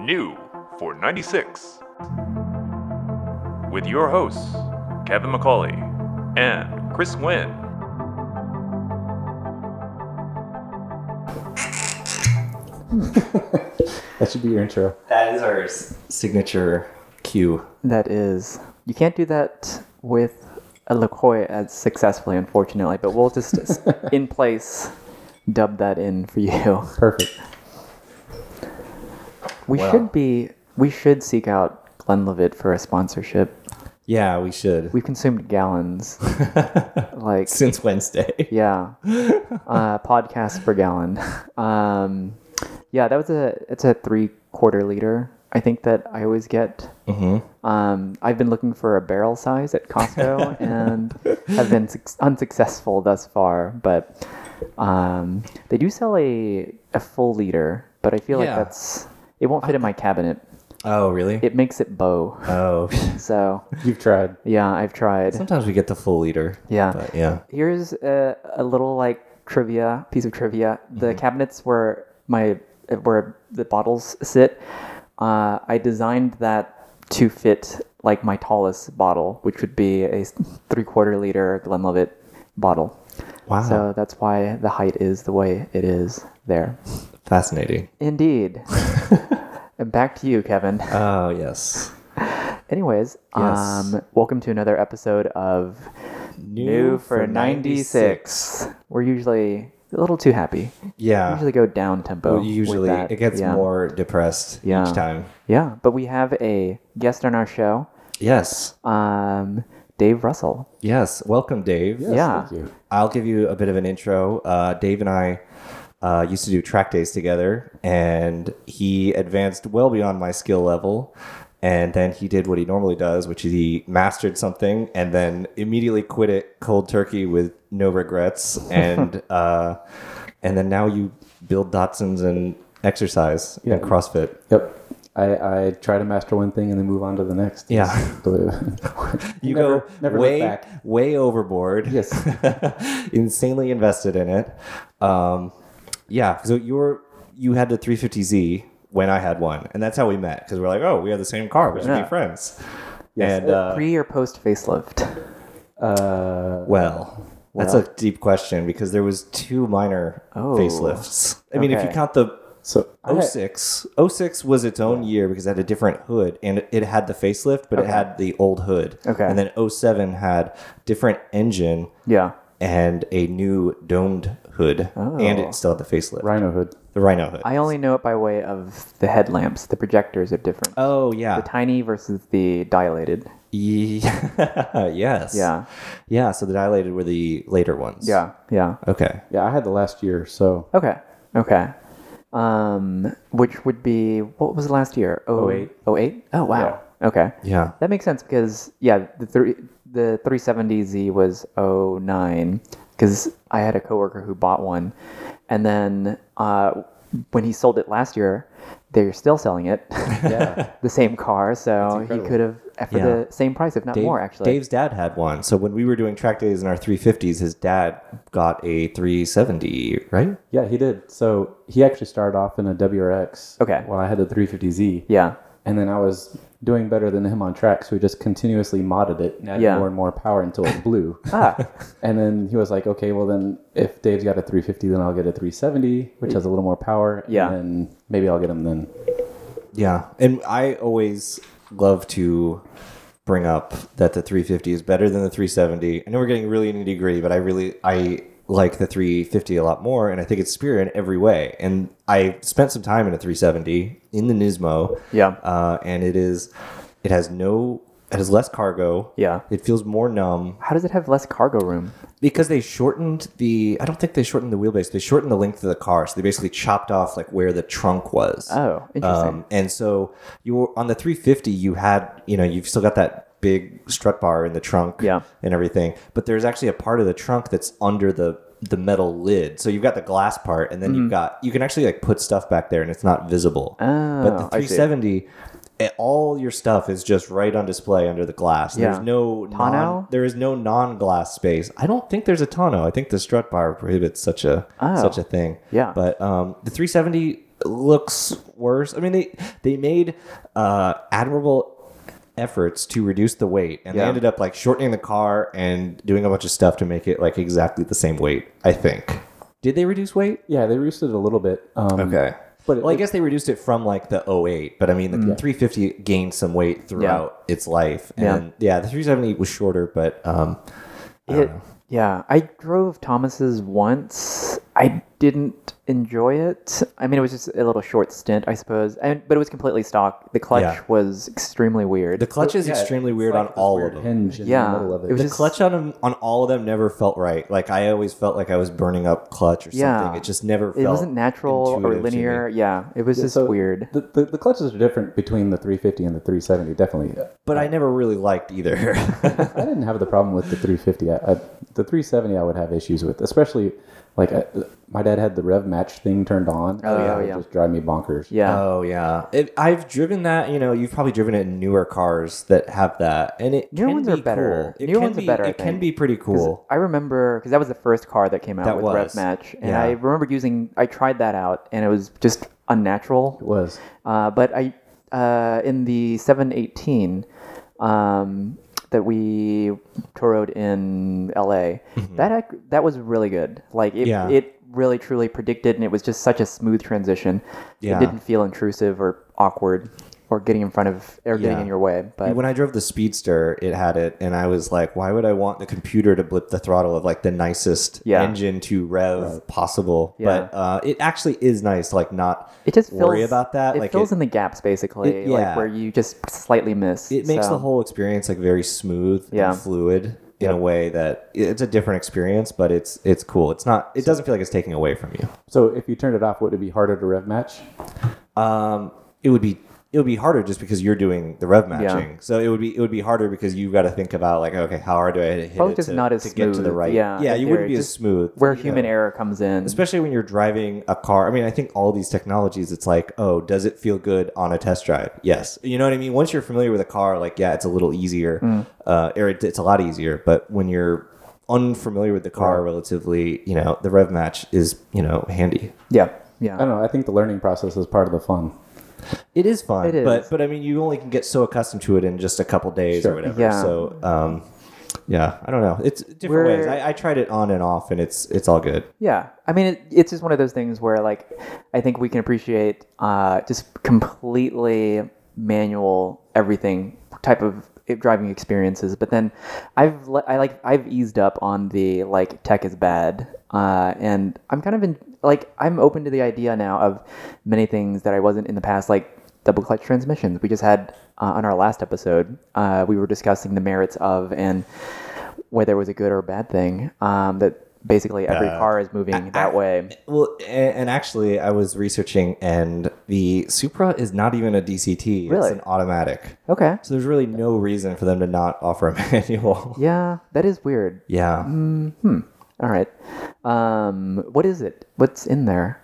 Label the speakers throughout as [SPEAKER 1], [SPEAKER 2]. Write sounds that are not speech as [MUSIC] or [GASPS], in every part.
[SPEAKER 1] New for 96. With your hosts, Kevin McCauley and Chris Nguyen.
[SPEAKER 2] That should be your intro.
[SPEAKER 3] That is our s- signature cue.
[SPEAKER 4] That is. You can't do that with a LaCroix as successfully, unfortunately, but
[SPEAKER 2] [LAUGHS]
[SPEAKER 4] we'll just s- in place dub that in for you.
[SPEAKER 2] Perfect.
[SPEAKER 4] We
[SPEAKER 2] Wow.
[SPEAKER 4] should be we should seek out Glenlivet for a sponsorship.
[SPEAKER 2] Yeah, we should. [LAUGHS]
[SPEAKER 4] We've consumed gallons. like
[SPEAKER 2] Since Wednesday. [LAUGHS]
[SPEAKER 4] yeah. Uh podcast per gallon. Um yeah, that was a it's a 3 quarter liter. I think that I always get
[SPEAKER 2] Mm-hmm.
[SPEAKER 4] Um, I've been looking for a barrel size
[SPEAKER 2] [LAUGHS]
[SPEAKER 4] at Costco and have been suc unsuccessful thus far. But um, they do sell a, a full liter, but I feel like
[SPEAKER 2] Yeah.
[SPEAKER 4] that's it won't fit in my cabinet.
[SPEAKER 2] Oh, really?
[SPEAKER 4] It makes it bow.
[SPEAKER 2] oh,
[SPEAKER 4] So
[SPEAKER 2] you've tried.
[SPEAKER 4] yeah, I've tried.
[SPEAKER 2] Sometimes we get the full liter.
[SPEAKER 4] Yeah.
[SPEAKER 2] But yeah.
[SPEAKER 4] Here's a, a little like trivia piece of trivia.
[SPEAKER 2] Mm-hmm.
[SPEAKER 4] The cabinets where my where the bottles sit, uh, I designed that to fit like my tallest bottle, which would be a three quarter liter Glenlivet bottle.
[SPEAKER 2] Wow.
[SPEAKER 4] So that's why the height is the way it is there.
[SPEAKER 2] Fascinating.
[SPEAKER 4] Indeed.
[SPEAKER 2] [LAUGHS]
[SPEAKER 4] and back to you, Kevin.
[SPEAKER 2] Oh, yes.
[SPEAKER 4] Anyways,
[SPEAKER 2] Yes.
[SPEAKER 4] um, welcome to another episode of
[SPEAKER 2] New,
[SPEAKER 4] New for 96. We're usually a little too happy.
[SPEAKER 2] Yeah.
[SPEAKER 4] usually go down tempo.
[SPEAKER 2] Well, usually it gets
[SPEAKER 4] yeah.
[SPEAKER 2] more depressed
[SPEAKER 4] Yeah.
[SPEAKER 2] each time.
[SPEAKER 4] Yeah, but we have a guest on our show,
[SPEAKER 2] Yes.
[SPEAKER 4] um, Dave Russell.
[SPEAKER 2] Yes. Welcome, Dave.
[SPEAKER 4] yeah,
[SPEAKER 2] I'll give you a bit of an intro. Uh, Dave and I uh, used to do track days together, and he advanced well beyond my skill level. And then he did what he normally does, which is he mastered something and then immediately quit it cold turkey with no regrets. And uh, and then now you build Datsuns and exercise
[SPEAKER 5] Yeah.
[SPEAKER 2] and CrossFit.
[SPEAKER 5] Yep. I, I try to master one thing and then move on to the next.
[SPEAKER 2] Yeah.
[SPEAKER 5] That's the way-
[SPEAKER 2] You
[SPEAKER 5] never,
[SPEAKER 2] go
[SPEAKER 5] never look
[SPEAKER 2] way
[SPEAKER 5] back.
[SPEAKER 2] way overboard.
[SPEAKER 5] Yes.
[SPEAKER 2] [LAUGHS] insanely invested in it. Um, yeah, so you were you had the 350Z when I had one, and that's how we met because we're like, oh, we have the same car, we should
[SPEAKER 4] Yeah.
[SPEAKER 2] be friends.
[SPEAKER 5] Yes.
[SPEAKER 2] And uh,
[SPEAKER 4] pre or post facelift.
[SPEAKER 5] [LAUGHS] Uh,
[SPEAKER 2] well, that's a deep question because there was two minor
[SPEAKER 4] Oh.
[SPEAKER 2] facelifts. I mean, if you
[SPEAKER 4] Okay.
[SPEAKER 2] count the
[SPEAKER 5] so I had-
[SPEAKER 2] 06, 06 was its own year because it had a different hood and it- it had the facelift, but it had the old hood.
[SPEAKER 4] Okay.
[SPEAKER 2] and then 07 had different engine
[SPEAKER 4] Yeah,
[SPEAKER 2] and a new domed hood, and it still had the facelift.
[SPEAKER 5] Rhino Hood.
[SPEAKER 2] The Rhino hood.
[SPEAKER 4] Oh. I only know it by way of the headlamps. The projectors are different.
[SPEAKER 2] oh yeah.
[SPEAKER 4] the tiny versus the dilated.
[SPEAKER 2] yeah. [LAUGHS] yes.
[SPEAKER 4] Yeah.
[SPEAKER 2] Yeah. So the dilated were the later ones.
[SPEAKER 4] Yeah, yeah.
[SPEAKER 2] Okay.
[SPEAKER 5] Yeah, I had the last year. So
[SPEAKER 4] Okay, okay. Um, which would be what was last year? Oh
[SPEAKER 5] eight.
[SPEAKER 4] Oh eight. Oh wow. Okay.
[SPEAKER 2] Yeah.
[SPEAKER 4] That makes sense because yeah, the three the 370Z was 09 because I had a coworker who bought one, and then uh, when he sold it last year, they're still selling it,
[SPEAKER 2] [LAUGHS]
[SPEAKER 5] yeah,
[SPEAKER 4] [LAUGHS] the same car. So he
[SPEAKER 5] incredible.
[SPEAKER 4] could have for
[SPEAKER 2] Yeah.
[SPEAKER 4] the same price, if not
[SPEAKER 2] Dave-
[SPEAKER 4] more, actually.
[SPEAKER 2] Dave's dad had one. So when we were doing track days in our 350s, his dad got a 370, right?
[SPEAKER 5] yeah, he did. So he actually started off in a WRX.
[SPEAKER 4] Okay.
[SPEAKER 5] While I had the 350Z.
[SPEAKER 4] yeah,
[SPEAKER 5] And then I was doing better than him on track, so we just continuously modded it and added
[SPEAKER 4] Yeah.
[SPEAKER 5] more and more power until it blew.
[SPEAKER 4] [LAUGHS] Ah.
[SPEAKER 5] [LAUGHS] and then he was like, "Okay, well then, if Dave's got a 350, then I'll get a 370, which has a little more power.
[SPEAKER 4] Yeah.
[SPEAKER 5] And then maybe I'll get him then."
[SPEAKER 2] Yeah. And I always love to bring up that the 350 is better than the 370. I know we're getting really nitty gritty, but I really I like the 350 a lot more, and I think it's superior in every way. And I spent some time in a 370 in the Nismo.
[SPEAKER 4] Yeah.
[SPEAKER 2] Uh, and it is, it has no, it has less cargo.
[SPEAKER 4] Yeah.
[SPEAKER 2] It feels more numb
[SPEAKER 4] how does it have less cargo room?
[SPEAKER 2] because they shortened the i don't think they shortened the wheelbase they shortened the length of the car so they basically chopped off like where the trunk was Um,
[SPEAKER 4] Oh, interesting.
[SPEAKER 2] and so you were on the 350 you had you know you've still got that big strut bar in the trunk
[SPEAKER 4] Yeah.
[SPEAKER 2] and everything but there's actually a part of the trunk that's under the the metal lid so you've got the glass part and then
[SPEAKER 4] Mm-hmm.
[SPEAKER 2] you've got you can actually like put stuff back there and it's not visible but the
[SPEAKER 4] Oh, I see.
[SPEAKER 2] 370 eh, all your stuff is just right on display under the glass.
[SPEAKER 4] Yeah.
[SPEAKER 2] There's no
[SPEAKER 4] Tonneau?
[SPEAKER 2] non- there is no non-glass space. I don't think there's a tonneau. I think the strut bar prohibits such a
[SPEAKER 4] Oh.
[SPEAKER 2] such a thing.
[SPEAKER 4] Yeah.
[SPEAKER 2] But um, the 370 looks worse. I mean, they they made uh, admirable efforts to reduce the weight, and they
[SPEAKER 3] Yeah.
[SPEAKER 2] ended up like shortening the car and doing a bunch of stuff to make it like exactly the same weight. I think. Did they reduce weight?
[SPEAKER 5] Yeah, they reduced it a little bit. Um,
[SPEAKER 2] Okay.
[SPEAKER 5] But it-
[SPEAKER 2] well, I guess they reduced it from like the 08, but I mean, the 350 gained some weight throughout its life. And yeah. the 370 was shorter, but um,
[SPEAKER 4] It, yeah, I drove Thomas's once. I didn't enjoy it. I mean, it was just a little short stint, I suppose. And but it was completely stock. The clutch
[SPEAKER 2] Yeah.
[SPEAKER 4] was extremely weird.
[SPEAKER 2] the clutch is
[SPEAKER 5] Yeah,
[SPEAKER 2] extremely
[SPEAKER 5] it's
[SPEAKER 2] weird
[SPEAKER 5] like
[SPEAKER 2] on
[SPEAKER 5] this
[SPEAKER 2] all
[SPEAKER 5] weird
[SPEAKER 2] of them.
[SPEAKER 5] Hinge in the
[SPEAKER 4] Yeah,
[SPEAKER 5] middle of it.
[SPEAKER 4] it was
[SPEAKER 2] The
[SPEAKER 4] just-
[SPEAKER 2] clutch on 'em- on all of them never felt right. Like I always felt like I was burning up clutch or
[SPEAKER 4] Yeah.
[SPEAKER 2] something. It just never felt
[SPEAKER 4] it wasn't natural or
[SPEAKER 2] intuitive to me.
[SPEAKER 4] linear. Yeah, it was just
[SPEAKER 5] so
[SPEAKER 4] weird.
[SPEAKER 5] The, the, the clutches are different between the 350 and the 370, definitely.
[SPEAKER 2] But I never really liked either. [LAUGHS]
[SPEAKER 5] I didn't have the problem with the 350. I, I, the 370 I would have issues with, especially like I, my dad had the rev match thing turned on.
[SPEAKER 4] Oh,
[SPEAKER 5] and
[SPEAKER 4] yeah,
[SPEAKER 5] It would
[SPEAKER 4] yeah.
[SPEAKER 5] just drive me bonkers.
[SPEAKER 4] Yeah,
[SPEAKER 2] oh yeah. It, I've driven that, you know, you've probably driven it in newer cars that have that. And it
[SPEAKER 4] Newer
[SPEAKER 2] can
[SPEAKER 4] ones
[SPEAKER 2] be
[SPEAKER 4] are better.
[SPEAKER 2] cool. It
[SPEAKER 4] Newer
[SPEAKER 2] can
[SPEAKER 4] ones are
[SPEAKER 2] be-
[SPEAKER 4] better, I
[SPEAKER 2] It can
[SPEAKER 4] think.
[SPEAKER 2] be pretty cool.
[SPEAKER 4] I remember because that was the first car that came out
[SPEAKER 2] That
[SPEAKER 4] with
[SPEAKER 2] was,
[SPEAKER 4] rev match, and
[SPEAKER 2] yeah.
[SPEAKER 4] I remember using. I tried that out, and it was just unnatural.
[SPEAKER 5] It was.
[SPEAKER 4] Uh, but I uh, in the 718 um, that we toroed in LA, that ac- that was really good. Like it,
[SPEAKER 2] Mm-hmm. Yeah.
[SPEAKER 4] it really truly predicted, and it was just such a smooth transition.
[SPEAKER 2] Yeah.
[SPEAKER 4] It didn't feel intrusive or awkward or getting in front of or
[SPEAKER 2] Yeah.
[SPEAKER 4] getting in your way. But
[SPEAKER 2] when I drove the Speedster, it had it, and I was like, why would I want the computer to blip the throttle of like the nicest
[SPEAKER 4] Yeah.
[SPEAKER 2] engine to rev possible?
[SPEAKER 4] Yeah.
[SPEAKER 2] But uh, it actually is nice, to, like not
[SPEAKER 4] it just fills,
[SPEAKER 2] worry about that.
[SPEAKER 4] It
[SPEAKER 2] like
[SPEAKER 4] fills
[SPEAKER 2] it,
[SPEAKER 4] in the gaps basically,
[SPEAKER 2] it- yeah.
[SPEAKER 4] like where you just slightly miss.
[SPEAKER 2] it makes
[SPEAKER 4] So,
[SPEAKER 2] the whole experience like very smooth
[SPEAKER 4] Yeah.
[SPEAKER 2] and fluid in a way that it's a different experience, but it's it's cool. It's not. It doesn't feel like it's taking away from you.
[SPEAKER 5] So if you turned it off, would it be harder to rev match?
[SPEAKER 2] It would be. It would be harder just because you're doing the rev matching, so it would be it would be harder because you've got to think about like okay, how hard do I hit
[SPEAKER 4] Probably
[SPEAKER 2] it
[SPEAKER 4] just
[SPEAKER 2] to,
[SPEAKER 4] not as
[SPEAKER 2] to get to the
[SPEAKER 4] smooth.
[SPEAKER 2] right?
[SPEAKER 4] Yeah,
[SPEAKER 2] yeah,
[SPEAKER 4] in
[SPEAKER 2] you wouldn't
[SPEAKER 4] theory.
[SPEAKER 2] be as
[SPEAKER 4] Just
[SPEAKER 2] smooth
[SPEAKER 4] where
[SPEAKER 2] Yeah.
[SPEAKER 4] human error comes in.
[SPEAKER 2] especially when you're driving a car. I mean, I think all these technologies, it's like, oh, does it feel good on a test drive? Yes. You know what I mean? Once you're familiar with a car, like, yeah, it's a little easier,
[SPEAKER 4] Mm.
[SPEAKER 2] uh, or it, it's a lot easier. But when you're unfamiliar with the car relatively, you know, the rev match is, you know, handy.
[SPEAKER 4] yeah,
[SPEAKER 5] I
[SPEAKER 4] yeah,
[SPEAKER 5] don't know. I think the learning process is part of the fun.
[SPEAKER 2] It is fun,
[SPEAKER 4] It is.
[SPEAKER 2] but but I mean, you only can get so accustomed to it in just a couple days or whatever.
[SPEAKER 4] Yeah.
[SPEAKER 2] So, um, yeah, I don't know. It's different
[SPEAKER 4] We're-
[SPEAKER 2] ways. I, I tried it on and off, and it's it's all good.
[SPEAKER 4] Yeah, I mean, it, it's just one of those things where, like, I think we can appreciate uh, just completely manual everything type of driving experiences. But then, I've le- I like I've eased up on the like tech is bad, uh, and I'm kind of in like I'm open to the idea now of many things that I wasn't in the past, like double clutch transmissions. We just had uh, on our last episode, uh, we were discussing the merits of and whether it was a good or a bad thing. Um, that basically every car is moving that way.
[SPEAKER 2] Well, a- and actually, I was researching, and the Supra is not even a DCT.
[SPEAKER 4] Really?
[SPEAKER 2] It's an automatic.
[SPEAKER 4] Okay.
[SPEAKER 2] So there's really no reason for them to not offer a [LAUGHS] manual.
[SPEAKER 4] Yeah, Mm. that is weird.
[SPEAKER 2] Yeah.
[SPEAKER 4] All right. Um, what is it? What's in there?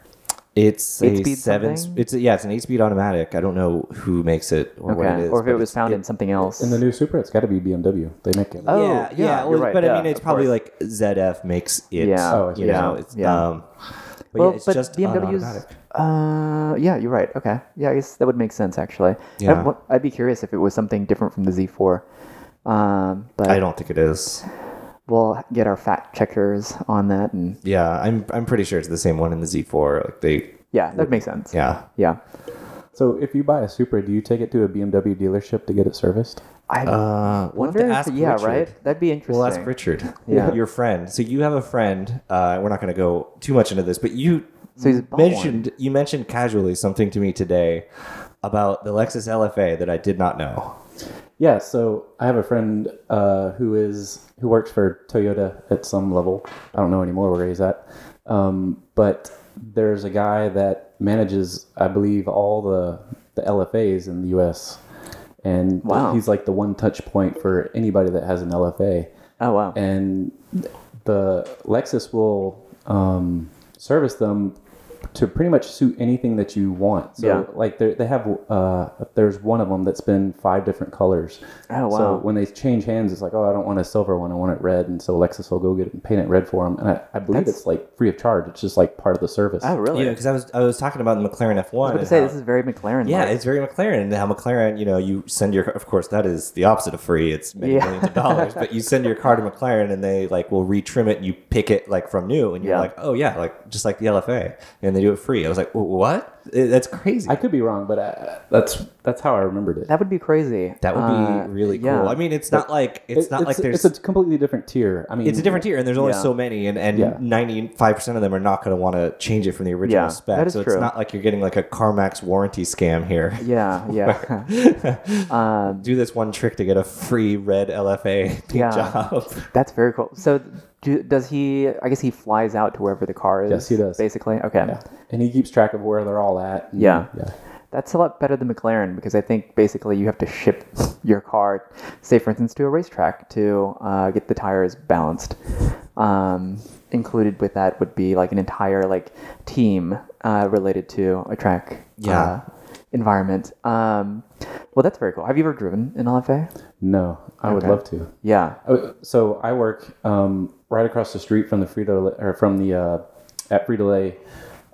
[SPEAKER 2] It's a
[SPEAKER 4] Eight-speed
[SPEAKER 2] seven.
[SPEAKER 4] something?
[SPEAKER 2] It's a, yeah, it's an eight-speed automatic. I don't know who makes it or
[SPEAKER 4] Okay.
[SPEAKER 2] what it is.
[SPEAKER 4] or if
[SPEAKER 2] but
[SPEAKER 4] it was
[SPEAKER 2] it's-
[SPEAKER 4] found in something else.
[SPEAKER 5] In the new Supra, it's got to be BMW. They make it.
[SPEAKER 4] Oh,
[SPEAKER 2] yeah, yeah.
[SPEAKER 4] yeah,
[SPEAKER 2] well,
[SPEAKER 4] you're right,
[SPEAKER 2] but I
[SPEAKER 4] yeah,
[SPEAKER 2] mean, it's
[SPEAKER 4] of
[SPEAKER 2] probably
[SPEAKER 4] course.
[SPEAKER 2] like ZF makes it.
[SPEAKER 4] Yeah.
[SPEAKER 5] Oh, I see.
[SPEAKER 2] you know,
[SPEAKER 4] Yeah,
[SPEAKER 2] it's
[SPEAKER 4] yeah.
[SPEAKER 2] um. But
[SPEAKER 4] well,
[SPEAKER 2] yeah, it's
[SPEAKER 4] but
[SPEAKER 2] just an
[SPEAKER 4] BMW's.
[SPEAKER 2] automatic.
[SPEAKER 4] Uh, yeah, you're right. Okay. Yeah, I guess that would make sense actually.
[SPEAKER 2] Yeah.
[SPEAKER 4] I'd, wa- I'd be curious if it was something different from the Z4. Um, but
[SPEAKER 2] I don't think it is.
[SPEAKER 4] we'll get our fact checkers on that, and
[SPEAKER 2] Yeah, I'm. I'm pretty sure it's the same one in the Z4. Like they.
[SPEAKER 4] yeah, that makes sense.
[SPEAKER 2] Yeah.
[SPEAKER 4] Yeah.
[SPEAKER 5] So if you buy a Supra, do you take it to a BMW dealership to get it serviced?
[SPEAKER 4] I
[SPEAKER 2] Uh, we'll have
[SPEAKER 4] wonder.
[SPEAKER 2] to
[SPEAKER 4] if-
[SPEAKER 2] ask
[SPEAKER 4] yeah,
[SPEAKER 2] Richard.
[SPEAKER 4] right. That'd be interesting.
[SPEAKER 2] We'll ask Richard,
[SPEAKER 4] [LAUGHS] Yeah.
[SPEAKER 2] your friend. So you have a friend. Uh, we're not going to go too much into this, but you
[SPEAKER 4] So he's bought
[SPEAKER 2] mentioned you mentioned casually something to me today about the Lexus LFA that I did not know.
[SPEAKER 5] Yeah, so I have a friend uh, who is who works for Toyota at some level. I don't know anymore where he's at, um, but there's a guy that manages, I believe, all the the LFAs in the U.S. And
[SPEAKER 4] Wow.
[SPEAKER 5] he's like the one touch point for anybody that has an LFA.
[SPEAKER 4] Oh wow.
[SPEAKER 5] And the Lexus will um, service them to pretty much suit anything that you want. So
[SPEAKER 4] Yeah.
[SPEAKER 5] like they they have uh, there's one of them that's been five different colors.
[SPEAKER 4] Oh,
[SPEAKER 5] So
[SPEAKER 4] wow.
[SPEAKER 5] when they change hands, it's like oh I don't want a silver one, I want it red, and so Alexis will go get it and paint it red for them. And I, I believe
[SPEAKER 4] That's-
[SPEAKER 5] it's like free of charge. It's just like part of the service.
[SPEAKER 4] Oh, really?
[SPEAKER 2] Yeah, because I was I was talking about the McLaren F1.
[SPEAKER 4] I was about to say this is very McLaren.
[SPEAKER 2] yeah, it's very McLaren and how McLaren, you know, you send your of course that is the opposite of free. It's many
[SPEAKER 4] Yeah.
[SPEAKER 2] millions of dollars, but you send your car
[SPEAKER 4] [LAUGHS]
[SPEAKER 2] to McLaren and they like will retrim it and you pick it like from new and you're
[SPEAKER 4] Yeah.
[SPEAKER 2] like, oh yeah, like just like the LFA and they do it free. I was like, "Wh- what? Eh, That's crazy.
[SPEAKER 5] I could be wrong, but uh, that's that's how I remembered it.
[SPEAKER 4] that would be crazy.
[SPEAKER 2] that would be
[SPEAKER 4] Uh,
[SPEAKER 2] really cool.
[SPEAKER 4] yeah.
[SPEAKER 2] I mean, it's not like it's
[SPEAKER 5] It-
[SPEAKER 2] not like there's
[SPEAKER 5] it's a completely different tier. I mean,
[SPEAKER 2] it's a different tier, and there's only
[SPEAKER 4] Yeah.
[SPEAKER 2] so many, and
[SPEAKER 5] Yeah.
[SPEAKER 2] and ninety five percent of them are not going to want to change it from the original
[SPEAKER 4] Yeah,
[SPEAKER 2] spec.
[SPEAKER 4] that is
[SPEAKER 2] so
[SPEAKER 4] true.
[SPEAKER 2] it's not like you're getting like a CarMax warranty scam here.
[SPEAKER 4] [LAUGHS] yeah, yeah. um,
[SPEAKER 2] [LAUGHS] Do this one trick to get a free red LFA paint
[SPEAKER 4] Yeah. [LAUGHS]
[SPEAKER 2] job.
[SPEAKER 4] [LAUGHS] that's very cool. So, do, does he? I guess he flies out to wherever the car is.
[SPEAKER 5] Yes, he does.
[SPEAKER 4] Basically, okay.
[SPEAKER 5] and he keeps track of where they're all at. and-
[SPEAKER 4] Yeah.
[SPEAKER 5] yeah.
[SPEAKER 4] That's a lot better than McLaren because I think basically you have to ship your car, say for instance, to a racetrack to uh, get the tires balanced. Um, included with that would be like an entire like team uh, related to a track
[SPEAKER 2] Yeah.
[SPEAKER 4] uh, environment. Um, well, that's very cool. Have you ever driven an LFA?
[SPEAKER 5] No, I would
[SPEAKER 4] Okay.
[SPEAKER 5] love to.
[SPEAKER 4] Yeah.
[SPEAKER 5] Oh, So I work um, right across the street from the Frito or from the uh, at Frito Lay.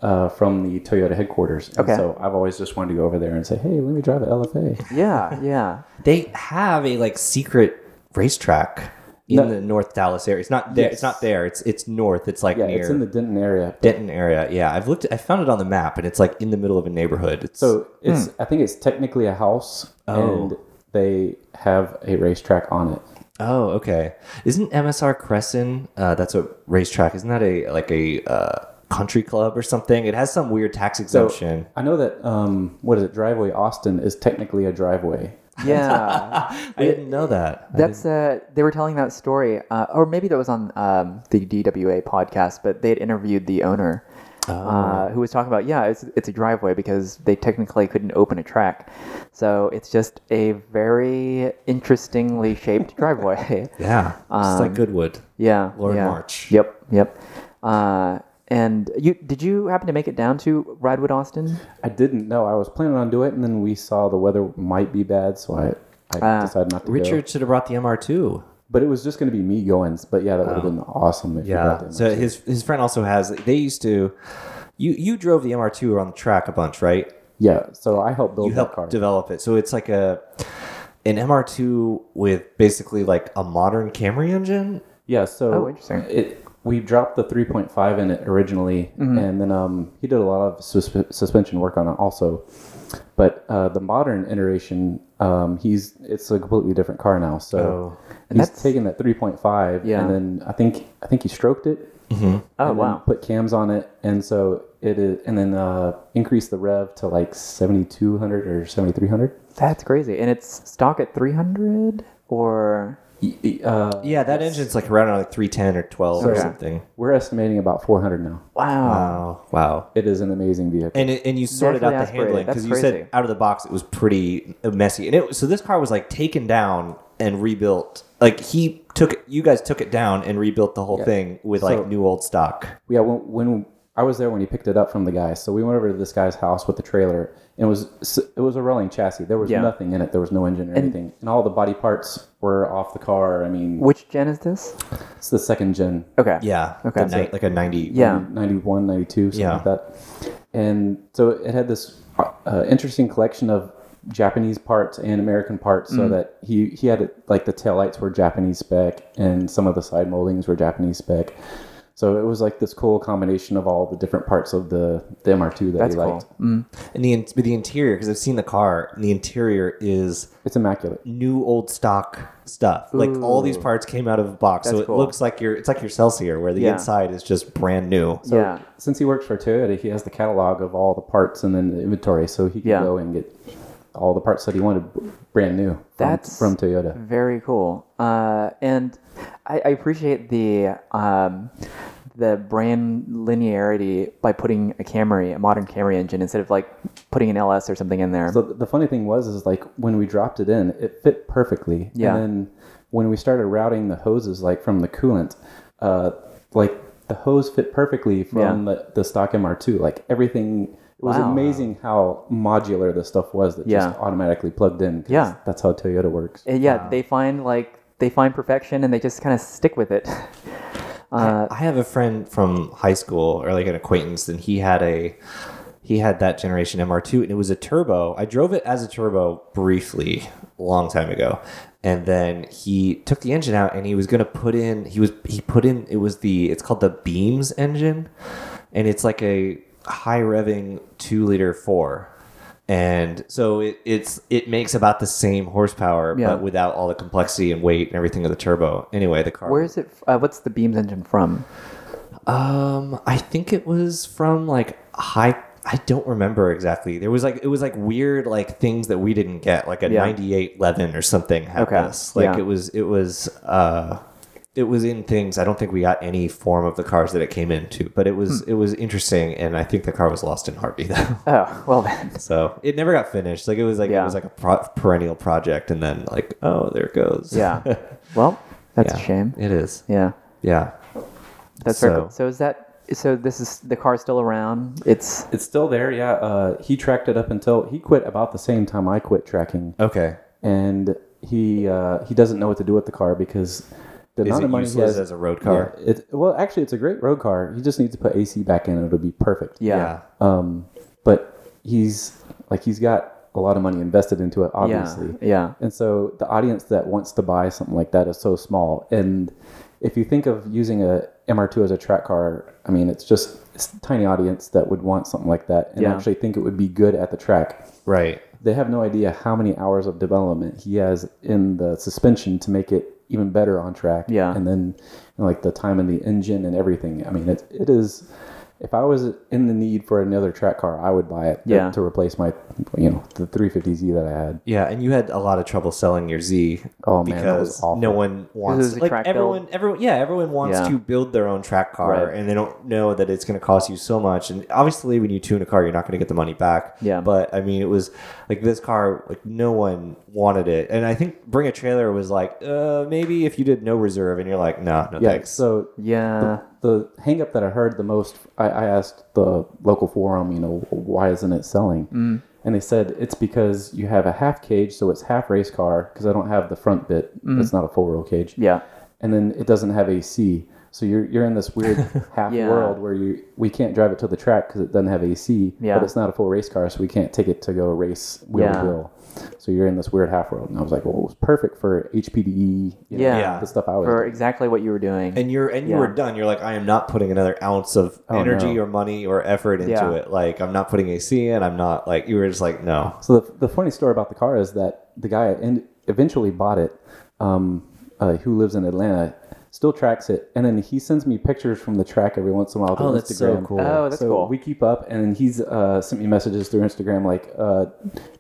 [SPEAKER 5] Uh, from the Toyota headquarters. And
[SPEAKER 4] Okay.
[SPEAKER 5] So I've always just wanted to go over there and say, hey, let me drive an LFA.
[SPEAKER 4] Yeah. Yeah.
[SPEAKER 2] they have a like secret racetrack in
[SPEAKER 5] No.
[SPEAKER 2] the North Dallas area. It's not there.
[SPEAKER 5] Yes.
[SPEAKER 2] It's not there. It's it's north. It's like
[SPEAKER 5] Yeah,
[SPEAKER 2] near
[SPEAKER 5] it's in the Denton area.
[SPEAKER 2] Denton area. Yeah, I've looked. I found it on the map, and it's like in the middle of a neighborhood. It's
[SPEAKER 5] So it's, I think it's technically a house and they have a racetrack on it.
[SPEAKER 2] Oh, okay. Isn't MSR Crescent? Uh, that's a racetrack. Isn't that a like a uh, country club or something? It has some weird tax
[SPEAKER 5] So
[SPEAKER 2] exemption.
[SPEAKER 5] I know that, um, what is it? Driveway Austin is technically a driveway.
[SPEAKER 4] Yeah.
[SPEAKER 2] [LAUGHS] I didn't know that. I
[SPEAKER 4] That's uh, they were telling that story, uh, or maybe that was on um, the DWA podcast, but they had interviewed the owner,
[SPEAKER 2] Oh.
[SPEAKER 4] uh, who was talking about yeah, it's it's a driveway because they technically couldn't open a track, so it's just a very
[SPEAKER 2] [LAUGHS]
[SPEAKER 4] interestingly shaped driveway.
[SPEAKER 2] didn't- yeah, it's
[SPEAKER 5] um,
[SPEAKER 2] like Goodwood.
[SPEAKER 4] yeah,
[SPEAKER 2] Lauren
[SPEAKER 4] yeah.
[SPEAKER 2] March.
[SPEAKER 4] Yep, yep. Uh, and you did you happen to make it down to Radwood Austin?
[SPEAKER 5] I didn't know. I was planning on doing it, and then we saw the weather might be bad, so I, I decided not to go.
[SPEAKER 2] Richard should have brought the MR2.
[SPEAKER 5] But it was just going to be me going. But yeah, that would have been awesome if you brought
[SPEAKER 2] Yeah.
[SPEAKER 5] them.
[SPEAKER 2] So his his friend also has. They used to. You you drove the MR2 around the track a bunch, right?
[SPEAKER 5] yeah, so I helped build
[SPEAKER 2] you
[SPEAKER 5] that
[SPEAKER 2] helped
[SPEAKER 5] car.
[SPEAKER 2] develop it. So it's like a an MR2 with basically like a modern Camry engine.
[SPEAKER 5] yeah, so
[SPEAKER 4] Oh, interesting.
[SPEAKER 5] It, we dropped the 3.5 in it originally,
[SPEAKER 4] Mm-hmm.
[SPEAKER 5] and then um, he did a lot of sus- suspension work on it also. But uh, the modern iteration, um, he's it's a completely different car now.
[SPEAKER 2] Oh.
[SPEAKER 5] So
[SPEAKER 4] And
[SPEAKER 5] he's
[SPEAKER 4] that's-
[SPEAKER 5] taken that 3.5,
[SPEAKER 4] Yeah.
[SPEAKER 5] and then I think I think he stroked it.
[SPEAKER 4] Oh
[SPEAKER 5] and then
[SPEAKER 4] wow,
[SPEAKER 5] Put cams on it, and so it is, and then uh, increase the rev to like seventy two hundred or seventy three hundred.
[SPEAKER 4] that's crazy. And it's stock at three hundred or
[SPEAKER 5] Uh,
[SPEAKER 2] Yeah, that engine's like around like 310 or 12 or
[SPEAKER 5] Okay.
[SPEAKER 2] something.
[SPEAKER 5] we're estimating about four hundred now.
[SPEAKER 4] wow.
[SPEAKER 2] Wow. Wow.
[SPEAKER 5] It is an amazing vehicle.
[SPEAKER 2] And it, and you sorted out the
[SPEAKER 4] Naturally aspirated.
[SPEAKER 2] handling because
[SPEAKER 4] That's
[SPEAKER 2] you
[SPEAKER 4] crazy.
[SPEAKER 2] said out of the box it was pretty messy. And it was- so this car was like taken down and rebuilt. Like he took it, you guys took it down and rebuilt the whole thing with
[SPEAKER 5] So-
[SPEAKER 2] like new old stock.
[SPEAKER 5] yeah, when, when I was there when he picked it up from the guy, so we went over to this guy's house with the trailer, and it was it was a rolling chassis. There was
[SPEAKER 4] Yeah.
[SPEAKER 5] nothing in it. There was no engine or anything, and all the body parts were off the car. I mean,
[SPEAKER 4] Which gen is this?
[SPEAKER 5] it's the second gen.
[SPEAKER 4] Okay.
[SPEAKER 2] Yeah.
[SPEAKER 4] Okay.
[SPEAKER 2] The Mm-hmm. ni- like a 90.
[SPEAKER 4] Yeah.
[SPEAKER 5] 91, 92, something
[SPEAKER 2] Yeah.
[SPEAKER 5] like that. And so it had this uh, interesting collection of Japanese parts and American parts
[SPEAKER 4] Mm.
[SPEAKER 5] so that he, he had it like the taillights were Japanese spec and some of the side moldings were Japanese spec. So it was like this cool combination of all the different parts of the, the MR2 that
[SPEAKER 4] That's
[SPEAKER 5] he
[SPEAKER 4] cool. Mm.
[SPEAKER 5] liked.
[SPEAKER 2] And the, in- but the interior, because I've seen the car, and the interior is
[SPEAKER 5] It's immaculate.
[SPEAKER 2] new old stock stuff. Like all these parts came out of a box, so
[SPEAKER 4] That's
[SPEAKER 2] it
[SPEAKER 4] cool.
[SPEAKER 2] looks like your it's like your Celsior, where the
[SPEAKER 4] Yeah.
[SPEAKER 2] inside is just brand new.
[SPEAKER 5] So
[SPEAKER 4] Yeah.
[SPEAKER 5] since he works for Toyota, he has the catalog of all the parts and then the inventory. So he can
[SPEAKER 4] Yeah.
[SPEAKER 5] go and get all the parts that he wanted brand new from,
[SPEAKER 4] That's-
[SPEAKER 5] from Toyota.
[SPEAKER 4] Very cool. Uh, and I, I appreciate the um, the brand linearity by putting a Camry, a modern Camry engine, instead of like putting an LS or something in there.
[SPEAKER 5] So th- the funny thing was, is like when we dropped it in, it fit perfectly.
[SPEAKER 4] Yeah.
[SPEAKER 5] And then when we started routing the hoses, like from the coolant, uh, like the hose fit perfectly from the, the stock MR2. Like everything, it was
[SPEAKER 4] Wow.
[SPEAKER 5] amazing how modular the stuff was that just
[SPEAKER 4] Yeah.
[SPEAKER 5] automatically plugged in. 'cause
[SPEAKER 4] Yeah.
[SPEAKER 5] that's how Toyota works.
[SPEAKER 4] And yeah, they find like they find perfection and they just kind of stick with it. [LAUGHS] Uh,
[SPEAKER 2] I have a friend from high school or like an acquaintance, and he had a he had that generation MR2, and it was a turbo. I drove it as a turbo briefly a long time ago, and then he took the engine out, and he was gonna put in he was he put in it was the it's called the Beams engine, and it's like a high revving two liter four. And so it, it's it makes about the same horsepower,
[SPEAKER 4] Yeah.
[SPEAKER 2] but without all the complexity and weight and everything of the turbo. Anyway, the car
[SPEAKER 4] where is it? Uh, what's the Beams engine from?
[SPEAKER 2] um, I think it was from like high. I don't remember exactly. There was like it was like weird like things that we didn't get, like a
[SPEAKER 4] Yeah.
[SPEAKER 2] ninety-eight Levin or something. Had
[SPEAKER 4] Okay.
[SPEAKER 2] this. Like
[SPEAKER 4] Yeah.
[SPEAKER 2] it was it was uh, it was in things. I don't think we got any form of the cars that it came into, but it was
[SPEAKER 4] Hmm.
[SPEAKER 2] it was interesting, and I think the car was lost in Harvey though. [LAUGHS]
[SPEAKER 4] Oh, well then. [LAUGHS]
[SPEAKER 2] so it never got finished. Like it was like
[SPEAKER 4] Yeah.
[SPEAKER 2] it was like a pro- perennial project, and then like oh there it goes. [LAUGHS]
[SPEAKER 4] Yeah. Well, that's
[SPEAKER 2] Yeah.
[SPEAKER 4] a shame.
[SPEAKER 2] It is.
[SPEAKER 4] Yeah.
[SPEAKER 2] Yeah.
[SPEAKER 4] That's very
[SPEAKER 2] So-
[SPEAKER 4] cool. So is that? So this is the car's still around. It's
[SPEAKER 5] It's still there, yeah. Uh, he tracked it up until he quit about the same time I quit tracking,
[SPEAKER 2] Okay.
[SPEAKER 5] and he uh, he doesn't know what to do with the car because the
[SPEAKER 2] Is
[SPEAKER 5] amount
[SPEAKER 2] it
[SPEAKER 5] of money he
[SPEAKER 2] useless
[SPEAKER 5] has
[SPEAKER 2] as a road car?
[SPEAKER 5] Yeah, it, well, actually, it's a great road car. He just needs to put AC back in, and it'll be perfect.
[SPEAKER 4] yeah.
[SPEAKER 2] yeah.
[SPEAKER 5] Um, but he's like he's got a lot of money invested into it, obviously.
[SPEAKER 4] Yeah.
[SPEAKER 5] And so the audience that wants to buy something like that is so small. And if you think of using a MR2 as a track car, I mean, it's just it's a tiny audience that would want something like that and
[SPEAKER 4] Yeah.
[SPEAKER 5] actually think it would be good at the track.
[SPEAKER 2] Right.
[SPEAKER 5] They have no idea how many hours of development he has in the suspension to make it even better on track.
[SPEAKER 4] Yeah.
[SPEAKER 5] And then you know, like the time in the engine and everything. I mean, it, it is. If I was in the need for another track car, I would buy it
[SPEAKER 4] Yeah.
[SPEAKER 5] to replace my, you know, the 350Z that I had.
[SPEAKER 2] Yeah, and you had a lot of trouble selling your Z.
[SPEAKER 5] Oh, man, that
[SPEAKER 2] because
[SPEAKER 5] was awful.
[SPEAKER 2] no one
[SPEAKER 4] Because it
[SPEAKER 2] wants
[SPEAKER 4] was a
[SPEAKER 2] like
[SPEAKER 4] track
[SPEAKER 2] everyone,
[SPEAKER 4] build.
[SPEAKER 2] everyone, yeah, everyone wants
[SPEAKER 4] Yeah.
[SPEAKER 2] to build their own track car,
[SPEAKER 4] Right.
[SPEAKER 2] and they don't know that it's going to cost you so much. And obviously, when you tune a car, you're not going to get the money back.
[SPEAKER 4] Yeah.
[SPEAKER 2] but I mean, it was like this car, like no one wanted it, and I think Bring a Trailer was like, uh, maybe if you did no reserve, and you're like, no, no
[SPEAKER 5] Yeah.
[SPEAKER 2] thanks.
[SPEAKER 5] So
[SPEAKER 4] Yeah.
[SPEAKER 5] the hang up that I heard the most, I, I asked the local forum, you know, why isn't it selling? Mm. And they said it's because you have a half cage, so it's half race car, because I don't have the front bit. It's not a full roll cage.
[SPEAKER 4] Yeah.
[SPEAKER 5] And then it doesn't have AC. So you're, you're in this weird half
[SPEAKER 4] [LAUGHS] Yeah.
[SPEAKER 5] world where you we can't drive it to the track because it doesn't have AC,
[SPEAKER 4] Yeah.
[SPEAKER 5] but it's not a full race car, so we can't take it to go race wheel
[SPEAKER 4] Yeah.
[SPEAKER 5] to wheel. So you're in this weird half world. And I was like, well, it was perfect for HPDE, E, you know,
[SPEAKER 4] Yeah.
[SPEAKER 2] Yeah.
[SPEAKER 5] the stuff I was
[SPEAKER 4] For exactly what you were doing.
[SPEAKER 2] and you're and you were
[SPEAKER 4] Yeah.
[SPEAKER 2] done. You're like, I am not putting another ounce of
[SPEAKER 5] Oh,
[SPEAKER 2] energy
[SPEAKER 5] no.
[SPEAKER 2] or money or effort into
[SPEAKER 4] Yeah.
[SPEAKER 2] it. Like, I'm not putting AC in. I'm not like you were just like, no.
[SPEAKER 5] So the, the funny story about the car is that the guy in, eventually bought it, um, uh, who lives in Atlanta, still tracks it, and then he sends me pictures from the track every once in a while through Instagram.
[SPEAKER 4] Oh, that's
[SPEAKER 5] so
[SPEAKER 4] cool.
[SPEAKER 5] we keep up, and he's uh, sent me messages through Instagram like, uh,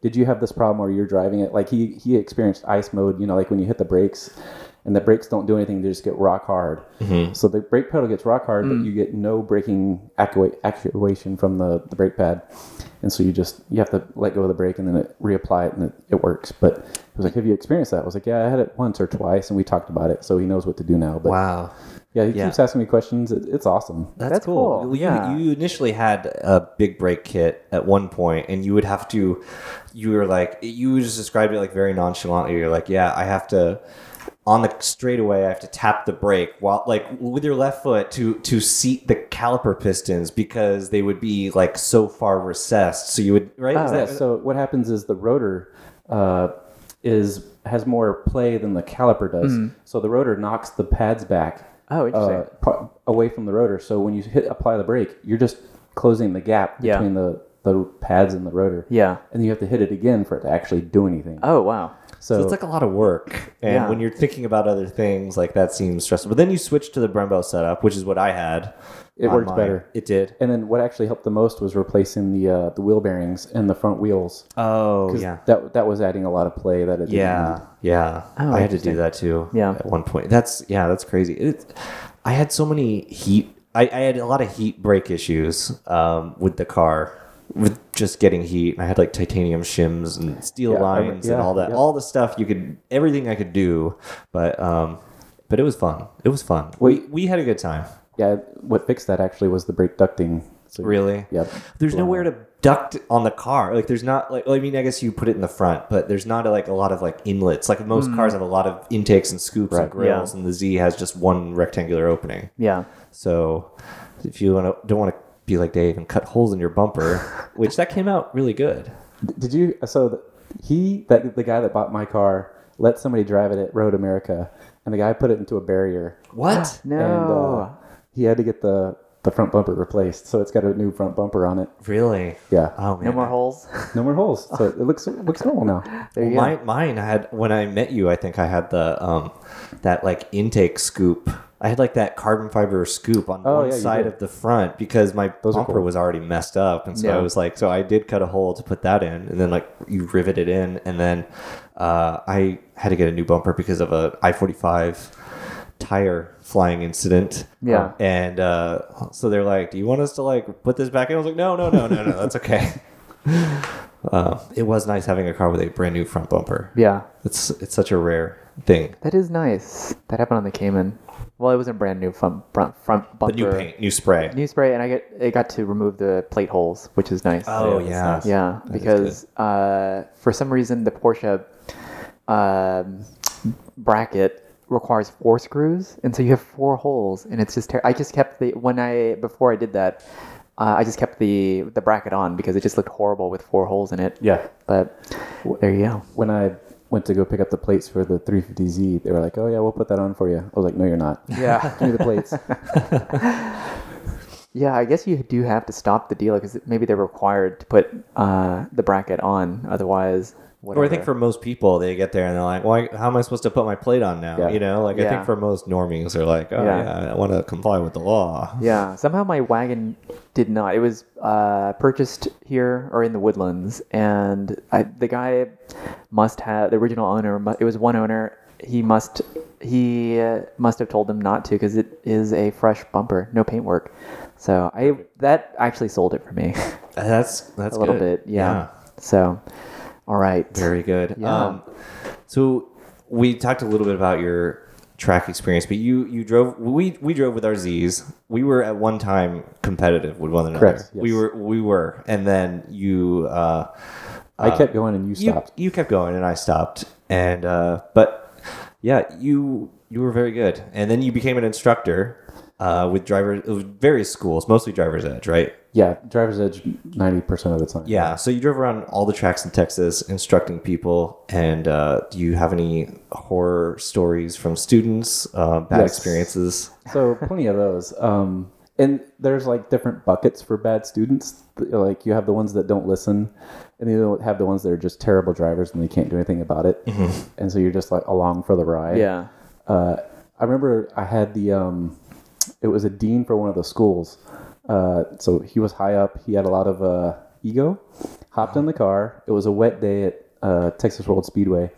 [SPEAKER 5] "Did you have this problem where you're driving it?" Like he he experienced ice mode, you know, like when you hit the brakes, and the brakes don't do anything; they just get rock hard.
[SPEAKER 2] Mm-hmm.
[SPEAKER 5] So the brake pedal gets rock hard, but you get no braking actua- actuation from the the brake pad, and so you just you have to let go of the brake and then it, reapply it, and it, it works. But he was like, "Have you experienced that?" I was like, "Yeah, I had it once or twice," and we talked about it, so he knows what to do now. But
[SPEAKER 2] Wow.
[SPEAKER 5] yeah, he
[SPEAKER 2] Yeah.
[SPEAKER 5] keeps asking me questions. It, it's awesome.
[SPEAKER 4] That's cool.
[SPEAKER 2] You-
[SPEAKER 4] Yeah.
[SPEAKER 2] You, initially had a big break kit at one point, and you would have to, you were like, you just described it like very nonchalantly. You're like, yeah, I have to, on the straightaway, I have to tap the brake while, like, with your left foot to to seat the caliper pistons because they would be like so far recessed. So you would, right?
[SPEAKER 4] Oh,
[SPEAKER 2] Is
[SPEAKER 5] Yeah,
[SPEAKER 2] that-
[SPEAKER 5] so what happens is the rotor uh, is has more play than the caliper does. So the rotor knocks the pads back.
[SPEAKER 4] Mm. Oh, interesting.
[SPEAKER 5] uh, pa- away from the rotor. So when you hit apply the brake, you're just closing the gap
[SPEAKER 4] Yeah.
[SPEAKER 5] between the, the pads and the rotor.
[SPEAKER 4] yeah.
[SPEAKER 5] And you have to hit it again for it to actually do anything.
[SPEAKER 4] Oh wow.
[SPEAKER 5] so,
[SPEAKER 2] So it's like a lot of work. And
[SPEAKER 4] Yeah.
[SPEAKER 2] when you're thinking about other things, like that seems stressful. But then you switch to the Brembo setup, which is what I had.
[SPEAKER 5] It
[SPEAKER 2] on
[SPEAKER 5] worked
[SPEAKER 2] mine.
[SPEAKER 5] better.
[SPEAKER 2] It did.
[SPEAKER 5] and then what actually helped the most was replacing the uh, the wheel bearings and the front wheels.
[SPEAKER 2] Oh,
[SPEAKER 5] 'Cause That that was adding a lot of play that it didn't
[SPEAKER 2] Yeah,
[SPEAKER 5] need.
[SPEAKER 2] yeah.
[SPEAKER 4] Oh,
[SPEAKER 2] I had to
[SPEAKER 4] interesting.
[SPEAKER 2] do that too.
[SPEAKER 4] Yeah.
[SPEAKER 2] at one point. That's yeah, that's crazy. It's, I had so many heat. I, I had a lot of heat brake issues um, with the car, with just getting heat. I had like titanium shims and steel
[SPEAKER 5] Yeah, I re-
[SPEAKER 2] lines and
[SPEAKER 5] yeah,
[SPEAKER 2] all that,
[SPEAKER 5] yeah.
[SPEAKER 2] all the stuff you could, everything I could do, but um, but it was fun. It was fun. we
[SPEAKER 5] Wait.
[SPEAKER 2] we had a good time.
[SPEAKER 5] yeah, what fixed that actually was the brake ducting. So,
[SPEAKER 2] Really?
[SPEAKER 5] Yep.
[SPEAKER 2] There's nowhere to duct on the car. Like there's not like well, I mean I guess you put it in the front, but there's not like a lot of like inlets. Like most cars have a lot of intakes and scoops and grills, and the Z has just one rectangular opening.
[SPEAKER 4] Yeah.
[SPEAKER 2] So if you want to, don't want to be like Dave and cut holes in your
[SPEAKER 5] [LAUGHS]
[SPEAKER 2] bumper, which that came out really good.
[SPEAKER 5] Did you? So th- he, that the guy that bought my car, let somebody drive it at Road America, and the guy put it into a barrier,
[SPEAKER 2] What?
[SPEAKER 4] No.
[SPEAKER 5] and uh, he had to get the the front bumper replaced. So it's got a new front bumper on it.
[SPEAKER 2] Really?
[SPEAKER 5] Yeah,
[SPEAKER 2] Oh man.
[SPEAKER 4] no more
[SPEAKER 5] [LAUGHS]
[SPEAKER 4] holes.
[SPEAKER 5] no more holes. So it looks it looks normal now.
[SPEAKER 4] There you
[SPEAKER 2] Mine, mine had when I met you. I think I had the um, that like intake scoop. I had like that carbon fiber scoop on
[SPEAKER 5] Oh,
[SPEAKER 2] one
[SPEAKER 5] yeah, you
[SPEAKER 2] side
[SPEAKER 5] did.
[SPEAKER 2] of the front because my
[SPEAKER 5] Those are
[SPEAKER 2] bumper
[SPEAKER 5] cool.
[SPEAKER 2] was already messed up, and so
[SPEAKER 4] Yeah.
[SPEAKER 2] I was like, so I did cut a hole to put that in, and then like you rivet it in, and then uh, I had to get a new bumper because of a I forty five tire flying incident.
[SPEAKER 4] Yeah.
[SPEAKER 2] and uh, so they're like, do you want us to like put this back in? I was like, no, no, no, no, no, that's okay. [LAUGHS] Uh, it was nice having a car with a brand new front bumper.
[SPEAKER 4] go. Yeah.
[SPEAKER 2] It's it's such a rare thing.
[SPEAKER 4] That is nice. That happened on the Cayman. Well, it wasn't brand new front front front bumper.
[SPEAKER 2] But new paint, new spray.
[SPEAKER 4] New spray, and I get it got to remove the plate holes, which is nice.
[SPEAKER 2] oh
[SPEAKER 5] Yeah,
[SPEAKER 2] yeah,
[SPEAKER 5] that's
[SPEAKER 4] Yeah,
[SPEAKER 2] That is
[SPEAKER 4] because uh, for some reason the Porsche um, bracket requires four screws, and so you have four holes, and it's just. Ter- I just kept the when I before I did that, uh, I just kept the the bracket on because it just looked horrible with four holes in it.
[SPEAKER 5] Yeah.
[SPEAKER 4] but there you go.
[SPEAKER 5] When I went to go pick up the plates for the 350Z, they were like, "Oh yeah, we'll put that on for you." I was like, "No, you're not.
[SPEAKER 4] Yeah,
[SPEAKER 5] Give me the plates."
[SPEAKER 2] [LAUGHS]
[SPEAKER 4] yeah. I guess you do have to stop the dealer because maybe they're required to put uh, the bracket on, otherwise. Whatever.
[SPEAKER 2] Or I think for most people, they get there and they're like, "Well, I- how am I supposed to put my plate on now?"
[SPEAKER 5] Yeah.
[SPEAKER 2] You know, like I
[SPEAKER 4] Yeah.
[SPEAKER 2] think for most normies, they're like, "Oh
[SPEAKER 4] Yeah.
[SPEAKER 2] yeah, I want to comply with the law."
[SPEAKER 4] Yeah, somehow my wagon did not. It was uh, purchased here or in the woodlands, and I, the guy must have the original owner. mu- It was one owner. He must he uh, must have told them not to because it is a fresh bumper, no paintwork. So I that actually sold it for me [LAUGHS]
[SPEAKER 2] That's that's
[SPEAKER 4] a little
[SPEAKER 2] good.
[SPEAKER 4] bit. Yeah. So, all right.
[SPEAKER 2] Very good.
[SPEAKER 4] Yeah.
[SPEAKER 2] Um, so we talked a little bit about your track experience, but you you drove we we drove with our Z's. We were at one time competitive with one another.
[SPEAKER 5] Correct, yes.
[SPEAKER 2] We were we were, and then you uh,
[SPEAKER 5] I kept going, and you
[SPEAKER 2] you
[SPEAKER 5] stopped.
[SPEAKER 2] you kept going, and I stopped, and uh, but yeah, you you were very good, and then you became an instructor. Uh, with drivers, with various schools, mostly drivers edge, right?
[SPEAKER 5] yeah, driver's edge ninety percent of the time.
[SPEAKER 2] Yeah. So you drove around all the tracks in Texas instructing people. And uh, do you have any horror stories from students, uh, bad
[SPEAKER 5] Yes.
[SPEAKER 2] experiences?
[SPEAKER 5] So plenty of those. Um, and there's like different buckets for bad students. Like you have the ones that don't listen, and you don't have the ones that are just terrible drivers and they can't do anything about it. And so you're just like along for the ride.
[SPEAKER 4] Yeah.
[SPEAKER 5] Uh, I remember I had the um, it was a dean for one of the schools. Uh, so he was high up. He had a lot of uh, ego. Hopped in the car. It was a wet day at uh, Texas World Speedway,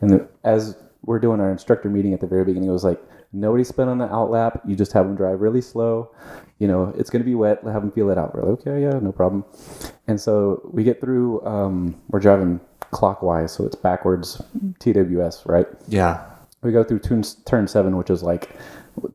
[SPEAKER 5] and the, as we're doing our instructor meeting at the very beginning, it was like nobody spin on the out lap. You just have them drive really slow. You know it's going to be wet. Have them feel it out. We're like, okay, yeah, no problem. And so we get through. Um, we're driving clockwise, so it's backwards TWS, right?
[SPEAKER 2] Yeah.
[SPEAKER 5] we go through turn, turn seven, which is like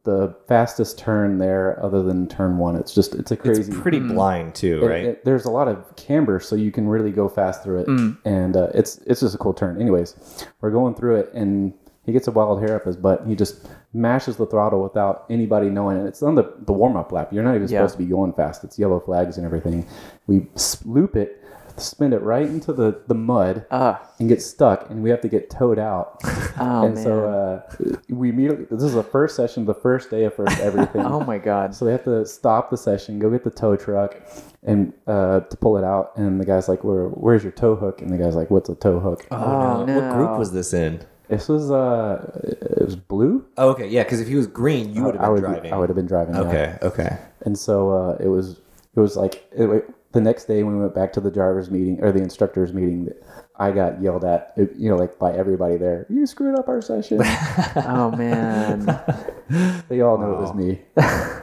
[SPEAKER 5] the fastest turn there, other than turn one. It's just it's a crazy.
[SPEAKER 2] It's pretty blind, too,
[SPEAKER 5] Hmm. it-
[SPEAKER 2] right?
[SPEAKER 5] it- there's a lot of camber, so you can really go fast through it,
[SPEAKER 4] Mm.
[SPEAKER 5] and uh, it's it's just a cool turn. Anyways, we're going through it, and he gets a wild hair up his butt. and He just mashes the throttle without anybody knowing it. It's on the, the warm up lap. You're not even
[SPEAKER 4] Yeah.
[SPEAKER 5] supposed to be going fast. It's yellow flags and everything. We s- loop it, spin it right into the the mud,
[SPEAKER 4] Ah.
[SPEAKER 5] and get stuck, and we have to get towed out
[SPEAKER 4] [LAUGHS] Oh
[SPEAKER 5] and
[SPEAKER 4] man.
[SPEAKER 5] so uh, we immediately this is the first session, the first day of first
[SPEAKER 4] [LAUGHS]
[SPEAKER 5] everything.
[SPEAKER 4] oh my God.
[SPEAKER 5] So they have to stop the session, go get the tow truck, and uh, to pull it out. And the guy's like, "Where, where's your tow hook?" And the guy's like, "What's a tow hook?"
[SPEAKER 2] Uh-huh.
[SPEAKER 4] Oh, no.
[SPEAKER 2] What group was this in?
[SPEAKER 5] This was uh, it was blue.
[SPEAKER 2] Oh, okay. Yeah. Because if he was green, you would have
[SPEAKER 5] I
[SPEAKER 2] been
[SPEAKER 5] would
[SPEAKER 2] driving.
[SPEAKER 5] I would have been driving. yeah.
[SPEAKER 2] Okay. Okay.
[SPEAKER 5] And so uh, it was it was like it, wa- the next day when we went back to the driver's meeting or the instructor's meeting, I got yelled at, you know, like by everybody there. You screwed up
[SPEAKER 2] [LAUGHS]
[SPEAKER 5] our session.
[SPEAKER 4] Oh man.
[SPEAKER 5] they all knew it was me. [LAUGHS]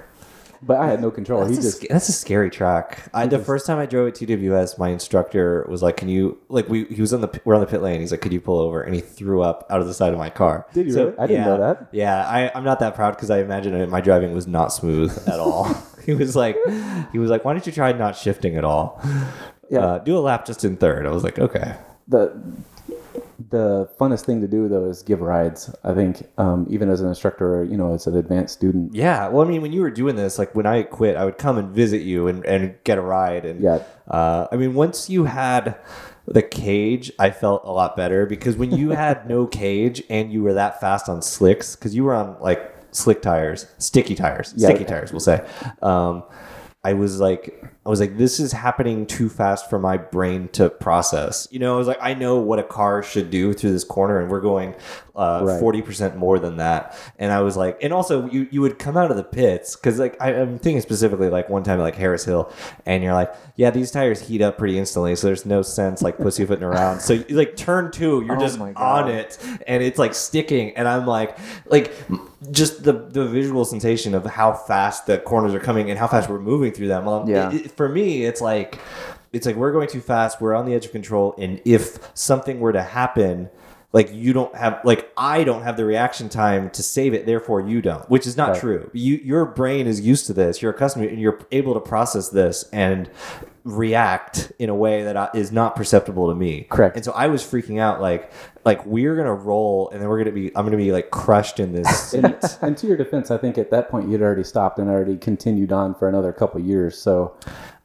[SPEAKER 5] But I had no control.
[SPEAKER 2] That's,
[SPEAKER 5] he
[SPEAKER 2] a,
[SPEAKER 5] just
[SPEAKER 2] sc- that's a scary track. I, the first time I drove at TWS, my instructor was like, "Can you like we he was on the p- we're on the pit lane." He's like, "Could you pull over?" And he threw up out of the side of my car.
[SPEAKER 5] Did you really? I didn't know
[SPEAKER 2] yeah.
[SPEAKER 5] that.
[SPEAKER 2] Yeah, I, I'm not that proud because I imagine it, my driving was not smooth
[SPEAKER 5] [LAUGHS]
[SPEAKER 2] at all. [LAUGHS] he was like, he was like, "Why don't you try not shifting at all?
[SPEAKER 5] Yeah.
[SPEAKER 2] Uh, do a lap just in third. I was like, "Okay."
[SPEAKER 5] the the funnest thing to do though is give rides. I think um, even as an instructor, or, you know, as an advanced student.
[SPEAKER 2] Yeah. Well, I mean, when you were doing this, like when I quit, I would come and visit you and, and get a ride. And
[SPEAKER 5] Yeah.
[SPEAKER 2] uh, I mean, once you had the cage, I felt a lot better because when you had no cage and you were that fast on slicks, because you were on like slick tires, sticky tires, sticky tires, we'll say. Um, I was like, I was like, this is happening too fast for my brain to process. You know, I was like, I know what a car should do through this corner, and we're going
[SPEAKER 5] Right.
[SPEAKER 2] uh, forty percent more than that. And I was like, and also you you would come out of the pits because like I, I'm thinking specifically like one time at, like Harris Hill, and you're like, yeah, these tires heat up pretty instantly, so there's no sense like pussyfooting around. So you, like turn two, you're
[SPEAKER 4] Oh
[SPEAKER 2] just
[SPEAKER 4] my
[SPEAKER 2] on
[SPEAKER 4] God.
[SPEAKER 2] it, and it's like sticking, and I'm like, like just the the visual sensation of how fast the corners are coming and how fast we're moving through them. Um,
[SPEAKER 4] Yeah.
[SPEAKER 2] it- it- for me, it's like it's like we're going too fast. We're on the edge of control, and if something were to happen, like you don't have, like I don't have the reaction time to save it. Therefore, you don't, which is not true. You your brain is used to this. You're accustomed, to it, and you're able to process this and react in a way that I- is not perceptible to me.
[SPEAKER 5] Correct.
[SPEAKER 2] And so I was freaking out, like like we're gonna roll, and then we're gonna be, I'm gonna be like crushed in this.
[SPEAKER 5] [LAUGHS] And, and to your defense, I think at that point you'd already stopped and already continued on for another couple years. So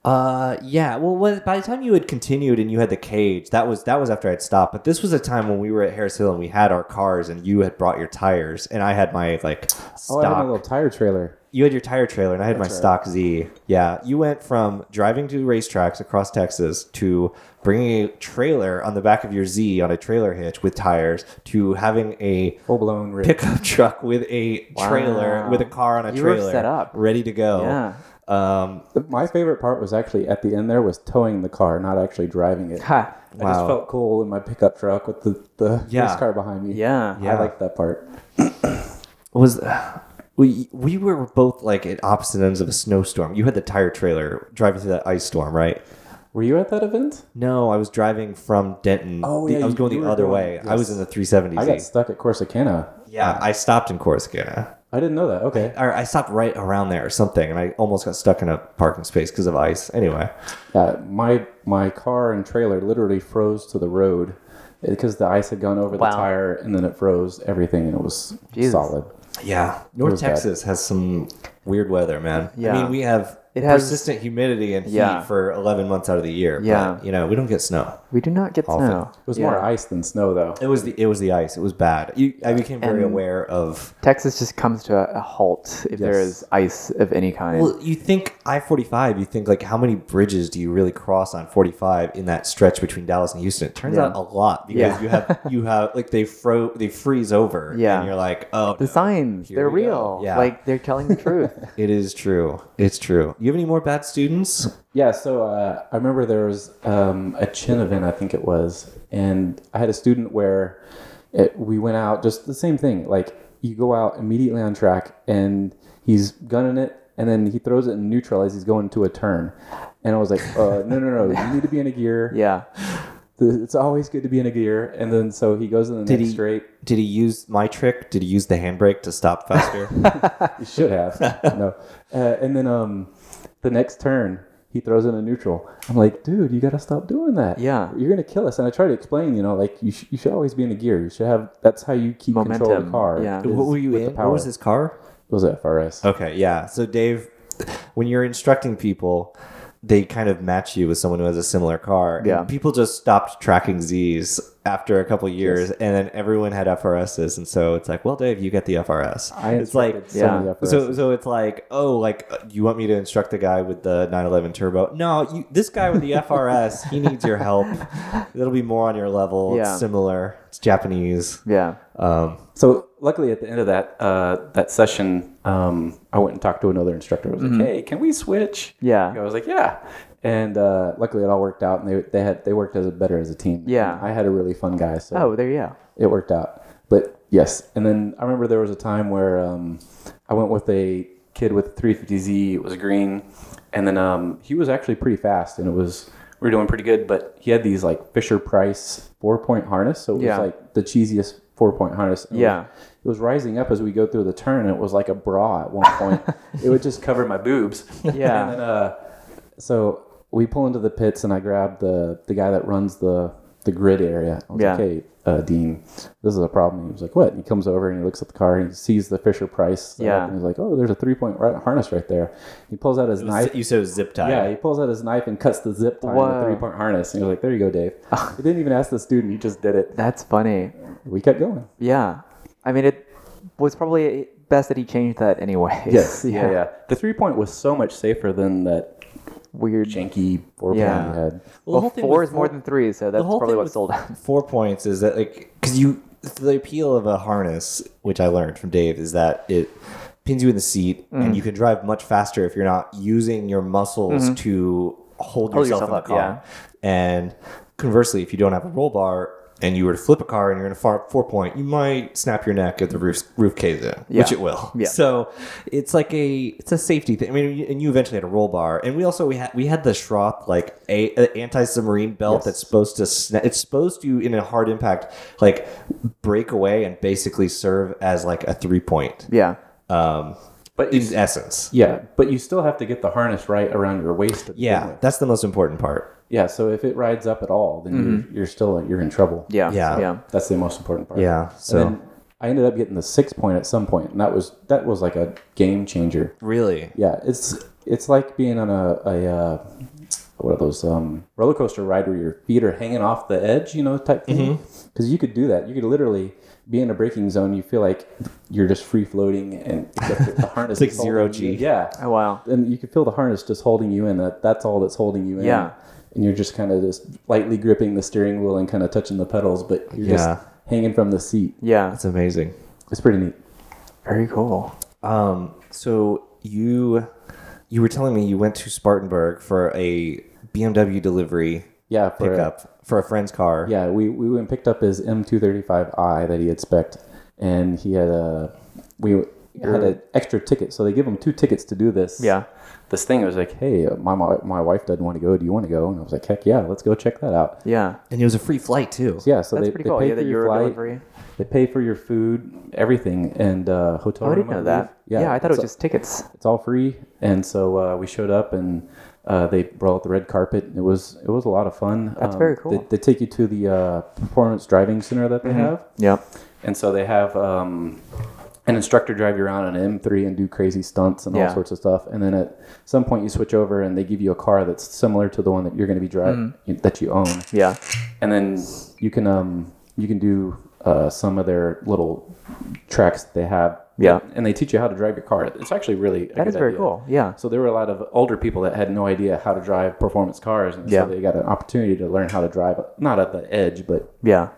[SPEAKER 2] Uh, yeah. Well, when, by the time you had continued and you had the cage, that was that was after I'd stopped. But this was a time when we were at Harris Hill and we had our cars, and you had brought your tires, and I had my like
[SPEAKER 5] oh, I had my
[SPEAKER 2] stock.
[SPEAKER 5] little tire trailer.
[SPEAKER 2] you had your tire trailer, and I had my stock Z. Yeah, you went from driving to racetracks across Texas to bringing a trailer on the back of your Z on a trailer hitch with tires to having a
[SPEAKER 5] Full blown rip.
[SPEAKER 2] pickup [LAUGHS] truck with a trailer
[SPEAKER 4] Wow.
[SPEAKER 2] with a car on a
[SPEAKER 4] You were
[SPEAKER 2] trailer
[SPEAKER 4] set up.
[SPEAKER 2] ready to go.
[SPEAKER 4] Yeah.
[SPEAKER 2] Um,
[SPEAKER 5] My favorite part was actually at the end there was towing the car, not actually driving it.
[SPEAKER 4] Ha.
[SPEAKER 5] I just
[SPEAKER 2] Wow.
[SPEAKER 5] felt cool in my pickup truck with the, the
[SPEAKER 2] Yeah.
[SPEAKER 5] race car behind me.
[SPEAKER 4] Yeah.
[SPEAKER 2] Yeah.
[SPEAKER 5] I liked that part.
[SPEAKER 2] was we we were both like at opposite ends of a snowstorm. You had the tire trailer driving through that ice storm, right?
[SPEAKER 5] Were you at that event?
[SPEAKER 2] No, I was driving from Denton.
[SPEAKER 5] Oh,
[SPEAKER 2] The-
[SPEAKER 5] yeah,
[SPEAKER 2] I was
[SPEAKER 5] you-
[SPEAKER 2] going
[SPEAKER 5] you
[SPEAKER 2] the
[SPEAKER 5] were
[SPEAKER 2] other
[SPEAKER 5] going-
[SPEAKER 2] way. I
[SPEAKER 5] yes.
[SPEAKER 2] was in the
[SPEAKER 5] I got
[SPEAKER 2] 370Z.
[SPEAKER 5] stuck at Corsicana.
[SPEAKER 2] yeah, I stopped in Corsicana,
[SPEAKER 5] I didn't know that. Okay.
[SPEAKER 2] or I stopped right around there or something, and I almost got stuck in a parking space because of ice. Anyway,
[SPEAKER 5] Uh, my my car and trailer literally froze to the road because the ice had gone over
[SPEAKER 4] Wow.
[SPEAKER 5] the tire and then it froze everything and it was
[SPEAKER 4] Jesus.
[SPEAKER 5] solid.
[SPEAKER 2] yeah, North
[SPEAKER 5] was bad.
[SPEAKER 2] Texas has some weird weather, man.
[SPEAKER 4] Yeah.
[SPEAKER 2] I mean, we have
[SPEAKER 4] It has-
[SPEAKER 2] persistent humidity and heat
[SPEAKER 4] Yeah.
[SPEAKER 2] for 11 months out of the year.
[SPEAKER 4] Yeah.
[SPEAKER 2] but, you know, we don't get snow.
[SPEAKER 4] We do not get
[SPEAKER 2] Often.
[SPEAKER 4] snow.
[SPEAKER 5] It was
[SPEAKER 4] Yeah.
[SPEAKER 5] more ice than snow though.
[SPEAKER 2] It was the it was the ice. It was bad. You, I became very
[SPEAKER 4] And-
[SPEAKER 2] aware of
[SPEAKER 4] Texas just comes to a, a halt if there
[SPEAKER 5] Yes.
[SPEAKER 4] is ice of any kind.
[SPEAKER 2] Well, you think I 45, you think like how many bridges do you really cross on 45 in that stretch between Dallas and Houston? It turns
[SPEAKER 4] Yeah.
[SPEAKER 2] out a lot because
[SPEAKER 4] Yeah.
[SPEAKER 2] you have you [LAUGHS] have like they fro they freeze over
[SPEAKER 4] Yeah.
[SPEAKER 2] and you're like, "Oh,
[SPEAKER 4] the
[SPEAKER 2] no.
[SPEAKER 4] signs,
[SPEAKER 2] Here
[SPEAKER 4] they're
[SPEAKER 2] we go.
[SPEAKER 4] real.
[SPEAKER 2] Yeah.
[SPEAKER 4] Like they're telling
[SPEAKER 5] [LAUGHS]
[SPEAKER 4] the truth.
[SPEAKER 2] it is true. It's true." You have any more bad students?
[SPEAKER 5] Yeah, so uh, I remember there was um, a chin event, I think it was, and I had a student where it, we went out just the same thing. Like you go out immediately on track, and he's gunning it, and then he throws it in neutral as he's going to a turn, and I was like, uh, no, no, no, you need to be in a gear.
[SPEAKER 4] [LAUGHS] yeah.
[SPEAKER 5] Th- It's always good to be in a gear, and then so he goes in the
[SPEAKER 2] Did
[SPEAKER 5] next
[SPEAKER 2] he-
[SPEAKER 5] straight.
[SPEAKER 2] Did he use my trick? Did he use the handbrake to stop faster?
[SPEAKER 5] He should have. no. Uh, and then um, the next turn, he throws in a neutral. I'm like, dude, you got to stop doing that.
[SPEAKER 4] Yeah.
[SPEAKER 5] You're going to kill us. And I try to explain, you know, like, you, sh- you should always be in a gear. You should have, that's how you keep control of the
[SPEAKER 4] Momentum,
[SPEAKER 5] car.
[SPEAKER 4] yeah.
[SPEAKER 5] is
[SPEAKER 2] [LAUGHS] what were you
[SPEAKER 5] with the
[SPEAKER 2] in?
[SPEAKER 5] power.
[SPEAKER 2] What was this Oh. car?
[SPEAKER 5] It was a FRS.
[SPEAKER 2] Okay, yeah. So Dave, when you're instructing people, they kind of match you with someone who has a similar car. And
[SPEAKER 4] Yeah.
[SPEAKER 2] people just stopped tracking Z's after a couple years, and then everyone had FRSs, and so it's like, well, Dave, you get the FRS.
[SPEAKER 5] I
[SPEAKER 2] it's like.
[SPEAKER 5] instructed so many
[SPEAKER 4] yeah.
[SPEAKER 5] FRSs.
[SPEAKER 2] So, so it's like oh like uh, you want me to instruct the guy with the 911 turbo no you, this guy with the FRS he needs your help it'll be more on your level
[SPEAKER 4] Yeah.
[SPEAKER 2] it's similar it's Japanese
[SPEAKER 4] Yeah.
[SPEAKER 2] um,
[SPEAKER 5] So luckily, at the end of that uh, that session, um, I went and talked to another instructor. I was
[SPEAKER 2] Mm-hmm.
[SPEAKER 5] like, "Hey, can we switch?"
[SPEAKER 4] Yeah.
[SPEAKER 5] And I was like, "Yeah." And uh, luckily, it all worked out, and they they had they worked as a better as a team.
[SPEAKER 4] Yeah.
[SPEAKER 5] I had a really fun guy, so
[SPEAKER 4] Oh, there you go.
[SPEAKER 5] it worked out. But yes, and then I remember there was a time where um, I went with a kid with 350Z was green, and then um, he was actually pretty fast, and it was we were doing pretty good. But he had these like Fisher Price four point harness, so it was
[SPEAKER 4] Yeah.
[SPEAKER 5] like the cheesiest four point harness. And it
[SPEAKER 4] Yeah.
[SPEAKER 5] was- it was rising up as we go through the turn, and it was like a bra at one
[SPEAKER 4] [LAUGHS]
[SPEAKER 5] point. it would just cover my boobs.
[SPEAKER 4] Yeah.
[SPEAKER 5] [LAUGHS] and then uh, so we pull into the pits, and I grab the the guy that runs the the grid area. I was
[SPEAKER 4] Yeah.
[SPEAKER 5] like, hey, uh, Dean, this is a problem. He was like, what? And he comes over and he looks at the car and he sees the Fisher Price. set up,
[SPEAKER 4] Yeah.
[SPEAKER 5] And he's like, oh, there's a three point right, harness right there. He pulls out his knife.
[SPEAKER 2] You said it was zip tie.
[SPEAKER 5] Yeah, he pulls out his knife and cuts the zip tie on
[SPEAKER 4] Whoa.
[SPEAKER 5] the three point harness. And he was like, there you go, [LAUGHS] Dave. he didn't even ask the student. He just did it.
[SPEAKER 4] That's funny.
[SPEAKER 5] We kept going.
[SPEAKER 4] Yeah. I mean, it was probably best that he changed that anyway.
[SPEAKER 5] [LAUGHS]
[SPEAKER 4] [LAUGHS]
[SPEAKER 5] Yes. yeah. yeah. The three point was so much safer than that
[SPEAKER 4] Weird.
[SPEAKER 5] janky four point
[SPEAKER 4] Yeah.
[SPEAKER 5] we had.
[SPEAKER 2] Well, the whole
[SPEAKER 4] well,
[SPEAKER 2] thing
[SPEAKER 4] four
[SPEAKER 2] with
[SPEAKER 4] is more than three, so that's probably what
[SPEAKER 2] with
[SPEAKER 4] sold
[SPEAKER 2] [LAUGHS]
[SPEAKER 4] out.
[SPEAKER 2] Four points is that like because you the appeal of a harness, which I learned from Dave, is that it pins you in the seat
[SPEAKER 4] Mm.
[SPEAKER 2] and you can drive much faster if you're not using your muscles to hold, yourself,
[SPEAKER 4] Mm-hmm. yourself
[SPEAKER 2] in the
[SPEAKER 4] up,
[SPEAKER 2] car. And conversely, if you don't have a roll bar and you were to flip a car and you're in a far, four point, you might snap your neck if the roof roof caves in, which
[SPEAKER 4] Yeah.
[SPEAKER 2] it will.
[SPEAKER 4] Yeah.
[SPEAKER 2] So it's like a it's a safety thing. I mean, you- and you eventually had a roll bar, and we also we had we had the Schroth like a, a anti submarine belt that's supposed to sna- it's supposed to in a hard impact like break away and basically serve as like a three point.
[SPEAKER 4] Yeah.
[SPEAKER 2] Um,
[SPEAKER 5] But you,
[SPEAKER 2] in essence,
[SPEAKER 5] yeah, but you still have to get the harness right around your waist. to begin
[SPEAKER 2] yeah,
[SPEAKER 5] with.
[SPEAKER 2] that's the most important part.
[SPEAKER 5] Yeah. So if it rides up at all, then you're, you're still you're in trouble.
[SPEAKER 4] Yeah.
[SPEAKER 2] Mm-hmm. Yeah.
[SPEAKER 4] Yeah.
[SPEAKER 5] That's the most important part.
[SPEAKER 2] Yeah, so
[SPEAKER 5] And then I ended up getting the six point at some point, and that was that was like a game changer.
[SPEAKER 2] really,
[SPEAKER 5] Yeah, it's it's like being on a, a uh, what are those um, roller coaster ride where your feet are hanging off the edge, you know, type thing. Because
[SPEAKER 2] Mm-hmm.
[SPEAKER 5] you could do that. You could literally be in a braking zone. You feel like you're just free floating, and except that the
[SPEAKER 2] [LAUGHS]
[SPEAKER 5] harness
[SPEAKER 2] like
[SPEAKER 5] is holding
[SPEAKER 2] zero
[SPEAKER 5] you-
[SPEAKER 2] G.
[SPEAKER 5] Yeah.
[SPEAKER 4] Oh, wow.
[SPEAKER 5] And you can feel the harness just holding you in. That that's all that's holding you in.
[SPEAKER 4] Yeah.
[SPEAKER 5] And you're just kind of just lightly gripping the steering wheel and kind of touching the pedals, but you're
[SPEAKER 2] Yeah.
[SPEAKER 5] just hanging from the seat.
[SPEAKER 4] Yeah.
[SPEAKER 2] that's amazing.
[SPEAKER 5] It's pretty neat.
[SPEAKER 4] Very cool.
[SPEAKER 2] Um, so you you were telling me you went to Spartanburg for a BMW delivery
[SPEAKER 5] Yeah, for
[SPEAKER 2] pickup for a friend's car.
[SPEAKER 5] Yeah, we, we went and picked up his M235i that he had spec and he had a we had an extra ticket, so they give him two tickets to do this.
[SPEAKER 4] Yeah.
[SPEAKER 5] this thing. It was like, hey, uh, my my, my wife doesn't want to go. Do you want to go? And I was like, heck yeah, let's go check that out.
[SPEAKER 4] Yeah.
[SPEAKER 2] And it was a free flight too.
[SPEAKER 5] So, yeah, so
[SPEAKER 4] That's
[SPEAKER 5] they,
[SPEAKER 4] pretty
[SPEAKER 5] they
[SPEAKER 4] cool.
[SPEAKER 5] pay
[SPEAKER 4] Yeah,
[SPEAKER 5] for
[SPEAKER 4] the
[SPEAKER 5] your
[SPEAKER 4] Euro
[SPEAKER 5] flight,
[SPEAKER 4] delivery.
[SPEAKER 5] They pay for your food, everything, and uh, hotel.
[SPEAKER 4] Oh, I
[SPEAKER 5] room,
[SPEAKER 4] didn't know
[SPEAKER 5] believe.
[SPEAKER 4] that. Yeah, I thought it was
[SPEAKER 5] it's-
[SPEAKER 4] just tickets.
[SPEAKER 5] it's all free. And so uh, we showed up and uh, they brought out the red carpet. It was it was a lot of fun. Um,
[SPEAKER 4] That's very cool. Mm-hmm.
[SPEAKER 5] They, they take you to the uh, performance driving center that they have,
[SPEAKER 4] Yep.
[SPEAKER 5] and so they have um, an instructor drive you around on an M3 and do crazy stunts and
[SPEAKER 4] Yeah.
[SPEAKER 5] all sorts of stuff. And then at some point you switch over and they give you a car that's similar to the one that you're going to be driving
[SPEAKER 4] Mm-hmm.
[SPEAKER 5] that you own
[SPEAKER 4] Yeah.
[SPEAKER 5] and then you can um you can do uh, some of their little tracks that they have.
[SPEAKER 4] Yeah.
[SPEAKER 5] and they teach you how to drive your car. It's actually really a
[SPEAKER 4] That is
[SPEAKER 5] good
[SPEAKER 4] very
[SPEAKER 5] idea.
[SPEAKER 4] cool. Yeah.
[SPEAKER 5] So there were a lot of older people that had no idea how to drive performance cars, and
[SPEAKER 4] Yeah.
[SPEAKER 5] so they got an opportunity to learn how to drive not at the edge, but
[SPEAKER 4] Yeah.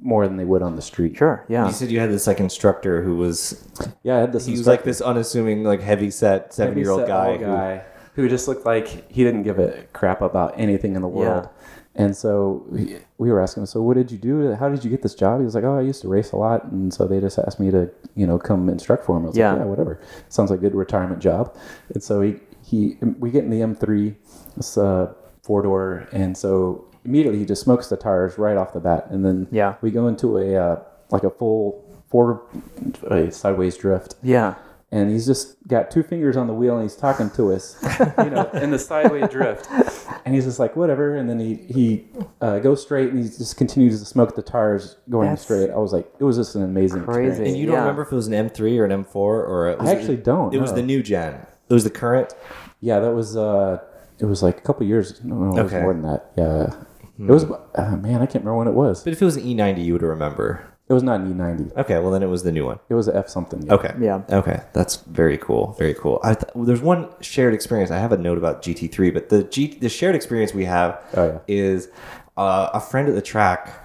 [SPEAKER 5] more than they would on the street.
[SPEAKER 4] Sure.
[SPEAKER 2] You
[SPEAKER 4] Yeah.
[SPEAKER 2] said you had this like instructor who was
[SPEAKER 5] Yeah, I had this.
[SPEAKER 2] he was like this unassuming like heavy set seven year old guy. who-
[SPEAKER 5] guy who, just looked like he didn't give a crap about anything in the world. And so he- we were asking him, so what did you do? How did you get this job? He was like, oh, I used to race a lot. And so they just asked me to, you know, come instruct for him. I was
[SPEAKER 4] Yeah.
[SPEAKER 5] like, yeah, whatever. Sounds like a good retirement job. And so he, he we get in the M3, this uh, four door. And so immediately he just smokes the tires right off the bat. And then
[SPEAKER 4] Yeah.
[SPEAKER 5] we go into a, uh, like a full four a sideways drift
[SPEAKER 4] Yeah.
[SPEAKER 5] and he's just got two fingers on the wheel and he's talking to us, [LAUGHS] you know, in the sideways drift. And he's just like, whatever. And then he he uh, goes straight and he just continues to smoke the tires going
[SPEAKER 4] That's
[SPEAKER 5] straight. I was like, it was just an amazing
[SPEAKER 4] crazy.
[SPEAKER 5] experience.
[SPEAKER 2] And you don't
[SPEAKER 4] Yeah.
[SPEAKER 2] remember if it was an M three or an M four or it was,
[SPEAKER 5] I actually don't.
[SPEAKER 2] It was
[SPEAKER 5] know.
[SPEAKER 2] the new gen. It was the current.
[SPEAKER 5] yeah. That was uh, it was like a couple years. No, no, it was
[SPEAKER 2] Okay.
[SPEAKER 5] more than that. Yeah, it was. Uh, man, I can't remember when it was.
[SPEAKER 2] But if it was an E ninety, you would remember.
[SPEAKER 5] It was not an E90.
[SPEAKER 2] Okay, well then it was the new one.
[SPEAKER 5] It was a F something. yeah.
[SPEAKER 2] Okay.
[SPEAKER 4] Yeah.
[SPEAKER 2] Okay, that's very cool. Very cool. I th- well, there's one shared experience. I have a note about GT3, but the G- the shared experience we have
[SPEAKER 5] Oh, yeah.
[SPEAKER 2] is uh, a friend at the track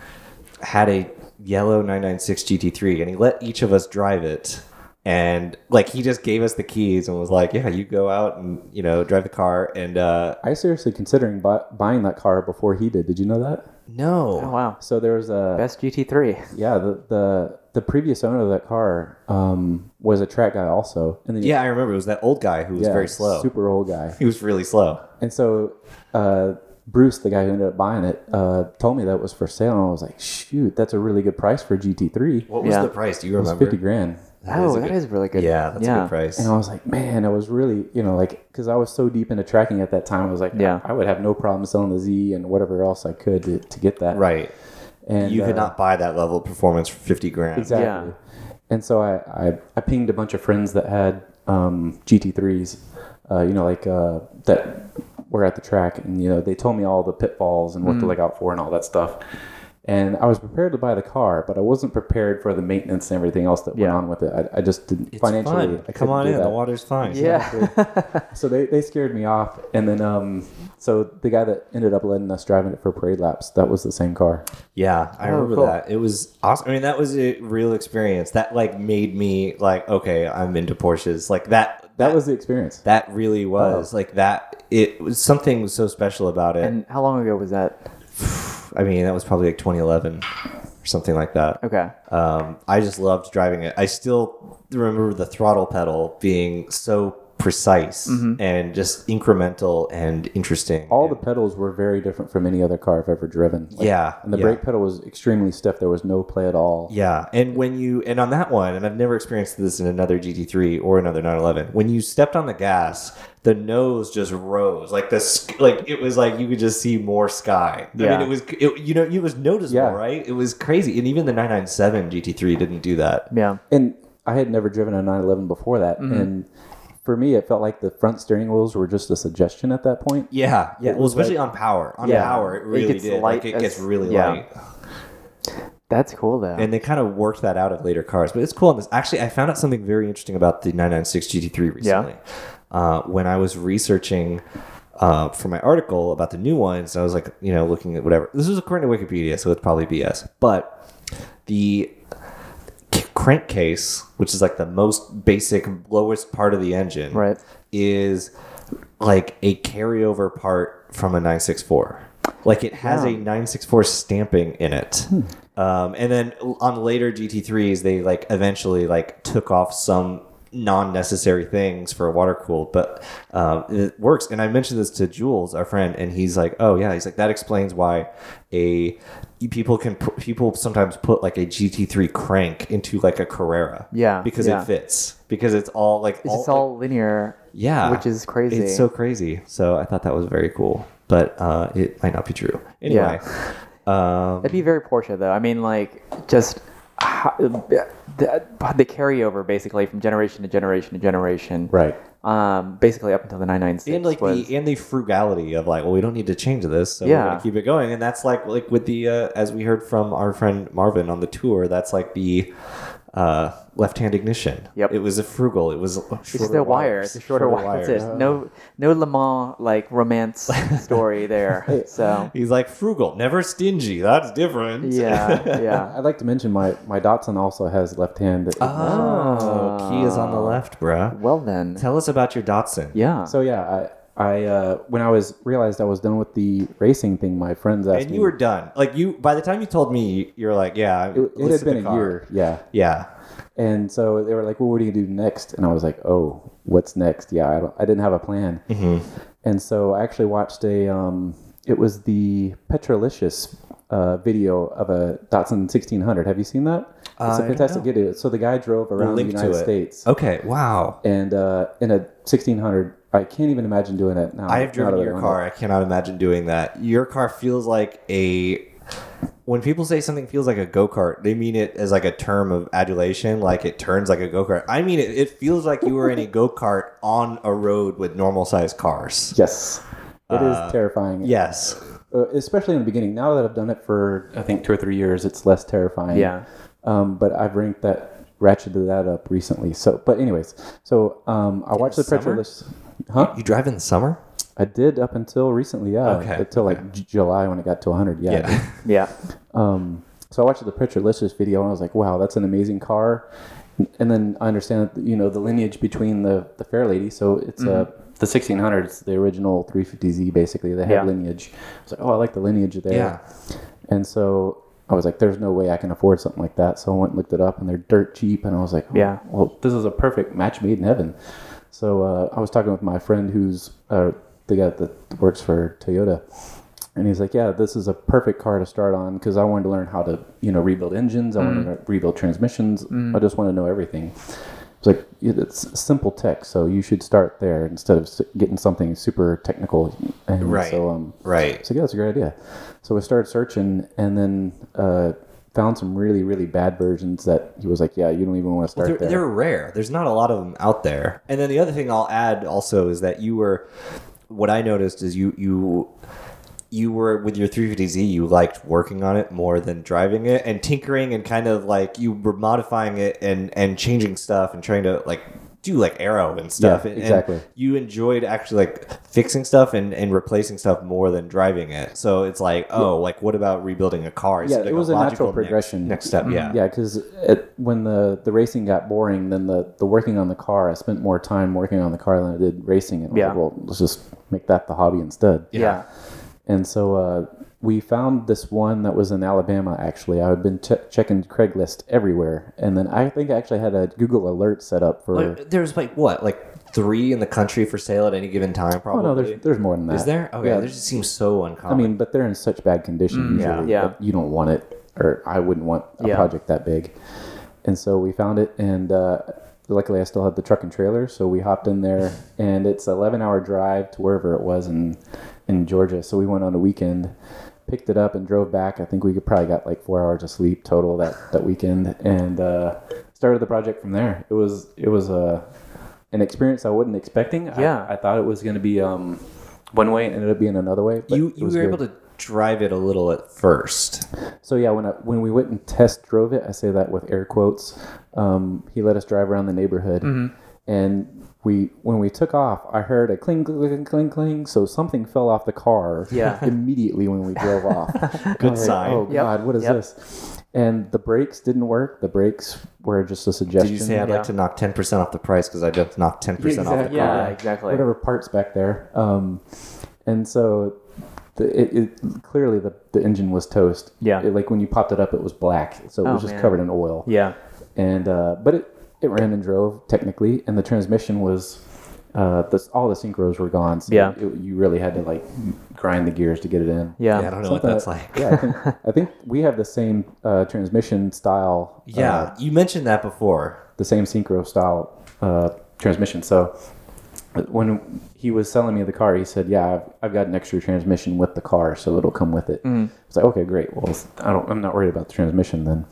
[SPEAKER 2] had a yellow 996 GT3, and he let each of us drive it and like he just gave us the keys and was like, "Yeah, you go out and you know drive the car." And uh,
[SPEAKER 5] I was seriously considering bu buying that car before he did. Did you know that?
[SPEAKER 2] no,
[SPEAKER 4] Oh wow,
[SPEAKER 5] So there was a
[SPEAKER 4] best GT3.
[SPEAKER 5] yeah the the, the previous owner of that car um, was a track guy also, and then
[SPEAKER 2] yeah, I remember it was that old guy who was very slow.
[SPEAKER 5] super old guy.
[SPEAKER 2] He was really slow.
[SPEAKER 5] And so uh, Bruce, the guy who ended up buying it, uh, told me that it was for sale, and I was like, shoot, that's a really good price for a GT3.
[SPEAKER 2] What was
[SPEAKER 4] Yeah.
[SPEAKER 2] the price? Do you
[SPEAKER 5] It was
[SPEAKER 2] remember?
[SPEAKER 5] fifty grand.
[SPEAKER 4] oh, that is really good.
[SPEAKER 2] Yeah, that's a good price.
[SPEAKER 5] And I was like, man, I was really, you know, like, because I was so deep into tracking at that time, I was like,
[SPEAKER 4] Yeah.
[SPEAKER 5] I, I would have no problem selling the Z and whatever else I could to, to get that.
[SPEAKER 2] Right.
[SPEAKER 5] And
[SPEAKER 2] you
[SPEAKER 5] uh,
[SPEAKER 2] could not buy that level of performance for 50 grand.
[SPEAKER 5] Exactly. And so I, I, I pinged a bunch of friends that had um, GT3s, uh, you know, like uh, that were at the track, and you know, they told me all the pitfalls and what
[SPEAKER 2] Mm.
[SPEAKER 5] to look out for and all that stuff. And I was prepared to buy the car, but I wasn't prepared for the maintenance and everything else that
[SPEAKER 4] Yeah.
[SPEAKER 5] went on with it. I, I just didn't
[SPEAKER 2] It's
[SPEAKER 5] financially.
[SPEAKER 2] fun.
[SPEAKER 5] I
[SPEAKER 2] Come
[SPEAKER 5] couldn't
[SPEAKER 2] on
[SPEAKER 5] do
[SPEAKER 2] in. The
[SPEAKER 5] that.
[SPEAKER 2] water's fine.
[SPEAKER 4] Yeah.
[SPEAKER 5] So they, they scared me off, and then um, so the guy that ended up letting us driving it for parade laps, that was the same car.
[SPEAKER 2] Yeah,
[SPEAKER 5] Oh,
[SPEAKER 2] I remember
[SPEAKER 4] cool.
[SPEAKER 2] that. It was awesome. I mean, that was a real experience. That like made me like, okay, I'm into Porsches. Like that.
[SPEAKER 5] That was Oh. the experience.
[SPEAKER 2] That really was like that. It was something was so special about it.
[SPEAKER 4] [LAUGHS] And how long ago was that?
[SPEAKER 2] I mean, that was probably like 2011 or something like that.
[SPEAKER 4] Okay.
[SPEAKER 2] Um, I just loved driving it. I still remember the throttle pedal being so precise and just incremental and interesting.
[SPEAKER 5] Mm-hmm. all the pedals were very different from any other car I've ever driven. Like,
[SPEAKER 2] Yeah,
[SPEAKER 5] and the
[SPEAKER 2] yeah.
[SPEAKER 5] brake pedal was extremely stiff. There was no play at all.
[SPEAKER 2] Yeah, and when you and on that one, and I've never experienced this in another GT3 or another 911. When you stepped on the gas, the nose just rose like the sk- like it was like you could just see more sky. I
[SPEAKER 4] Yeah.
[SPEAKER 2] mean, it was it, you know it was noticeable,
[SPEAKER 5] Yeah.
[SPEAKER 2] right? It was crazy, and even the 997 GT3 didn't do that.
[SPEAKER 4] Yeah.
[SPEAKER 5] And I had never driven a 911 before that,
[SPEAKER 2] Mm-hmm.
[SPEAKER 5] and for me, it felt like the front steering wheels were just a suggestion at that point.
[SPEAKER 2] Yeah, yeah. Well, especially on power. On
[SPEAKER 4] Yeah.
[SPEAKER 2] power, it
[SPEAKER 4] It
[SPEAKER 2] really
[SPEAKER 4] gets
[SPEAKER 2] did.
[SPEAKER 4] light
[SPEAKER 2] like it
[SPEAKER 4] as-
[SPEAKER 2] gets really
[SPEAKER 4] yeah.
[SPEAKER 2] light.
[SPEAKER 4] That's cool though.
[SPEAKER 2] And they kind of worked that out of later cars, but it's cool on this. Actually, I found out something very interesting about the 996 GT3 recently. Uh, when I was researching uh, for my article about the new ones, I was like, you know, looking at whatever. This is according to Wikipedia, so it's probably BS. But the c- crankcase, which is like the most basic, lowest part of the engine,
[SPEAKER 4] Right.
[SPEAKER 2] is like a carryover part from a 964. Like it has a 964 stamping in it.
[SPEAKER 4] Hmm.
[SPEAKER 2] Um, and then on later GT3s, they like eventually like took off some non-necessary things for a water cool, but um, it works. And I mentioned this to Jules, our friend, and he's like, "Oh yeah," he's like, "That explains why a people can pu- people sometimes put like a GT3 crank into like a Carrera,
[SPEAKER 4] Yeah,
[SPEAKER 2] because
[SPEAKER 4] yeah.
[SPEAKER 2] it fits because it's all like
[SPEAKER 4] it's just all linear.
[SPEAKER 2] yeah.
[SPEAKER 4] Which is crazy.
[SPEAKER 2] It's so crazy. So I thought that was very cool. But uh, it might not be true.
[SPEAKER 4] [LAUGHS]
[SPEAKER 2] Anyway. Um,
[SPEAKER 4] That'd be very Porsche though. I mean, like just how, the, the carryover basically from generation to generation to generation.
[SPEAKER 5] Right.
[SPEAKER 4] Um, basically up until the 996
[SPEAKER 2] and like
[SPEAKER 4] was
[SPEAKER 2] the and the frugality of like, well, we don't need to change this, so
[SPEAKER 4] Yeah.
[SPEAKER 2] we're gonna keep it going. And that's like like with the uh, as we heard from our friend Marvin on the tour, that's like the uh, left-hand ignition.
[SPEAKER 4] Yep.
[SPEAKER 2] It was a frugal. It was
[SPEAKER 4] it's the wire. It's a shorter, wire. That's it. No, no Le Mans
[SPEAKER 2] [LAUGHS]
[SPEAKER 4] like romance story there. So
[SPEAKER 2] He's like frugal, never stingy. That's different.
[SPEAKER 4] yeah, yeah.
[SPEAKER 5] I'd like to mention my my Datsun also has left hand.
[SPEAKER 2] Oh, key is on the left, bruh.
[SPEAKER 4] Well then,
[SPEAKER 2] Tell us about your Datsun.
[SPEAKER 4] yeah.
[SPEAKER 5] So yeah, I I uh, when I was realized I was done with the racing thing, my friends asked
[SPEAKER 2] and
[SPEAKER 5] me.
[SPEAKER 2] you were done. Like you, by the time you told me, you're like, yeah,
[SPEAKER 5] it, it had been a year. Yeah.
[SPEAKER 2] Yeah,
[SPEAKER 5] And so they were like, "Well, what do you do next?" And I was like, "Oh, what's next?" Yeah, I, don't, I didn't have a plan.
[SPEAKER 2] Mm-hmm.
[SPEAKER 5] And so I actually watched a. Um, it was the Petrolicious uh, video of a Datsun 1600. Have you seen that? It's a
[SPEAKER 2] don't
[SPEAKER 5] fantastic
[SPEAKER 2] know.
[SPEAKER 5] video. So the guy drove around the
[SPEAKER 2] link to
[SPEAKER 5] United
[SPEAKER 2] it. Oh.
[SPEAKER 5] States,
[SPEAKER 2] Okay, wow.
[SPEAKER 5] and uh, in a 1600. I can't even imagine doing it now.
[SPEAKER 2] I have
[SPEAKER 5] now
[SPEAKER 2] driven
[SPEAKER 5] that I
[SPEAKER 2] your
[SPEAKER 5] own
[SPEAKER 2] car.
[SPEAKER 5] it.
[SPEAKER 2] I cannot imagine doing that. Your car feels like a. When people say something feels like a go kart, they mean it as like a term of adulation, like it turns like a go kart. I mean, it, it feels like you
[SPEAKER 5] [LAUGHS]
[SPEAKER 2] were in a go kart on a road with normal sized cars.
[SPEAKER 5] Yes, it is
[SPEAKER 2] Uh,
[SPEAKER 5] terrifying.
[SPEAKER 2] Yes.
[SPEAKER 5] Uh, especially in the beginning. Now that I've done it for I think two or three years, it's less terrifying.
[SPEAKER 4] Yeah.
[SPEAKER 5] Um, but I've ranked that ratcheted that up recently. So, but anyways, so um, I watched the Petrolicious. Huh?
[SPEAKER 2] You drive in the summer?
[SPEAKER 5] I did up until recently. Yeah.
[SPEAKER 2] Okay,
[SPEAKER 5] Until like J- July when it got to 100. Yeah. I did.
[SPEAKER 2] [LAUGHS]
[SPEAKER 4] Yeah.
[SPEAKER 5] Um, so I watched the Petrolicious video and I was like, wow, that's an amazing car. and then I understand that you know the lineage between the the Fair Lady. So it's uh, the 1600s, the original 350Z. Basically, they had
[SPEAKER 4] Yeah.
[SPEAKER 5] lineage. I was like, oh, I like the lineage there.
[SPEAKER 2] Yeah.
[SPEAKER 5] And so I was like, there's no way I can afford something like that. So I went and looked it up, and they're dirt cheap. And I was like, oh,
[SPEAKER 4] Yeah.
[SPEAKER 5] well, this is a perfect match made in heaven. So uh, I was talking with my friend who's uh, the guy that works for Toyota. And he's like, yeah, this is a perfect car to start on because I wanted to learn how to, you know, rebuild engines. I wanted to rebuild transmissions. I just want to know everything. It's like it- it's simple tech, so you should start there instead of s- getting something super technical. And
[SPEAKER 2] Right.
[SPEAKER 5] So, um,
[SPEAKER 2] Right.
[SPEAKER 5] so yeah, that's a great idea. So we started searching, and then uh, found some really, really bad versions that he was like, "Yeah, you don't even want to start
[SPEAKER 2] They're,
[SPEAKER 5] there."
[SPEAKER 2] they're rare. There's not a lot of them out there. And then the other thing I'll add also is that you were, what I noticed is you you you were with your 350Z. You liked working on it more than driving it and tinkering and kind of like you were modifying it and and changing stuff and trying to like do like arrow and stuff.
[SPEAKER 5] Yeah,
[SPEAKER 2] And- and
[SPEAKER 5] exactly.
[SPEAKER 2] you enjoyed actually like fixing stuff and and replacing stuff more than driving it. So it's like oh like what about rebuilding a car? Is
[SPEAKER 5] yeah,
[SPEAKER 2] like
[SPEAKER 5] it was a natural
[SPEAKER 2] logical next-
[SPEAKER 5] progression.
[SPEAKER 2] Next, step. Yeah.
[SPEAKER 5] yeah, because when the the racing got boring, then the the working on the car, I spent more time working on the car than I did racing. And I was
[SPEAKER 4] Yeah.
[SPEAKER 5] like, well, let's just make that the hobby instead.
[SPEAKER 4] Yeah.
[SPEAKER 5] And so uh, we found this one that was in Alabama, actually. I had been che checking Craigslist everywhere. And then I think I actually had a Google alert set up for.
[SPEAKER 2] Like, there's like what, like three in the country for sale at any given time,
[SPEAKER 5] oh,
[SPEAKER 2] probably.
[SPEAKER 5] no, there's, there's more than that.
[SPEAKER 2] is there? Okay,
[SPEAKER 5] Yeah.
[SPEAKER 2] this just seems so
[SPEAKER 5] I
[SPEAKER 2] uncommon.
[SPEAKER 5] mean, but they're in such bad condition
[SPEAKER 2] yeah.
[SPEAKER 5] usually.
[SPEAKER 4] Mm, Yeah.
[SPEAKER 5] that You don't want it, or I wouldn't want a
[SPEAKER 4] Yeah.
[SPEAKER 5] project that big. And so we found it, and uh, luckily I still had the truck and trailer, so we hopped in
[SPEAKER 4] [LAUGHS]
[SPEAKER 5] there, and it's an 11 hour drive to wherever it was in, in Georgia. So we went on a weekend, picked it up, and drove back. I think we could probably got like four hours of sleep total that, that weekend, and uh, started the project from there. It was, it was a. An experience I wasn't expecting. I-
[SPEAKER 4] Yeah.
[SPEAKER 5] I, thought it was going to be um, one way, and ended up being another way. but
[SPEAKER 2] you
[SPEAKER 5] it
[SPEAKER 2] you were
[SPEAKER 5] was
[SPEAKER 2] able
[SPEAKER 5] good.
[SPEAKER 2] to drive it a little at first.
[SPEAKER 5] So yeah, when I, when we went and test drove it, I say that with air quotes. Um, he let us drive around the neighborhood, and we when we took off, I heard a cling cling cling cling. So something fell off the car.
[SPEAKER 4] Yeah.
[SPEAKER 5] [LAUGHS] immediately when we drove off.
[SPEAKER 2] Good
[SPEAKER 5] I was like,
[SPEAKER 2] sign.
[SPEAKER 5] Oh
[SPEAKER 4] Yep.
[SPEAKER 5] God, what is
[SPEAKER 4] Yep.
[SPEAKER 5] this? And the brakes didn't work. The brakes were just a suggestion.
[SPEAKER 2] Did you say I'd like to knock ten percent off the price because I just knocked ten percent off the
[SPEAKER 5] Exactly.
[SPEAKER 2] car?
[SPEAKER 4] Yeah, exactly.
[SPEAKER 5] Whatever parts back there. Um, and so the, it, it, clearly the, the engine was toast.
[SPEAKER 4] Yeah.
[SPEAKER 5] It- like when you popped it up, it was black. So it
[SPEAKER 4] Oh,
[SPEAKER 5] was just
[SPEAKER 4] man.
[SPEAKER 5] covered in oil.
[SPEAKER 4] Yeah.
[SPEAKER 5] And, uh, but it, it ran and drove technically. And the transmission was, uh, this, all the synchros were gone. So
[SPEAKER 4] Yeah.
[SPEAKER 5] it- you really had to like grind the gears to get it in.
[SPEAKER 4] Yeah.
[SPEAKER 2] Yeah, I don't know
[SPEAKER 5] Something
[SPEAKER 2] what that's like.
[SPEAKER 5] yeah, I think, I think we have the same uh, transmission style. uh,
[SPEAKER 2] Yeah, you mentioned that before.
[SPEAKER 5] the same synchro style uh, transmission. So when he was selling me the car, he said, "Yeah, I've, I've got an extra transmission with the car, so it'll come with it." I was like, "Okay, great. Well, I don't. I'm not worried about the transmission then."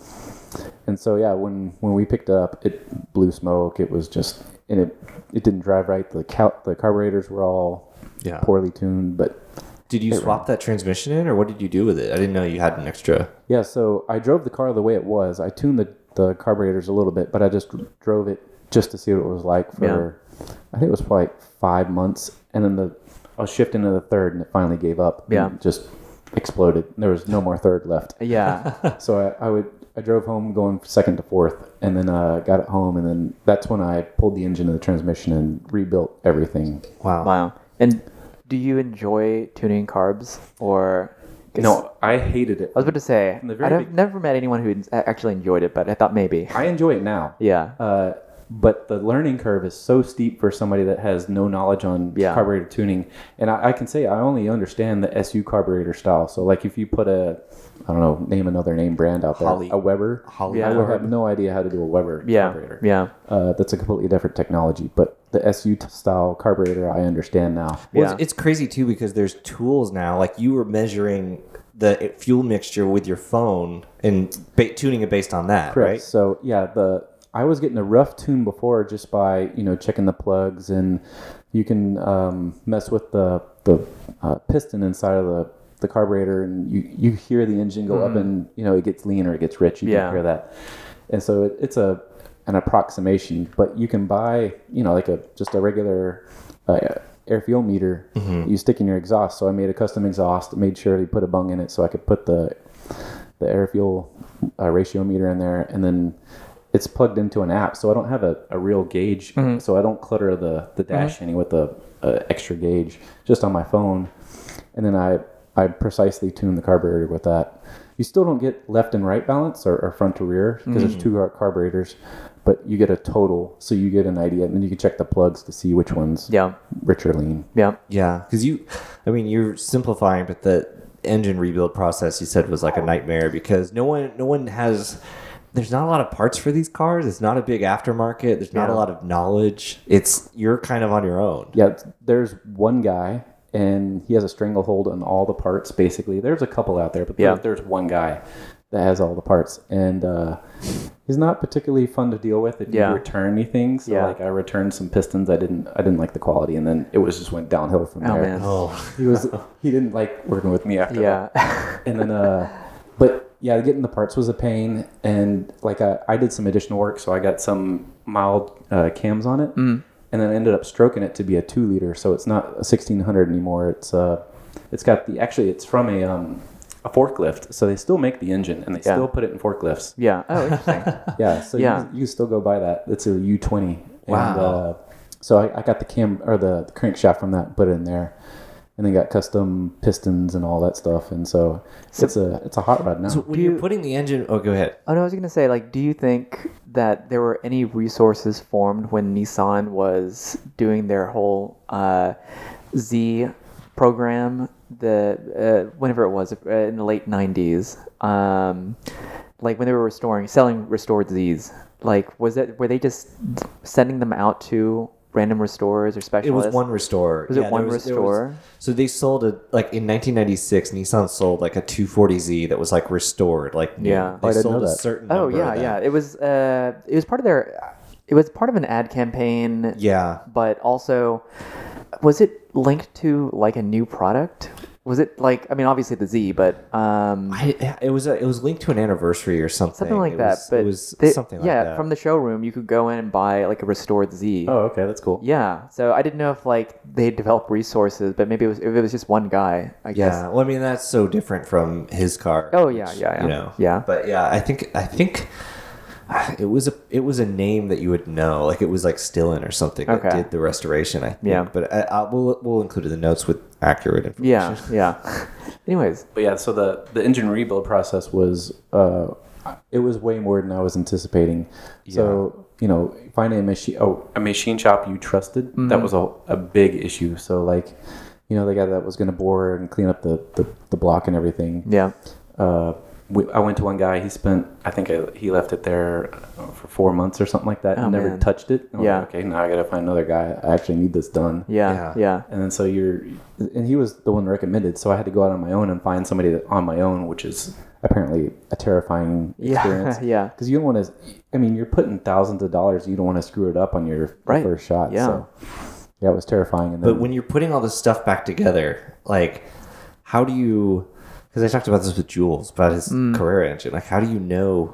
[SPEAKER 5] And so yeah, when when we picked it up, it blew smoke. It was just and it it didn't drive right. The cal- the carburetors were all
[SPEAKER 2] Yeah.
[SPEAKER 5] poorly tuned, but
[SPEAKER 2] Did you swap that transmission in, or what did you do with it? I didn't know you had an extra.
[SPEAKER 5] Yeah, so I drove the car the way it was. I tuned the, the carburetors a little bit, but I just drove it just to see what it was like for, I think it was probably like five months. And then the I was shifting to the third and it finally gave up.
[SPEAKER 4] Yeah.
[SPEAKER 5] And just exploded. There was no more third left.
[SPEAKER 4] Yeah.
[SPEAKER 5] so I, I would I drove home going second to fourth and then uh, got it home. And then that's when I pulled the engine and the transmission and rebuilt everything.
[SPEAKER 2] Wow.
[SPEAKER 4] Wow. And do you enjoy tuning carbs or? 'cause
[SPEAKER 5] No, I hated it.
[SPEAKER 4] I was about to say
[SPEAKER 5] the very
[SPEAKER 4] I've
[SPEAKER 5] be-
[SPEAKER 4] never met anyone who a- actually enjoyed it, but I thought maybe.
[SPEAKER 5] I enjoy it now.
[SPEAKER 4] Yeah.
[SPEAKER 5] Uh, but the learning curve is so steep for somebody that has no knowledge on
[SPEAKER 4] Yeah.
[SPEAKER 5] carburetor tuning. And I, I can say I only understand the SU carburetor style. So like if you put a, I don't know, name another name brand out there,
[SPEAKER 2] Holly-
[SPEAKER 5] a Weber,
[SPEAKER 2] Holly
[SPEAKER 5] I would
[SPEAKER 4] Carb.
[SPEAKER 5] have no idea how to do a Weber
[SPEAKER 4] yeah.
[SPEAKER 5] carburetor.
[SPEAKER 4] Yeah.
[SPEAKER 5] Uh, that's a completely different technology. But the SU t- style carburetor, I understand now.
[SPEAKER 2] Well,
[SPEAKER 4] Yeah.
[SPEAKER 2] it's, it's crazy too because there's tools now. Like you were measuring the fuel mixture with your phone and ba- tuning it based on that,
[SPEAKER 5] Correct.
[SPEAKER 2] right?
[SPEAKER 5] So yeah, the I was getting a rough tune before just by you know checking the plugs and you can um, mess with the the uh, piston inside of the the carburetor and you you hear the engine go
[SPEAKER 2] Mm.
[SPEAKER 5] up and you know it gets lean or it gets rich. You
[SPEAKER 4] Yeah.
[SPEAKER 5] can hear that, and so it, it's a an approximation, but you can buy you know like a just a regular. Uh, air fuel meter
[SPEAKER 2] Mm-hmm.
[SPEAKER 5] you stick in your exhaust so i made a custom exhaust made sure to put a bung in it so i could put the the air fuel uh, ratio meter in there, and then it's plugged into an app, so I don't have a, a real gauge. So I don't clutter the the dash any with a, a extra gauge just on my phone, and then I I precisely tune the carburetor with that. You still don't get left and right balance or, or front to rear because there's two car- carburetors, but you get a total, so you get an idea, and then you can check the plugs to see which ones
[SPEAKER 4] Yeah.
[SPEAKER 5] rich or lean.
[SPEAKER 4] Yeah.
[SPEAKER 2] Yeah, because you, I mean, you're simplifying, but the engine rebuild process you said was like a nightmare because no one, no one has. There's not a lot of parts for these cars. It's not a big aftermarket. There's not a
[SPEAKER 4] Yeah.
[SPEAKER 2] lot of knowledge. It's you're kind of on your own.
[SPEAKER 5] Yeah, it's- there's one guy, and he has a stranglehold on all the parts. Basically, there's a couple out there, but there-
[SPEAKER 4] Yeah.
[SPEAKER 5] there's one guy that has all the parts, and uh, he's not particularly fun to deal with. If
[SPEAKER 4] Yeah.
[SPEAKER 5] you return anything, so
[SPEAKER 4] Yeah.
[SPEAKER 5] like I returned some pistons, I didn't, I didn't like the quality, and then it was just went downhill from
[SPEAKER 4] Oh
[SPEAKER 5] there.
[SPEAKER 4] man.
[SPEAKER 2] Oh,
[SPEAKER 5] He was, he didn't like working with me after. that
[SPEAKER 4] Yeah. [LAUGHS]
[SPEAKER 5] and then uh but yeah getting the parts was a pain and like uh, i, I did some additional work so i got some mild uh, cams on it and then i ended up stroking it to be a two liter so it's not a 1600 anymore it's uh it's got the actually it's from a um a forklift so they still make the engine and they
[SPEAKER 4] Yeah.
[SPEAKER 5] still put it in forklifts
[SPEAKER 4] yeah. Oh, interesting.
[SPEAKER 5] [LAUGHS] yeah so
[SPEAKER 4] Yeah.
[SPEAKER 5] You, can- you can still go buy that it's a u20
[SPEAKER 2] Wow.
[SPEAKER 5] and uh so I, I got the cam or the, the crankshaft from that and put it in there and then got custom pistons and all that stuff and so, it's a it's a hot rod now
[SPEAKER 2] when you're putting the engine. Oh, go ahead.
[SPEAKER 4] Oh no, I was gonna say, like, do you think that there were any resources formed when Nissan was doing their whole uh, Z program, the uh, whenever it was uh, in the late '90s, um, like when they were restoring, selling restored Zs, like, was it were they just sending them out to random restorers or
[SPEAKER 2] It
[SPEAKER 4] specialists?
[SPEAKER 2] was one restore.
[SPEAKER 4] Was it
[SPEAKER 2] there
[SPEAKER 4] one
[SPEAKER 2] there
[SPEAKER 4] restore?
[SPEAKER 2] so they sold it like in 1996. Nissan sold like a 240Z that was like restored, like new.
[SPEAKER 4] Yeah.
[SPEAKER 2] They
[SPEAKER 5] I didn't
[SPEAKER 2] sold
[SPEAKER 5] know
[SPEAKER 2] a
[SPEAKER 5] that.
[SPEAKER 2] certain.
[SPEAKER 4] Oh
[SPEAKER 2] number of
[SPEAKER 4] yeah,
[SPEAKER 2] them.
[SPEAKER 4] yeah. It was uh, it was part of their, it was part of an ad campaign.
[SPEAKER 2] yeah.
[SPEAKER 4] but also was it linked to like a new product was it like i mean obviously the z but um
[SPEAKER 2] I, it was a, it was linked to an anniversary or something.
[SPEAKER 4] something like
[SPEAKER 2] it
[SPEAKER 4] that
[SPEAKER 2] Was,
[SPEAKER 4] but
[SPEAKER 2] it was
[SPEAKER 4] they-
[SPEAKER 2] something like
[SPEAKER 4] yeah
[SPEAKER 2] that.
[SPEAKER 4] from the showroom you could go in and buy like a restored z
[SPEAKER 5] Oh, okay, that's cool.
[SPEAKER 4] yeah so i didn't know if like they developed resources but maybe it was if it was just one guy i guess
[SPEAKER 2] yeah. Well, I mean that's so different from his car.
[SPEAKER 4] Oh, yeah, yeah, yeah.
[SPEAKER 2] You know.
[SPEAKER 4] Yeah.
[SPEAKER 2] But yeah, I think I think [SIGHS] it was a it was a name that you would know. Like it was like Stillen or something that
[SPEAKER 4] Okay.
[SPEAKER 2] did the restoration. I think.
[SPEAKER 4] Yeah.
[SPEAKER 2] But I, I, we'll we'll include in the notes with accurate information.
[SPEAKER 4] yeah yeah [LAUGHS] anyways
[SPEAKER 5] But yeah, so the the engine rebuild process was uh, it was way more than I was anticipating. So you know, finding a machine oh a machine shop you trusted that was a a big issue. So like, you know, the guy that was going to bore and clean up the, the the block and everything.
[SPEAKER 4] yeah
[SPEAKER 5] uh, we, I went to one guy. He spent, I think I, he left it there uh, for four months or something like that, and never
[SPEAKER 4] Oh, man.
[SPEAKER 5] touched it. And I'm
[SPEAKER 4] Yeah.
[SPEAKER 5] like, okay, now I gotta find another guy. I actually need this done.
[SPEAKER 4] yeah
[SPEAKER 2] Yeah.
[SPEAKER 4] yeah,
[SPEAKER 5] And then so you're, and he was the one recommended. So I had to go out on my own and find somebody that, on my own, which is apparently a terrifying
[SPEAKER 4] Yeah,
[SPEAKER 5] experience.
[SPEAKER 4] [LAUGHS] yeah.
[SPEAKER 5] Because you don't want to. I mean, you're putting thousands of dollars. You don't want to screw it up on your
[SPEAKER 4] Right.
[SPEAKER 5] first shot.
[SPEAKER 4] Yeah.
[SPEAKER 5] So, yeah, it was terrifying. And then,
[SPEAKER 2] But when you're putting all this stuff back together, like, how do you? Because I talked about this with Jules about his
[SPEAKER 4] Mm.
[SPEAKER 2] career engine. Like, how do you know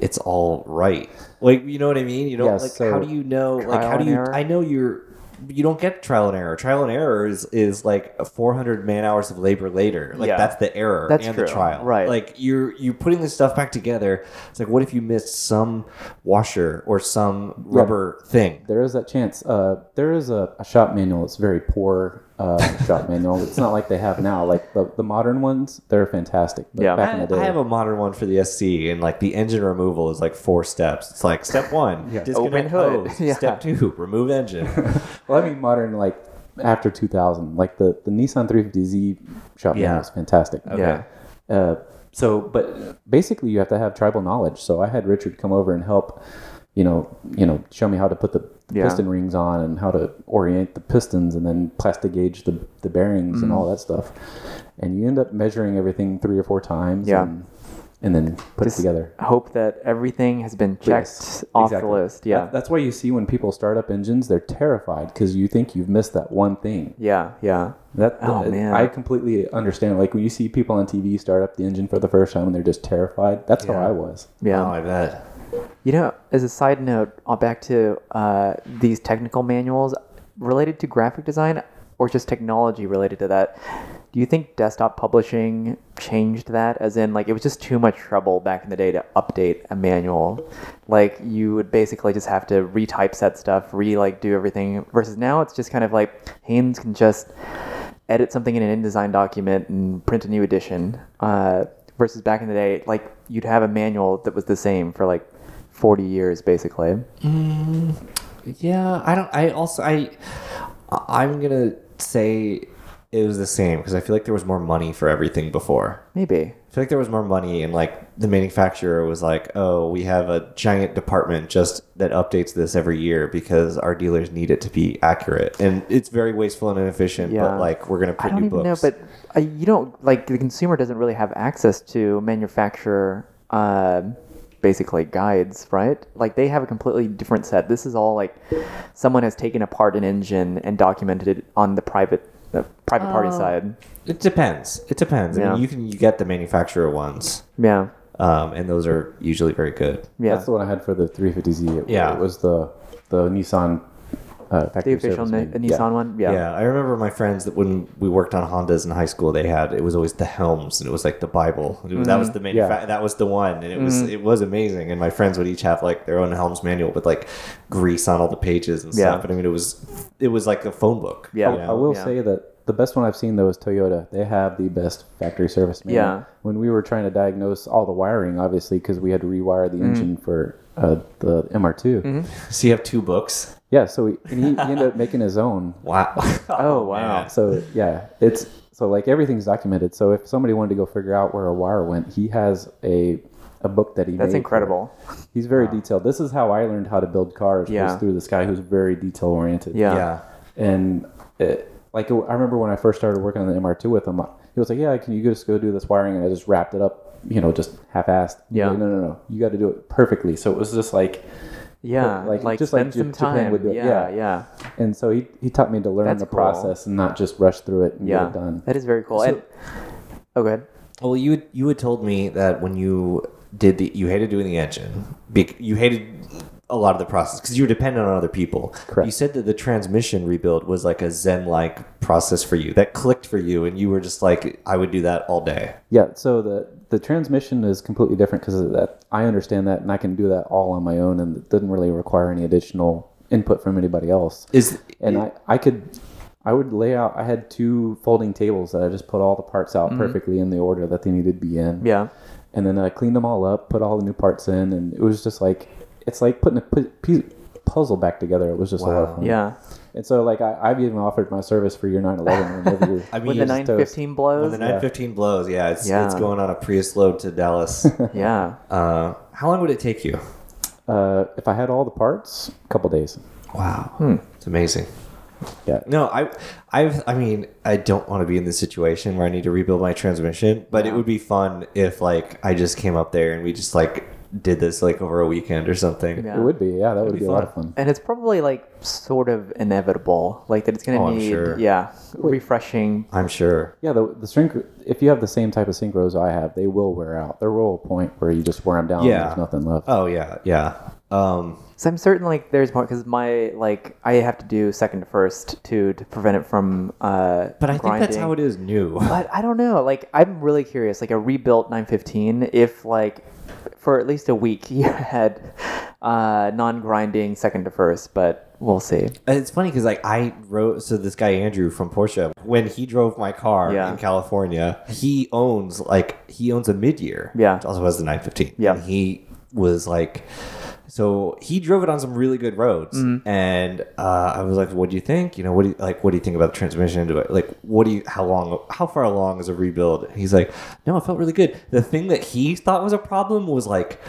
[SPEAKER 2] it's all right? Like, you know what I mean? You know,
[SPEAKER 5] Yeah,
[SPEAKER 2] like,
[SPEAKER 5] so
[SPEAKER 2] how do you know? Like,
[SPEAKER 4] trial
[SPEAKER 2] how do
[SPEAKER 4] and
[SPEAKER 2] you?
[SPEAKER 4] error?
[SPEAKER 2] I know you're. You don't get trial and error. Trial and error is, is like a 400 man hours of labor later. Like
[SPEAKER 4] Yeah.
[SPEAKER 2] that's the error
[SPEAKER 4] That's
[SPEAKER 2] and the
[SPEAKER 4] true.
[SPEAKER 2] trial.
[SPEAKER 4] Right.
[SPEAKER 2] Like you're you're putting this stuff back together. It's like what if you missed some washer or some rubber thing?
[SPEAKER 5] there is that chance. Uh, there is a, a shop manual. It's very poor uh, shop manual. It's not like they have now. Like the, the modern ones, they're fantastic. But
[SPEAKER 4] Yeah.
[SPEAKER 5] back
[SPEAKER 2] I,
[SPEAKER 5] in the day,
[SPEAKER 2] I have a modern one for the SC, and like the engine removal is like four steps. It's like [LAUGHS] step one, disconnect
[SPEAKER 4] Open
[SPEAKER 2] [LAUGHS]
[SPEAKER 4] hood.
[SPEAKER 2] hose.
[SPEAKER 4] Yeah.
[SPEAKER 2] Step two, remove [LAUGHS] engine.
[SPEAKER 5] [LAUGHS] well, I mean modern like after 2000. Like the, the Nissan 350Z shop
[SPEAKER 2] Yeah.
[SPEAKER 5] manual is fantastic.
[SPEAKER 4] yeah
[SPEAKER 5] Uh, so, but basically, you have to have tribal knowledge. So I had Richard come over and help. You know, you know, show me how to put the
[SPEAKER 4] Yeah.
[SPEAKER 5] piston rings on and how to orient the pistons, and then plastic gauge the the bearings
[SPEAKER 4] Mm.
[SPEAKER 5] and all that stuff. And you end up measuring everything three or four times.
[SPEAKER 4] Yeah.
[SPEAKER 5] And, and then put
[SPEAKER 4] Just
[SPEAKER 5] it together.
[SPEAKER 4] hope that everything has been checked
[SPEAKER 5] Yes,
[SPEAKER 4] off
[SPEAKER 5] exactly.
[SPEAKER 4] the list yeah
[SPEAKER 5] That- that's why you see when people start up engines, they're terrified because you think you've missed that one thing.
[SPEAKER 4] yeah yeah
[SPEAKER 5] That
[SPEAKER 4] Oh,
[SPEAKER 5] that-
[SPEAKER 4] man.
[SPEAKER 5] I completely understand. Like when you see people on TV start up the engine for the first time and they're just terrified. That's how I was.
[SPEAKER 4] yeah
[SPEAKER 2] Oh, I bet.
[SPEAKER 4] You know, as a side note, uh, back to uh, these technical manuals related to graphic design or just technology related to that. Do you think desktop publishing changed that? As in, like, it was just too much trouble back in the day to update a manual. Like, you would basically just have to retype set stuff, re like do everything. Versus now, it's just kind of like Haynes can just edit something in an InDesign document and print a new edition. Uh, versus back in the day, like you'd have a manual that was the same for like 40 years, basically.
[SPEAKER 2] Yeah, I don't. I also I I'm gonna say it was the same because I feel like there was more money for everything before.
[SPEAKER 4] Maybe.
[SPEAKER 2] I feel like there was more money and like the manufacturer was like, oh, we have a giant department just that updates this every year because our dealers need it to be accurate and it's very wasteful and inefficient.
[SPEAKER 4] Yeah.
[SPEAKER 2] But like we're gonna
[SPEAKER 4] I
[SPEAKER 2] print
[SPEAKER 4] don't
[SPEAKER 2] new
[SPEAKER 4] even
[SPEAKER 2] books.
[SPEAKER 4] know, but uh, you don't like the consumer doesn't really have access to manufacturer, uh, basically guides, right? Like they have a completely different set. This is all like someone has taken apart an engine and documented it on the private, the private party side.
[SPEAKER 2] it depends. It depends. I
[SPEAKER 4] Yeah.
[SPEAKER 2] mean, you can you get the manufacturer ones,
[SPEAKER 4] Yeah,
[SPEAKER 2] um, and those are usually very good.
[SPEAKER 4] yeah.
[SPEAKER 5] That's the one I had for the 350Z. It,
[SPEAKER 2] Yeah.
[SPEAKER 5] It was the the Nissan uh,
[SPEAKER 4] the
[SPEAKER 5] factory
[SPEAKER 4] official
[SPEAKER 5] service
[SPEAKER 4] Ni-
[SPEAKER 5] manual.
[SPEAKER 4] Nissan one. Yeah.
[SPEAKER 2] Yeah, I remember my friends that when we worked on Hondas in high school, they had it was always the helms and it was like the Bible. It was- That
[SPEAKER 4] Mm.
[SPEAKER 2] was the main.
[SPEAKER 5] Yeah.
[SPEAKER 2] Fa- that was the one, and it was it was amazing. And my friends would each have like their own helms manual with like grease on all the pages and
[SPEAKER 4] Yeah.
[SPEAKER 2] stuff. And I mean, it was it was like a phone book.
[SPEAKER 4] Yeah.
[SPEAKER 2] you know?
[SPEAKER 5] I will
[SPEAKER 4] Yeah.
[SPEAKER 5] say that the best one I've seen though is Toyota. They have the best factory service manual.
[SPEAKER 4] Yeah.
[SPEAKER 5] When we were trying to diagnose all the wiring, obviously because we had to rewire
[SPEAKER 4] Mm.
[SPEAKER 5] the engine for uh, the MR2.
[SPEAKER 4] Mm-hmm.
[SPEAKER 2] So you have two books.
[SPEAKER 5] Yeah. So we, and he, he ended
[SPEAKER 4] [LAUGHS]
[SPEAKER 5] up making his own.
[SPEAKER 2] Wow. [LAUGHS]
[SPEAKER 4] Oh wow.
[SPEAKER 2] man.
[SPEAKER 5] So yeah, it's so like everything's documented. So if somebody wanted to go figure out where a wire went, he has a a book that he made
[SPEAKER 4] That's
[SPEAKER 5] for it.
[SPEAKER 4] incredible.
[SPEAKER 5] He's very detailed. This is how I learned how to build cars.
[SPEAKER 4] Yeah.
[SPEAKER 5] Was through this guy who's very detail oriented.
[SPEAKER 4] Yeah.
[SPEAKER 2] yeah.
[SPEAKER 5] and it, like I remember when I first started working on the MR2 with him, he was like, "Yeah, can you just go do this wiring?" And I just wrapped it up, you know, just half-assed.
[SPEAKER 4] Yeah.
[SPEAKER 5] Like, no, no, no. You got to do it perfectly. So it was just like,
[SPEAKER 4] Yeah,
[SPEAKER 5] Like-
[SPEAKER 4] like,
[SPEAKER 5] just like
[SPEAKER 4] spend some
[SPEAKER 5] Jap- Japan
[SPEAKER 4] time.
[SPEAKER 5] would do it.
[SPEAKER 4] Yeah, yeah,
[SPEAKER 5] Yeah.
[SPEAKER 4] yeah.
[SPEAKER 5] and so he, he taught me to learn
[SPEAKER 4] That's
[SPEAKER 5] the
[SPEAKER 4] cool.
[SPEAKER 5] process and not just rush through it and get it done.
[SPEAKER 4] That is very cool. and, oh, go ahead.
[SPEAKER 2] Well, you had- you had told me that when you did the you hated doing the engine, bec- you hated a lot of the process because you were dependent on other people.
[SPEAKER 5] Correct.
[SPEAKER 2] You said that the transmission rebuild was like a zen like process for you that clicked for you, and you were just like, I would do that all day.
[SPEAKER 5] Yeah, so the the transmission is completely different because of that. I understand that, and I can do that all on my own, and it doesn't really require any additional input from anybody else.
[SPEAKER 2] Is
[SPEAKER 5] and I, I could I would lay out I had two folding tables that I just put all the parts out perfectly in the order that they needed to be in.
[SPEAKER 4] Mm-hmm. Yeah,
[SPEAKER 5] And then I cleaned them all up, put all the new parts in and it was just like it's like putting a pu- piece puzzle back together. It was just a lot of fun.
[SPEAKER 4] yeah.
[SPEAKER 5] And so like I, I've even offered my service for your
[SPEAKER 2] [LAUGHS]
[SPEAKER 5] 911 whenever you're uh,
[SPEAKER 2] I mean,
[SPEAKER 4] When the
[SPEAKER 2] it's
[SPEAKER 5] toast.
[SPEAKER 4] 915 blows.
[SPEAKER 2] when the nine fifteen blows, yeah, it's
[SPEAKER 4] Yeah.
[SPEAKER 2] it's going on a Prius load to Dallas.
[SPEAKER 4] yeah.
[SPEAKER 2] uh, how long would it take you?
[SPEAKER 5] uh, if I had all the parts, a couple days.
[SPEAKER 2] Wow, it's amazing.
[SPEAKER 5] Yeah.
[SPEAKER 2] No, I, I've, I mean, I don't want to be in this situation where I need to rebuild my transmission, but it would be fun if like I just came up there and we just like did this like over a weekend or something.
[SPEAKER 4] Yeah.
[SPEAKER 5] It would be. Yeah, that would be,
[SPEAKER 2] be
[SPEAKER 5] a lot
[SPEAKER 2] fun.
[SPEAKER 5] of fun.
[SPEAKER 4] And it's probably like sort of inevitable, like that it's gonna
[SPEAKER 2] Oh, I'm
[SPEAKER 4] need,
[SPEAKER 2] sure.
[SPEAKER 4] yeah, refreshing.
[SPEAKER 2] I'm sure.
[SPEAKER 5] Yeah, the, the shrink. If you have the same type of synchros I have, they will wear out. There will a point where you just wear them down.
[SPEAKER 2] Yeah.
[SPEAKER 5] and there's nothing left.
[SPEAKER 2] Oh yeah, yeah. Um,
[SPEAKER 4] So I'm certain like there's more because my like I have to do second to first to to prevent it from. Uh,
[SPEAKER 2] but I think that's
[SPEAKER 4] grinding.
[SPEAKER 2] how it is new. [LAUGHS]
[SPEAKER 4] But I don't know. Like, I'm really curious. Like a rebuilt 915, if like for at least a week [LAUGHS] you had uh, non-grinding second to first, but we'll see.
[SPEAKER 2] And It's funny because like I wrote so this guy Andrew from Porsche when he drove my car
[SPEAKER 4] Yeah.
[SPEAKER 2] in California, he owns like he owns a mid year.
[SPEAKER 4] Yeah.
[SPEAKER 2] also has the 915.
[SPEAKER 4] Yeah.
[SPEAKER 2] And he was like, so he drove it on some really good roads,
[SPEAKER 4] Mm-hmm.
[SPEAKER 2] and uh, I was like, what do you think? You know, what do you like? What do you think about the transmission? Do I like what do you? How long? How far along is a rebuild? And he's like, no, it felt really good. The thing that he thought was a problem was like.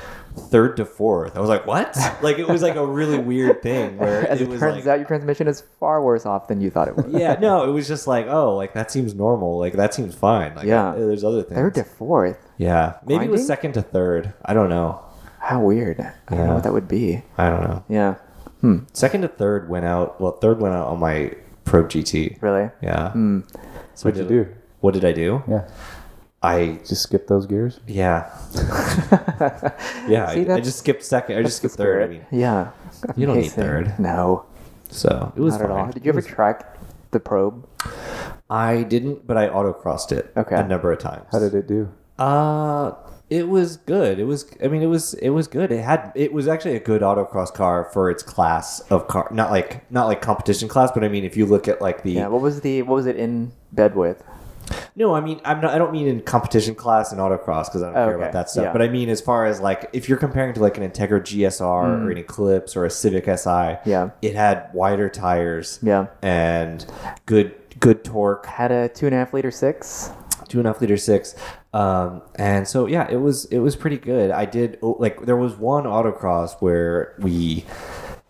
[SPEAKER 2] Third to fourth, I was like, "What?" [LAUGHS] Like it was like a really weird thing where
[SPEAKER 4] [LAUGHS] As it,
[SPEAKER 2] was
[SPEAKER 4] turns
[SPEAKER 2] like,
[SPEAKER 4] out, your transmission is far worse off than you thought it was.
[SPEAKER 2] [LAUGHS] yeah, no, it was just like, oh, like that seems normal. Like that seems fine. Like,
[SPEAKER 4] Yeah.
[SPEAKER 2] uh, there's other things.
[SPEAKER 4] Third to fourth.
[SPEAKER 2] yeah, maybe it was
[SPEAKER 4] Grinding?
[SPEAKER 2] second to third. I don't know.
[SPEAKER 4] How weird. I don't know
[SPEAKER 2] Yeah.
[SPEAKER 4] what that would be.
[SPEAKER 2] I don't know.
[SPEAKER 4] Yeah.
[SPEAKER 2] Second to third went out. Well, third went out on my Probe GT.
[SPEAKER 4] Really. Hmm.
[SPEAKER 2] Yeah. So
[SPEAKER 5] What'd you do?
[SPEAKER 2] What did I do?
[SPEAKER 5] Yeah,
[SPEAKER 2] I
[SPEAKER 5] just skip those gears.
[SPEAKER 4] [LAUGHS]
[SPEAKER 2] yeah. yeah,
[SPEAKER 4] See,
[SPEAKER 2] I- I,
[SPEAKER 4] that's-
[SPEAKER 2] just skipped second. I just
[SPEAKER 4] The
[SPEAKER 2] skipped third. I
[SPEAKER 4] spirit.
[SPEAKER 2] mean,
[SPEAKER 4] Yeah.
[SPEAKER 2] You don't need
[SPEAKER 4] Pacing.
[SPEAKER 2] third.
[SPEAKER 4] No,
[SPEAKER 2] so it was
[SPEAKER 4] not at all.
[SPEAKER 2] fine.
[SPEAKER 4] Did you ever track the probe?
[SPEAKER 2] I didn't, but I autocrossed it
[SPEAKER 4] Okay.
[SPEAKER 2] a number of times.
[SPEAKER 5] How did it do?
[SPEAKER 2] Uh it was good. It was I mean it was it was good. It had it was actually a good autocross car for its class of car. Not like not like competition class, but I mean if you look at like the
[SPEAKER 4] Yeah. What was the what was it in bed with?
[SPEAKER 2] No, I mean I'm not I don't mean in competition class and autocross cuz I don't care
[SPEAKER 4] Okay,
[SPEAKER 2] about that stuff.
[SPEAKER 4] yeah.
[SPEAKER 2] But I mean as far as like if you're comparing to like an Integra GSR or an Eclipse or a Civic SI,
[SPEAKER 4] Mm. Yeah.
[SPEAKER 2] it had wider tires
[SPEAKER 4] Yeah.
[SPEAKER 2] and good good torque.
[SPEAKER 4] Had a two and a half liter six.
[SPEAKER 2] two and a half liter six um and so yeah it was it was pretty good i did oh, like there was one autocross where we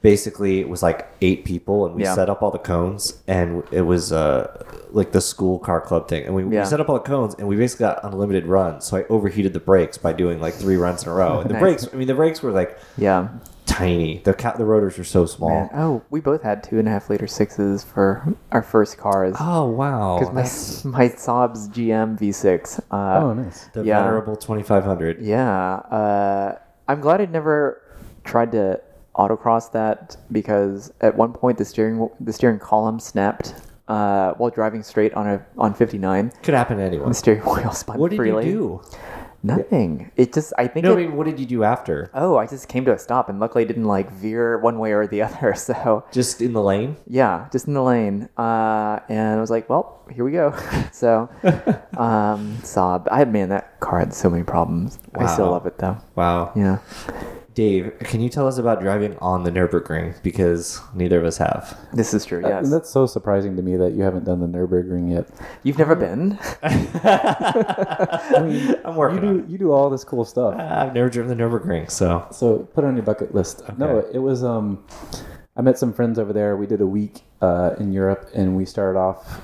[SPEAKER 2] basically it was like eight people and we
[SPEAKER 4] Yeah.
[SPEAKER 2] set up all the cones and it was uh like the school car club thing and we, we
[SPEAKER 4] Yeah.
[SPEAKER 2] set up all the cones and we basically got unlimited runs so i overheated the brakes by doing like three runs in a row and the
[SPEAKER 4] [LAUGHS] Nice.
[SPEAKER 2] brakes i mean the brakes were like
[SPEAKER 4] Yeah.
[SPEAKER 2] tiny the ca- the rotors were so small
[SPEAKER 4] Man, oh, we both had two and a half liter sixes for our first cars.
[SPEAKER 2] oh wow
[SPEAKER 4] Because my
[SPEAKER 2] That's
[SPEAKER 4] my Saab's GM V6. Uh,
[SPEAKER 5] Oh, nice.
[SPEAKER 2] the
[SPEAKER 4] yeah.
[SPEAKER 2] venerable 2500
[SPEAKER 4] Yeah, uh, I'm glad I never tried to autocross that because at one point the steering the steering column snapped uh, while driving straight on a on 59.
[SPEAKER 2] could happen to
[SPEAKER 4] The
[SPEAKER 2] anyone
[SPEAKER 4] steering [LAUGHS] wheel spun
[SPEAKER 2] what did
[SPEAKER 4] freely.
[SPEAKER 2] you do
[SPEAKER 4] Nothing. It just I think
[SPEAKER 2] no
[SPEAKER 4] it-
[SPEAKER 2] i mean what did you do after
[SPEAKER 4] oh I just came to a stop and luckily didn't like veer one way or the [LAUGHS] other. So
[SPEAKER 2] just in the lane.
[SPEAKER 4] yeah, just in the lane. Uh, and I was like, well, here we go. [LAUGHS]
[SPEAKER 2] [LAUGHS]
[SPEAKER 4] so um, sob. I man, that car had so many problems. I still
[SPEAKER 2] Wow.
[SPEAKER 4] love it though.
[SPEAKER 2] Wow.
[SPEAKER 4] Yeah.
[SPEAKER 2] Dave, can you tell us about driving on the Nurburgring? Because neither of us [LAUGHS] have.
[SPEAKER 4] This is
[SPEAKER 2] Uh,
[SPEAKER 4] true. Yes.
[SPEAKER 5] And that's so surprising to me that you haven't done the Nurburgring yet.
[SPEAKER 4] You've
[SPEAKER 5] Uh-huh.
[SPEAKER 4] never been? [LAUGHS]
[SPEAKER 5] I mean,
[SPEAKER 2] [LAUGHS] I'm
[SPEAKER 5] you
[SPEAKER 2] working. on
[SPEAKER 5] do you do all this cool stuff.
[SPEAKER 2] it. I've never driven the Nurburgring, so
[SPEAKER 5] So put it on your bucket list. No, it was um I met some friends over there. We did a week uh, in Europe and we started off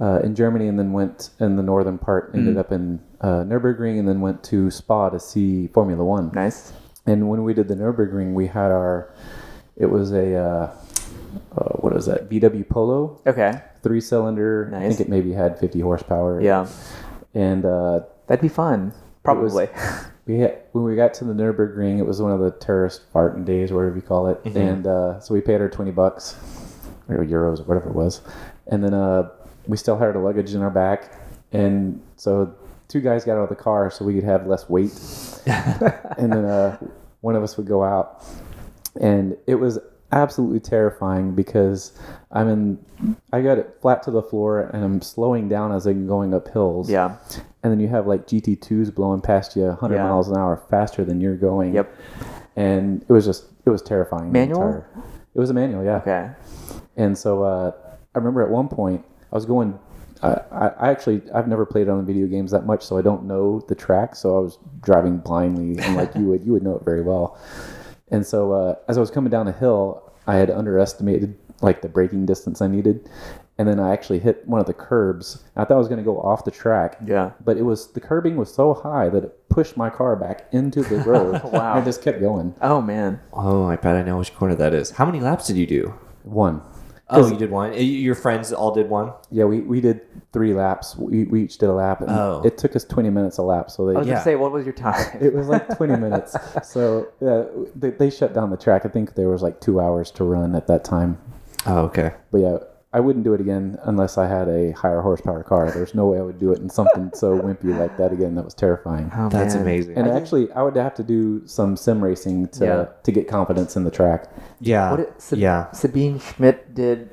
[SPEAKER 5] uh, in Germany and then went in the northern
[SPEAKER 4] Mm-hmm.
[SPEAKER 5] part, ended up in uh, Nürburgring and then went to Spa to see Formula 1.
[SPEAKER 4] nice.
[SPEAKER 5] And when we did the Nürburgring, we had our it was a uh, uh, what is that? VW Polo,
[SPEAKER 4] Okay.
[SPEAKER 5] three cylinder. I
[SPEAKER 4] Nice.
[SPEAKER 5] think it maybe had 50 horsepower.
[SPEAKER 4] Yeah.
[SPEAKER 5] And uh,
[SPEAKER 4] That'd be fun. Probably.
[SPEAKER 5] we had, when we got to the Nurburgring, it was one of the terrorist Barton days, whatever you call it, and uh, so we paid her twenty bucks or euros or whatever it was, and then uh, we still had our luggage in our back, and so two guys got out of the car so we could have less weight, and then uh, one of us would go out, and it was absolutely terrifying because I'm in, I got it flat to the floor and I'm slowing down as I'm going up hills
[SPEAKER 4] [LAUGHS] yeah.
[SPEAKER 5] and then you have like GT2s blowing past you 100
[SPEAKER 4] Yeah.
[SPEAKER 5] miles an hour faster than you're going.
[SPEAKER 4] Yep.
[SPEAKER 5] And it was just it was terrifying. the
[SPEAKER 4] Manual?
[SPEAKER 5] entire- It was a manual, yeah.
[SPEAKER 4] Okay.
[SPEAKER 5] And so uh, I remember at one point I was going. I, I I actually I've never played on video games that much, so I don't know the track. So I was driving blindly, and like you would you would know it very well. And so uh, as I was coming down a hill, I had underestimated like the braking distance I needed, and then I actually hit one of the curbs. I thought I was going to go off the track.
[SPEAKER 4] Yeah.
[SPEAKER 5] But it was the curbing was so high that it pushed my car back into the road.
[SPEAKER 4] [LAUGHS] Wow.
[SPEAKER 5] And I just kept going.
[SPEAKER 4] Oh man.
[SPEAKER 2] oh, I bet I know which corner that is. How many laps did you do?
[SPEAKER 5] One.
[SPEAKER 2] Oh, you did one. Y- Your friends all did one.
[SPEAKER 5] Yeah, we, we did three laps. We, we each did a lap, and
[SPEAKER 2] Oh.
[SPEAKER 5] it took us twenty minutes a lap. So
[SPEAKER 4] I
[SPEAKER 5] they,
[SPEAKER 4] was
[SPEAKER 2] Yeah.
[SPEAKER 4] gonna say, what was your time?
[SPEAKER 5] [LAUGHS] it was like twenty minutes. So yeah, they, they shut down the track. I think there was like two hours to run at that time.
[SPEAKER 2] Oh, okay.
[SPEAKER 5] But yeah, I wouldn't do it again unless I had a higher horsepower car. There's no way I would do it in something
[SPEAKER 4] [LAUGHS]
[SPEAKER 5] so wimpy like that again. That was terrifying.
[SPEAKER 4] Oh,
[SPEAKER 2] That's
[SPEAKER 4] man.
[SPEAKER 2] amazing.
[SPEAKER 5] And actually, I would have to do some sim racing to
[SPEAKER 4] Yeah.
[SPEAKER 5] to get confidence in the track.
[SPEAKER 2] yeah.
[SPEAKER 4] What it, Sab-
[SPEAKER 2] yeah.
[SPEAKER 4] Sabine Schmidt did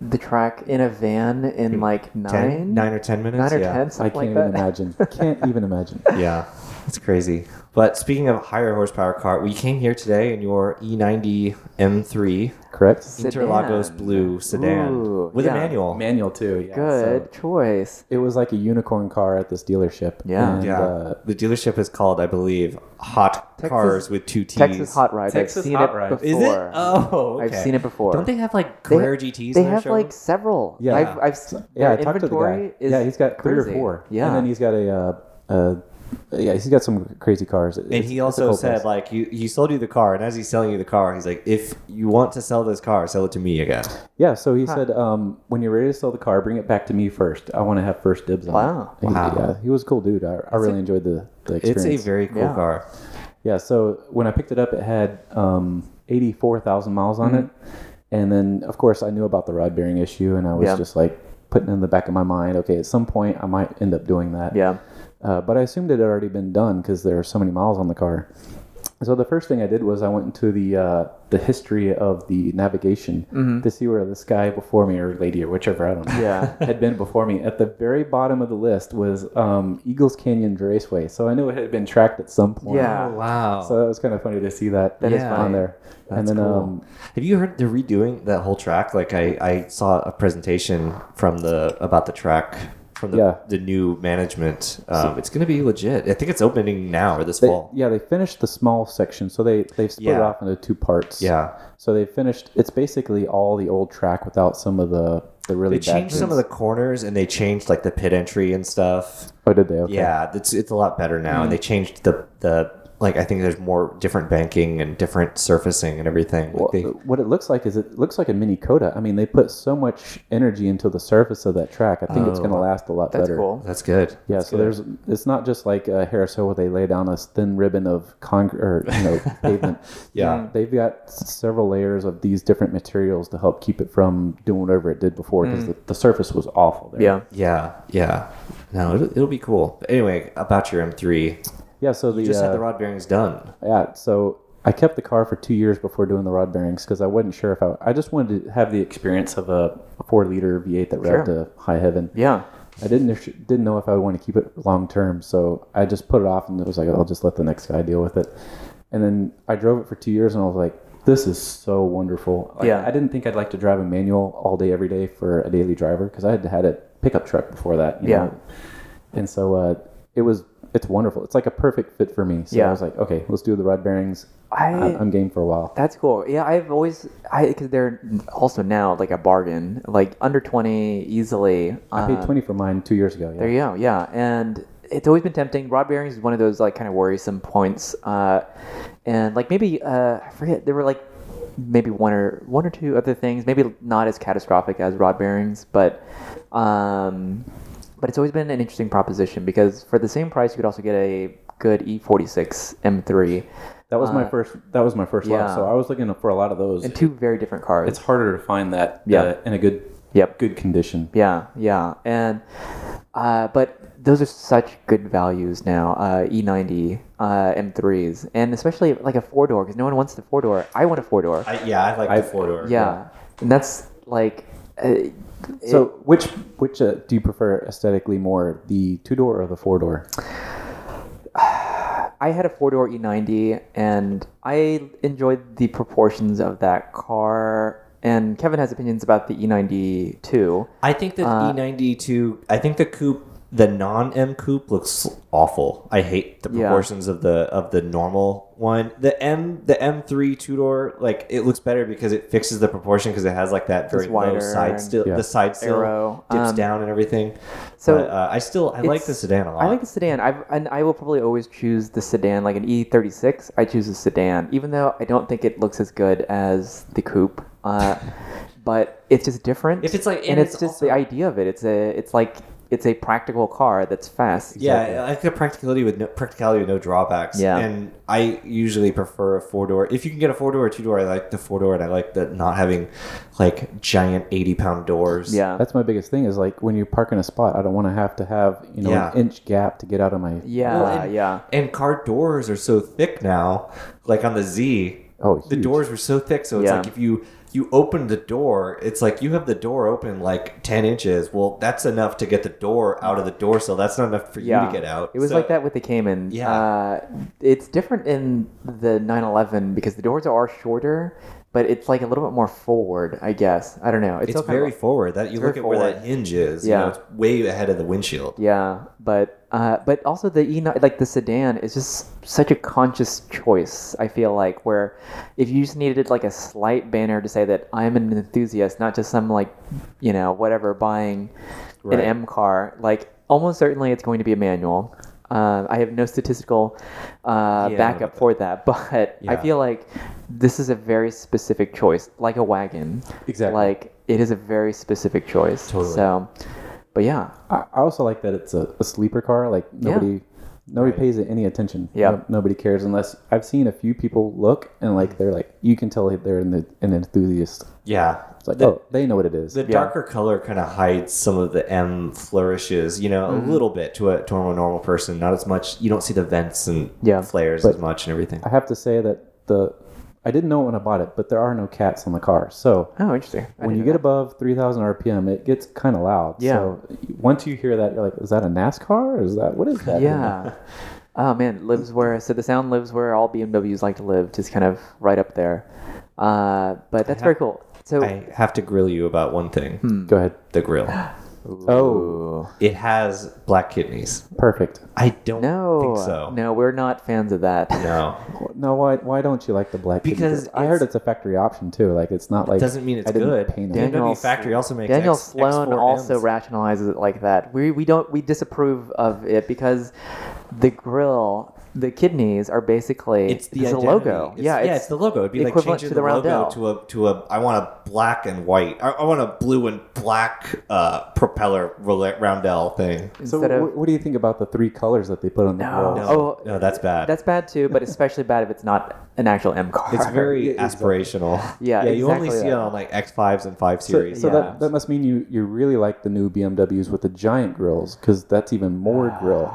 [SPEAKER 4] the track in a van in
[SPEAKER 5] Hmm.
[SPEAKER 4] like
[SPEAKER 2] Ten-
[SPEAKER 4] nine,
[SPEAKER 2] nine or ten minutes.
[SPEAKER 4] nine or
[SPEAKER 2] yeah.
[SPEAKER 4] ten,
[SPEAKER 5] I
[SPEAKER 4] something
[SPEAKER 5] can't
[SPEAKER 4] like
[SPEAKER 5] even
[SPEAKER 4] that.
[SPEAKER 5] imagine. Can't even
[SPEAKER 4] [LAUGHS]
[SPEAKER 5] imagine.
[SPEAKER 2] Yeah, it's crazy. But speaking of higher horsepower car, we came here today in your E E90 M3
[SPEAKER 5] Correct.
[SPEAKER 4] Sedan.
[SPEAKER 2] Interlagos blue sedan
[SPEAKER 4] Ooh,
[SPEAKER 2] with
[SPEAKER 4] yeah.
[SPEAKER 2] a manual.
[SPEAKER 5] Manual too. Yeah,
[SPEAKER 4] Good
[SPEAKER 5] so
[SPEAKER 4] choice.
[SPEAKER 5] it was like a unicorn car at this dealership.
[SPEAKER 4] Yeah.
[SPEAKER 5] And,
[SPEAKER 2] Yeah.
[SPEAKER 5] Uh,
[SPEAKER 2] the dealership is called, I believe, Hot Cars with two T's.
[SPEAKER 4] Texas Hot Ride. I've
[SPEAKER 5] Texas
[SPEAKER 4] seen
[SPEAKER 5] Hot
[SPEAKER 4] it
[SPEAKER 5] Ride.
[SPEAKER 4] before.
[SPEAKER 2] Is it? Oh,
[SPEAKER 4] I've
[SPEAKER 2] okay.
[SPEAKER 4] seen it before.
[SPEAKER 2] Don't they have like
[SPEAKER 4] They-
[SPEAKER 2] Carrera GTs?
[SPEAKER 4] They
[SPEAKER 2] in their
[SPEAKER 4] have
[SPEAKER 2] showroom?
[SPEAKER 4] like several.
[SPEAKER 5] Yeah.
[SPEAKER 4] I've, I've seen,
[SPEAKER 5] yeah, I
[SPEAKER 4] their
[SPEAKER 5] talked to the guy.
[SPEAKER 4] inventory is
[SPEAKER 5] yeah, he's got three or
[SPEAKER 4] crazy.
[SPEAKER 5] four.
[SPEAKER 4] Yeah.
[SPEAKER 5] And then he's got a. Uh, uh, yeah, he's got some crazy cars.
[SPEAKER 2] And he also said, like, you, he sold you the car, and as he's selling you the car, he's like, if you want to sell this car, sell it to me again.
[SPEAKER 5] yeah. So he said, um, when you're ready to sell the car, bring it back to me first. I want to have first dibs on
[SPEAKER 4] Wow.
[SPEAKER 5] it. And he-
[SPEAKER 2] Wow.
[SPEAKER 5] Yeah, he was a cool dude. I, I really enjoyed the, the experience.
[SPEAKER 2] It's a very cool
[SPEAKER 4] Yeah.
[SPEAKER 2] car.
[SPEAKER 5] Yeah, so when I picked it up, it had um, 84,000 miles on it. And then, of course, I knew about the rod bearing issue, and I was
[SPEAKER 4] Mm-hmm. Yeah.
[SPEAKER 5] just like, putting in the back of my mind, okay, at some point I might end up doing that.
[SPEAKER 4] Yeah.
[SPEAKER 5] Uh, but I assumed it had already been done because there are so many miles on the car. So the first thing I did was I went into the uh, the history of the navigation to see where this guy before me or lady or whichever I don't know
[SPEAKER 4] Mm-hmm. Yeah.
[SPEAKER 5] [LAUGHS] had been before me. At the very bottom of the list was um, Eagles Canyon Raceway, so I knew it had been tracked at some point.
[SPEAKER 4] Yeah.
[SPEAKER 2] wow.
[SPEAKER 5] So that was kind of funny to see that,
[SPEAKER 4] That is
[SPEAKER 5] on
[SPEAKER 4] funny.
[SPEAKER 5] there. and
[SPEAKER 2] That's
[SPEAKER 5] then
[SPEAKER 2] cool.
[SPEAKER 5] um,
[SPEAKER 2] Have you heard they're redoing that whole track? Like I, I saw a presentation from the about the track from the,
[SPEAKER 5] Yeah.
[SPEAKER 2] the new management. Um, it's gonna be legit. I think it's opening now or this
[SPEAKER 5] they,
[SPEAKER 2] fall.
[SPEAKER 5] yeah, they finished the small section, so they they've split it
[SPEAKER 2] Yeah.
[SPEAKER 5] off into two parts.
[SPEAKER 2] Yeah.
[SPEAKER 5] So they finished. It's basically all the old track without some of the the really
[SPEAKER 2] They
[SPEAKER 5] bad
[SPEAKER 2] changed some of
[SPEAKER 5] bits.
[SPEAKER 2] the corners and they changed like the pit entry and stuff.
[SPEAKER 5] Oh, did they? Okay. Mm.
[SPEAKER 2] Yeah, it's it's a lot better now. And they changed the the like I think there's more different banking and different surfacing and everything. Like,
[SPEAKER 5] Well, uh,
[SPEAKER 2] they-
[SPEAKER 5] what it looks like is it looks like a mini Coda. I mean, they put so much energy into the surface of that track. I think it's
[SPEAKER 2] Oh,
[SPEAKER 5] going to last a lot
[SPEAKER 4] That's
[SPEAKER 5] better.
[SPEAKER 4] cool.
[SPEAKER 2] that's good.
[SPEAKER 5] Yeah,
[SPEAKER 2] That's
[SPEAKER 5] so
[SPEAKER 2] good.
[SPEAKER 5] there's it's not just like uh, Harris Hill where they lay down a thin ribbon of concrete or you
[SPEAKER 2] [LAUGHS]
[SPEAKER 5] know pavement.
[SPEAKER 2] Yeah.
[SPEAKER 5] they've got s- several layers of these different materials to help keep it from doing whatever it did before because the, the surface was awful. There.
[SPEAKER 4] Yeah.
[SPEAKER 2] Mm. yeah, yeah. No, it'll, it'll be cool. But anyway, about your M3,
[SPEAKER 5] yeah. So the,
[SPEAKER 2] you just
[SPEAKER 5] uh,
[SPEAKER 2] had the rod bearings done.
[SPEAKER 5] Yeah, so I kept the car for two years before doing the rod bearings because I wasn't sure if I. I just wanted to have the experience of a four liter V eight that revved
[SPEAKER 4] Sure.
[SPEAKER 5] to high heaven.
[SPEAKER 4] Yeah.
[SPEAKER 5] I didn't didn't know if I would want to keep it long term, so I just put it off and it was like I'll just let the next guy deal with it. And then I drove it for two years and I was like, this is so wonderful. Like,
[SPEAKER 4] Yeah.
[SPEAKER 5] I didn't think I'd like to drive a manual all day every day for a daily driver because I had had a pickup truck before that. you
[SPEAKER 4] Yeah.
[SPEAKER 5] know? and so uh, it was it's wonderful. It's like a perfect fit for me. So
[SPEAKER 4] Yeah.
[SPEAKER 5] I was like, okay, let's do the rod bearings.
[SPEAKER 4] I-
[SPEAKER 5] I, I'm game for a while.
[SPEAKER 4] That's cool. Yeah, I've always I because they're also now like a bargain, like under twenty easily.
[SPEAKER 5] I paid
[SPEAKER 4] Uh,
[SPEAKER 5] twenty for mine two years ago. Yeah.
[SPEAKER 4] There you go. Yeah, and it's always been tempting. Rod bearings is one of those like kind of worrisome points, uh, and like maybe uh, I forget there were like maybe one or one or two other things, maybe not as catastrophic as rod bearings, but um, but it's always been an interesting proposition because for the same price you could also get a good E E46 M3
[SPEAKER 5] that was my first. That was my first
[SPEAKER 4] uh, yeah.
[SPEAKER 5] lot. So I was looking for a lot of those.
[SPEAKER 4] and two very different cars.
[SPEAKER 5] it's harder to find that
[SPEAKER 4] Yeah.
[SPEAKER 5] uh, in a good
[SPEAKER 4] Yep.
[SPEAKER 5] good condition.
[SPEAKER 4] Yeah, yeah, and uh, but those are such good values now. Uh, E90 uh, M3s, and especially like a four door because no one wants the four door. I want a four door.
[SPEAKER 2] I, yeah, I like
[SPEAKER 5] I-
[SPEAKER 2] the four door.
[SPEAKER 4] Yeah, and that's like uh,
[SPEAKER 5] So which which uh, do you prefer aesthetically more, the two door or the four door?
[SPEAKER 2] Uh-huh.
[SPEAKER 4] I had a four door E90, and I enjoyed the proportions of that car. And Kevin has opinions about the E E90 too.
[SPEAKER 2] I think that
[SPEAKER 4] Uh,
[SPEAKER 2] E92. I think the coupe, the non M coupe, looks awful. I hate the
[SPEAKER 4] Yeah.
[SPEAKER 2] proportions of the of the normal one. The M, the M3 two door, like it looks better because it fixes the proportion because it has like that very
[SPEAKER 4] wider
[SPEAKER 2] low side
[SPEAKER 4] and-
[SPEAKER 2] still.
[SPEAKER 5] Yeah.
[SPEAKER 2] The side still
[SPEAKER 4] Arrow.
[SPEAKER 2] dips
[SPEAKER 4] Um,
[SPEAKER 2] down and everything.
[SPEAKER 4] so
[SPEAKER 2] So uh, I still I like
[SPEAKER 4] it's-
[SPEAKER 2] the sedan a lot.
[SPEAKER 4] I like the sedan. I've, and I will probably always choose the sedan, like an E36. I choose the sedan, even though I don't think it looks as good as the coupe.
[SPEAKER 2] [LAUGHS]
[SPEAKER 4] Uh, but it's just different.
[SPEAKER 2] If it's like-
[SPEAKER 4] and,
[SPEAKER 2] and
[SPEAKER 4] it's,
[SPEAKER 2] it's
[SPEAKER 4] just
[SPEAKER 2] also-
[SPEAKER 4] the idea of it. It's a, it's like, it's a practical car that's fast.
[SPEAKER 2] Yeah, I like the practicality with no, practicality with no drawbacks.
[SPEAKER 4] Yeah.
[SPEAKER 2] and I usually prefer a four door. If you can get a four door or two door, I like the four door, and I like the not having like giant eighty pound doors.
[SPEAKER 4] yeah,
[SPEAKER 5] That's my biggest thing is like when you park in a spot, I don't want to have to have you know
[SPEAKER 2] Yeah.
[SPEAKER 5] an inch gap to get out of my.
[SPEAKER 4] yeah,
[SPEAKER 2] Well, and-
[SPEAKER 4] yeah.
[SPEAKER 2] and car doors are so thick now. Like on the Z,
[SPEAKER 5] Oh,
[SPEAKER 2] the
[SPEAKER 5] huge.
[SPEAKER 2] doors were so thick. So it's
[SPEAKER 4] Yeah.
[SPEAKER 2] like if you you open the door, it's like you have the door open like ten inches. Well, that's enough to get the door out of the door. So that's not enough for you to get out.
[SPEAKER 4] It was
[SPEAKER 2] So-
[SPEAKER 4] like that with the Cayman.
[SPEAKER 2] Yeah.
[SPEAKER 4] Uh, it's different in the 911 because the doors are shorter, but it's like a little bit more forward, I guess. I don't know.
[SPEAKER 2] It's
[SPEAKER 4] still kind of-
[SPEAKER 2] very forward. That you
[SPEAKER 4] very
[SPEAKER 2] look at where
[SPEAKER 4] forward.
[SPEAKER 2] that hinge is. Yeah,
[SPEAKER 4] Yeah.
[SPEAKER 2] it's way ahead of the windshield.
[SPEAKER 4] Yeah, but uh, but also the E like the sedan is just such a conscious choice. I feel like where if you just needed like a slight banner to say that I'm an enthusiast, not just some like you know whatever buying an
[SPEAKER 2] Right.
[SPEAKER 4] M car, like almost certainly it's going to be a manual. Um, I have no statistical uh,
[SPEAKER 2] Yeah,
[SPEAKER 4] backup for that, [LAUGHS] but I
[SPEAKER 2] Yeah.
[SPEAKER 4] feel like this is a very specific choice, like a wagon.
[SPEAKER 5] Exactly.
[SPEAKER 4] Like it is a very specific choice.
[SPEAKER 2] Totally.
[SPEAKER 4] So, but yeah,
[SPEAKER 5] I, I also like that it's a, a sleeper car. Like nobody nobody pays it any attention.
[SPEAKER 4] Yeah.
[SPEAKER 5] No- nobody cares unless
[SPEAKER 2] Mm-hmm.
[SPEAKER 5] I've seen a few people look and like they're like you can tell they're in the, an enthusiast.
[SPEAKER 2] Yeah,
[SPEAKER 5] It's like, oh, they know what it is.
[SPEAKER 2] The darker color kind of hides some of the M flourishes, you know,
[SPEAKER 4] Mm-hmm.
[SPEAKER 2] a little bit to a to a normal person. Not as much. You don't see the vents and
[SPEAKER 4] Yeah.
[SPEAKER 2] flares
[SPEAKER 5] But-
[SPEAKER 2] as much and everything.
[SPEAKER 5] I have to say that the I didn't know it when I bought it, but there are no cats on the car. So
[SPEAKER 4] Oh, interesting. I
[SPEAKER 5] when you
[SPEAKER 4] didn't
[SPEAKER 5] get
[SPEAKER 4] know
[SPEAKER 5] above 3,000 RPM, it gets kind of loud.
[SPEAKER 4] Yeah.
[SPEAKER 5] So once you hear that, you're like, is that a NASCAR? Is that what is that?
[SPEAKER 4] that. yeah. Oh man, it lives where so the sound lives where all BMWs like to live, just kind of right up there. Uh, but that's very cool. So
[SPEAKER 2] I have to grill you about one thing:
[SPEAKER 4] Hmm.
[SPEAKER 5] Go ahead.
[SPEAKER 2] the
[SPEAKER 4] [GASPS]
[SPEAKER 2] grill.
[SPEAKER 5] Oh,
[SPEAKER 2] It has black kidneys.
[SPEAKER 5] perfect.
[SPEAKER 2] I don't
[SPEAKER 4] no,
[SPEAKER 2] think so.
[SPEAKER 4] no, we're not fans of that.
[SPEAKER 2] No.
[SPEAKER 5] No, why why don't you like the black? Kitty
[SPEAKER 2] Because
[SPEAKER 5] Grip? I heard
[SPEAKER 2] it's-
[SPEAKER 5] it's a factory option too. Like it's not like
[SPEAKER 2] doesn't mean it's
[SPEAKER 5] I didn't
[SPEAKER 2] good.
[SPEAKER 5] Paint it.
[SPEAKER 4] Daniel
[SPEAKER 2] BMW E factory also makes
[SPEAKER 4] Daniel
[SPEAKER 2] X-
[SPEAKER 4] Sloan
[SPEAKER 2] X4Ms.
[SPEAKER 4] also rationalizes it like that. We we don't we disapprove of it because the grill, the kidneys are basically
[SPEAKER 2] It's the
[SPEAKER 4] a
[SPEAKER 2] identity.
[SPEAKER 4] logo.
[SPEAKER 2] It's-
[SPEAKER 4] yeah,
[SPEAKER 2] yeah, it's the logo. It'd be like
[SPEAKER 4] equivalent
[SPEAKER 2] changing
[SPEAKER 4] to
[SPEAKER 2] the,
[SPEAKER 4] the Roundel.
[SPEAKER 2] logo to a to a. I want a black and white. I, I want a blue and black uh, propeller roulette roundel thing.
[SPEAKER 5] So
[SPEAKER 4] instead of
[SPEAKER 5] wh- what do you think about the three colors that they put on the
[SPEAKER 4] No.
[SPEAKER 5] grill?
[SPEAKER 4] No.
[SPEAKER 2] Oh,
[SPEAKER 4] Oh,
[SPEAKER 2] no, that's bad.
[SPEAKER 4] that's bad too, but especially bad if it's not an actual M car.
[SPEAKER 2] it's very
[SPEAKER 5] Yeah, exactly.
[SPEAKER 2] aspirational.
[SPEAKER 4] Yeah,
[SPEAKER 2] yeah. You only
[SPEAKER 4] exactly
[SPEAKER 2] see it
[SPEAKER 4] that.
[SPEAKER 2] on like X fives and five
[SPEAKER 5] So,
[SPEAKER 2] series.
[SPEAKER 5] so
[SPEAKER 4] Yeah.
[SPEAKER 5] that, that must mean you, you really like the new BMWs with the giant grills because that's even more grill.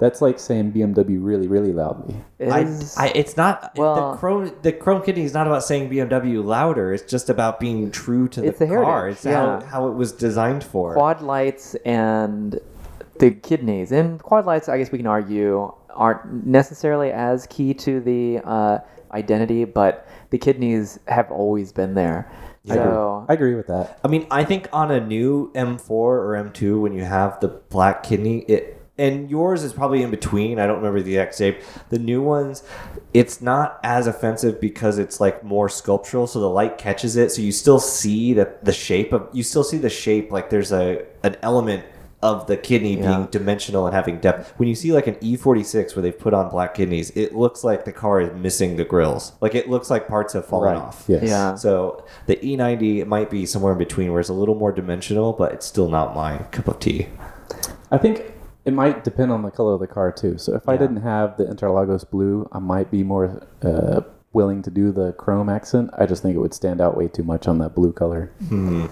[SPEAKER 5] That's like saying BMW really really loudly.
[SPEAKER 4] It
[SPEAKER 2] I,
[SPEAKER 4] is-
[SPEAKER 2] I, it's not
[SPEAKER 4] Well-
[SPEAKER 2] the chrome. The chrome kidney is not about saying BMW louder. It's just about being true to the,
[SPEAKER 4] It's the
[SPEAKER 2] car.
[SPEAKER 4] heritage,
[SPEAKER 2] It's
[SPEAKER 4] yeah.
[SPEAKER 2] how, how it was designed for.
[SPEAKER 4] quad lights and the kidneys and quad lights i guess we can argue aren't necessarily as key to the uh, identity but the kidneys have always been there so
[SPEAKER 5] I agree with that.
[SPEAKER 2] I mean, I think on a new M4 or M2, when you have the black kidney, it and yours is probably in between. I don't remember the exact shape. The new ones, it's not as offensive because it's like more sculptural, so the light catches it. So you still see the the shape of you still see the shape. Like there's a an element of the kidney being dimensional and having depth. When you see like an E46 where they've put on black kidneys, it looks like the car is missing the grills. Like it looks like parts have fallen off.
[SPEAKER 5] Yes.
[SPEAKER 4] Yeah.
[SPEAKER 2] So the E90 might be somewhere in between where it's a little more dimensional, but it's still not my cup of tea.
[SPEAKER 5] I think it might depend on the color of the car too. So if I didn't have the Interlagos blue, I might be more uh, willing to do the chrome accent. I just think it would stand out way too much on that blue color.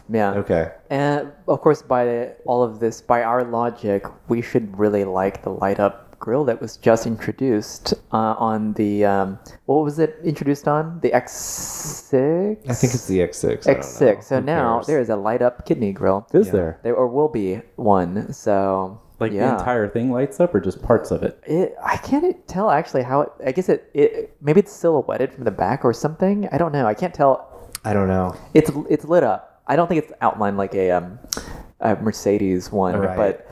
[SPEAKER 4] yeah
[SPEAKER 2] Okay.
[SPEAKER 4] and of course by all of this by our logic we should really like the light up grill that was just introduced uh, on the um, what was it introduced on the x6
[SPEAKER 2] I think it's the X6. I don't know.
[SPEAKER 4] x6 so
[SPEAKER 2] Who
[SPEAKER 4] now
[SPEAKER 2] cares?
[SPEAKER 4] there is a light up kidney grill
[SPEAKER 5] Is there?
[SPEAKER 4] There or will be one. So
[SPEAKER 5] Like
[SPEAKER 4] yeah.
[SPEAKER 5] the entire thing lights up or just parts of it?
[SPEAKER 4] It, I can't e, tell actually how it. I guess it, it. Maybe it's silhouetted from the back or something. I don't know. I can't tell.
[SPEAKER 2] I don't know.
[SPEAKER 4] It's it's lit up. I don't think it's outlined like a um, a Mercedes one,
[SPEAKER 2] Right.
[SPEAKER 4] but.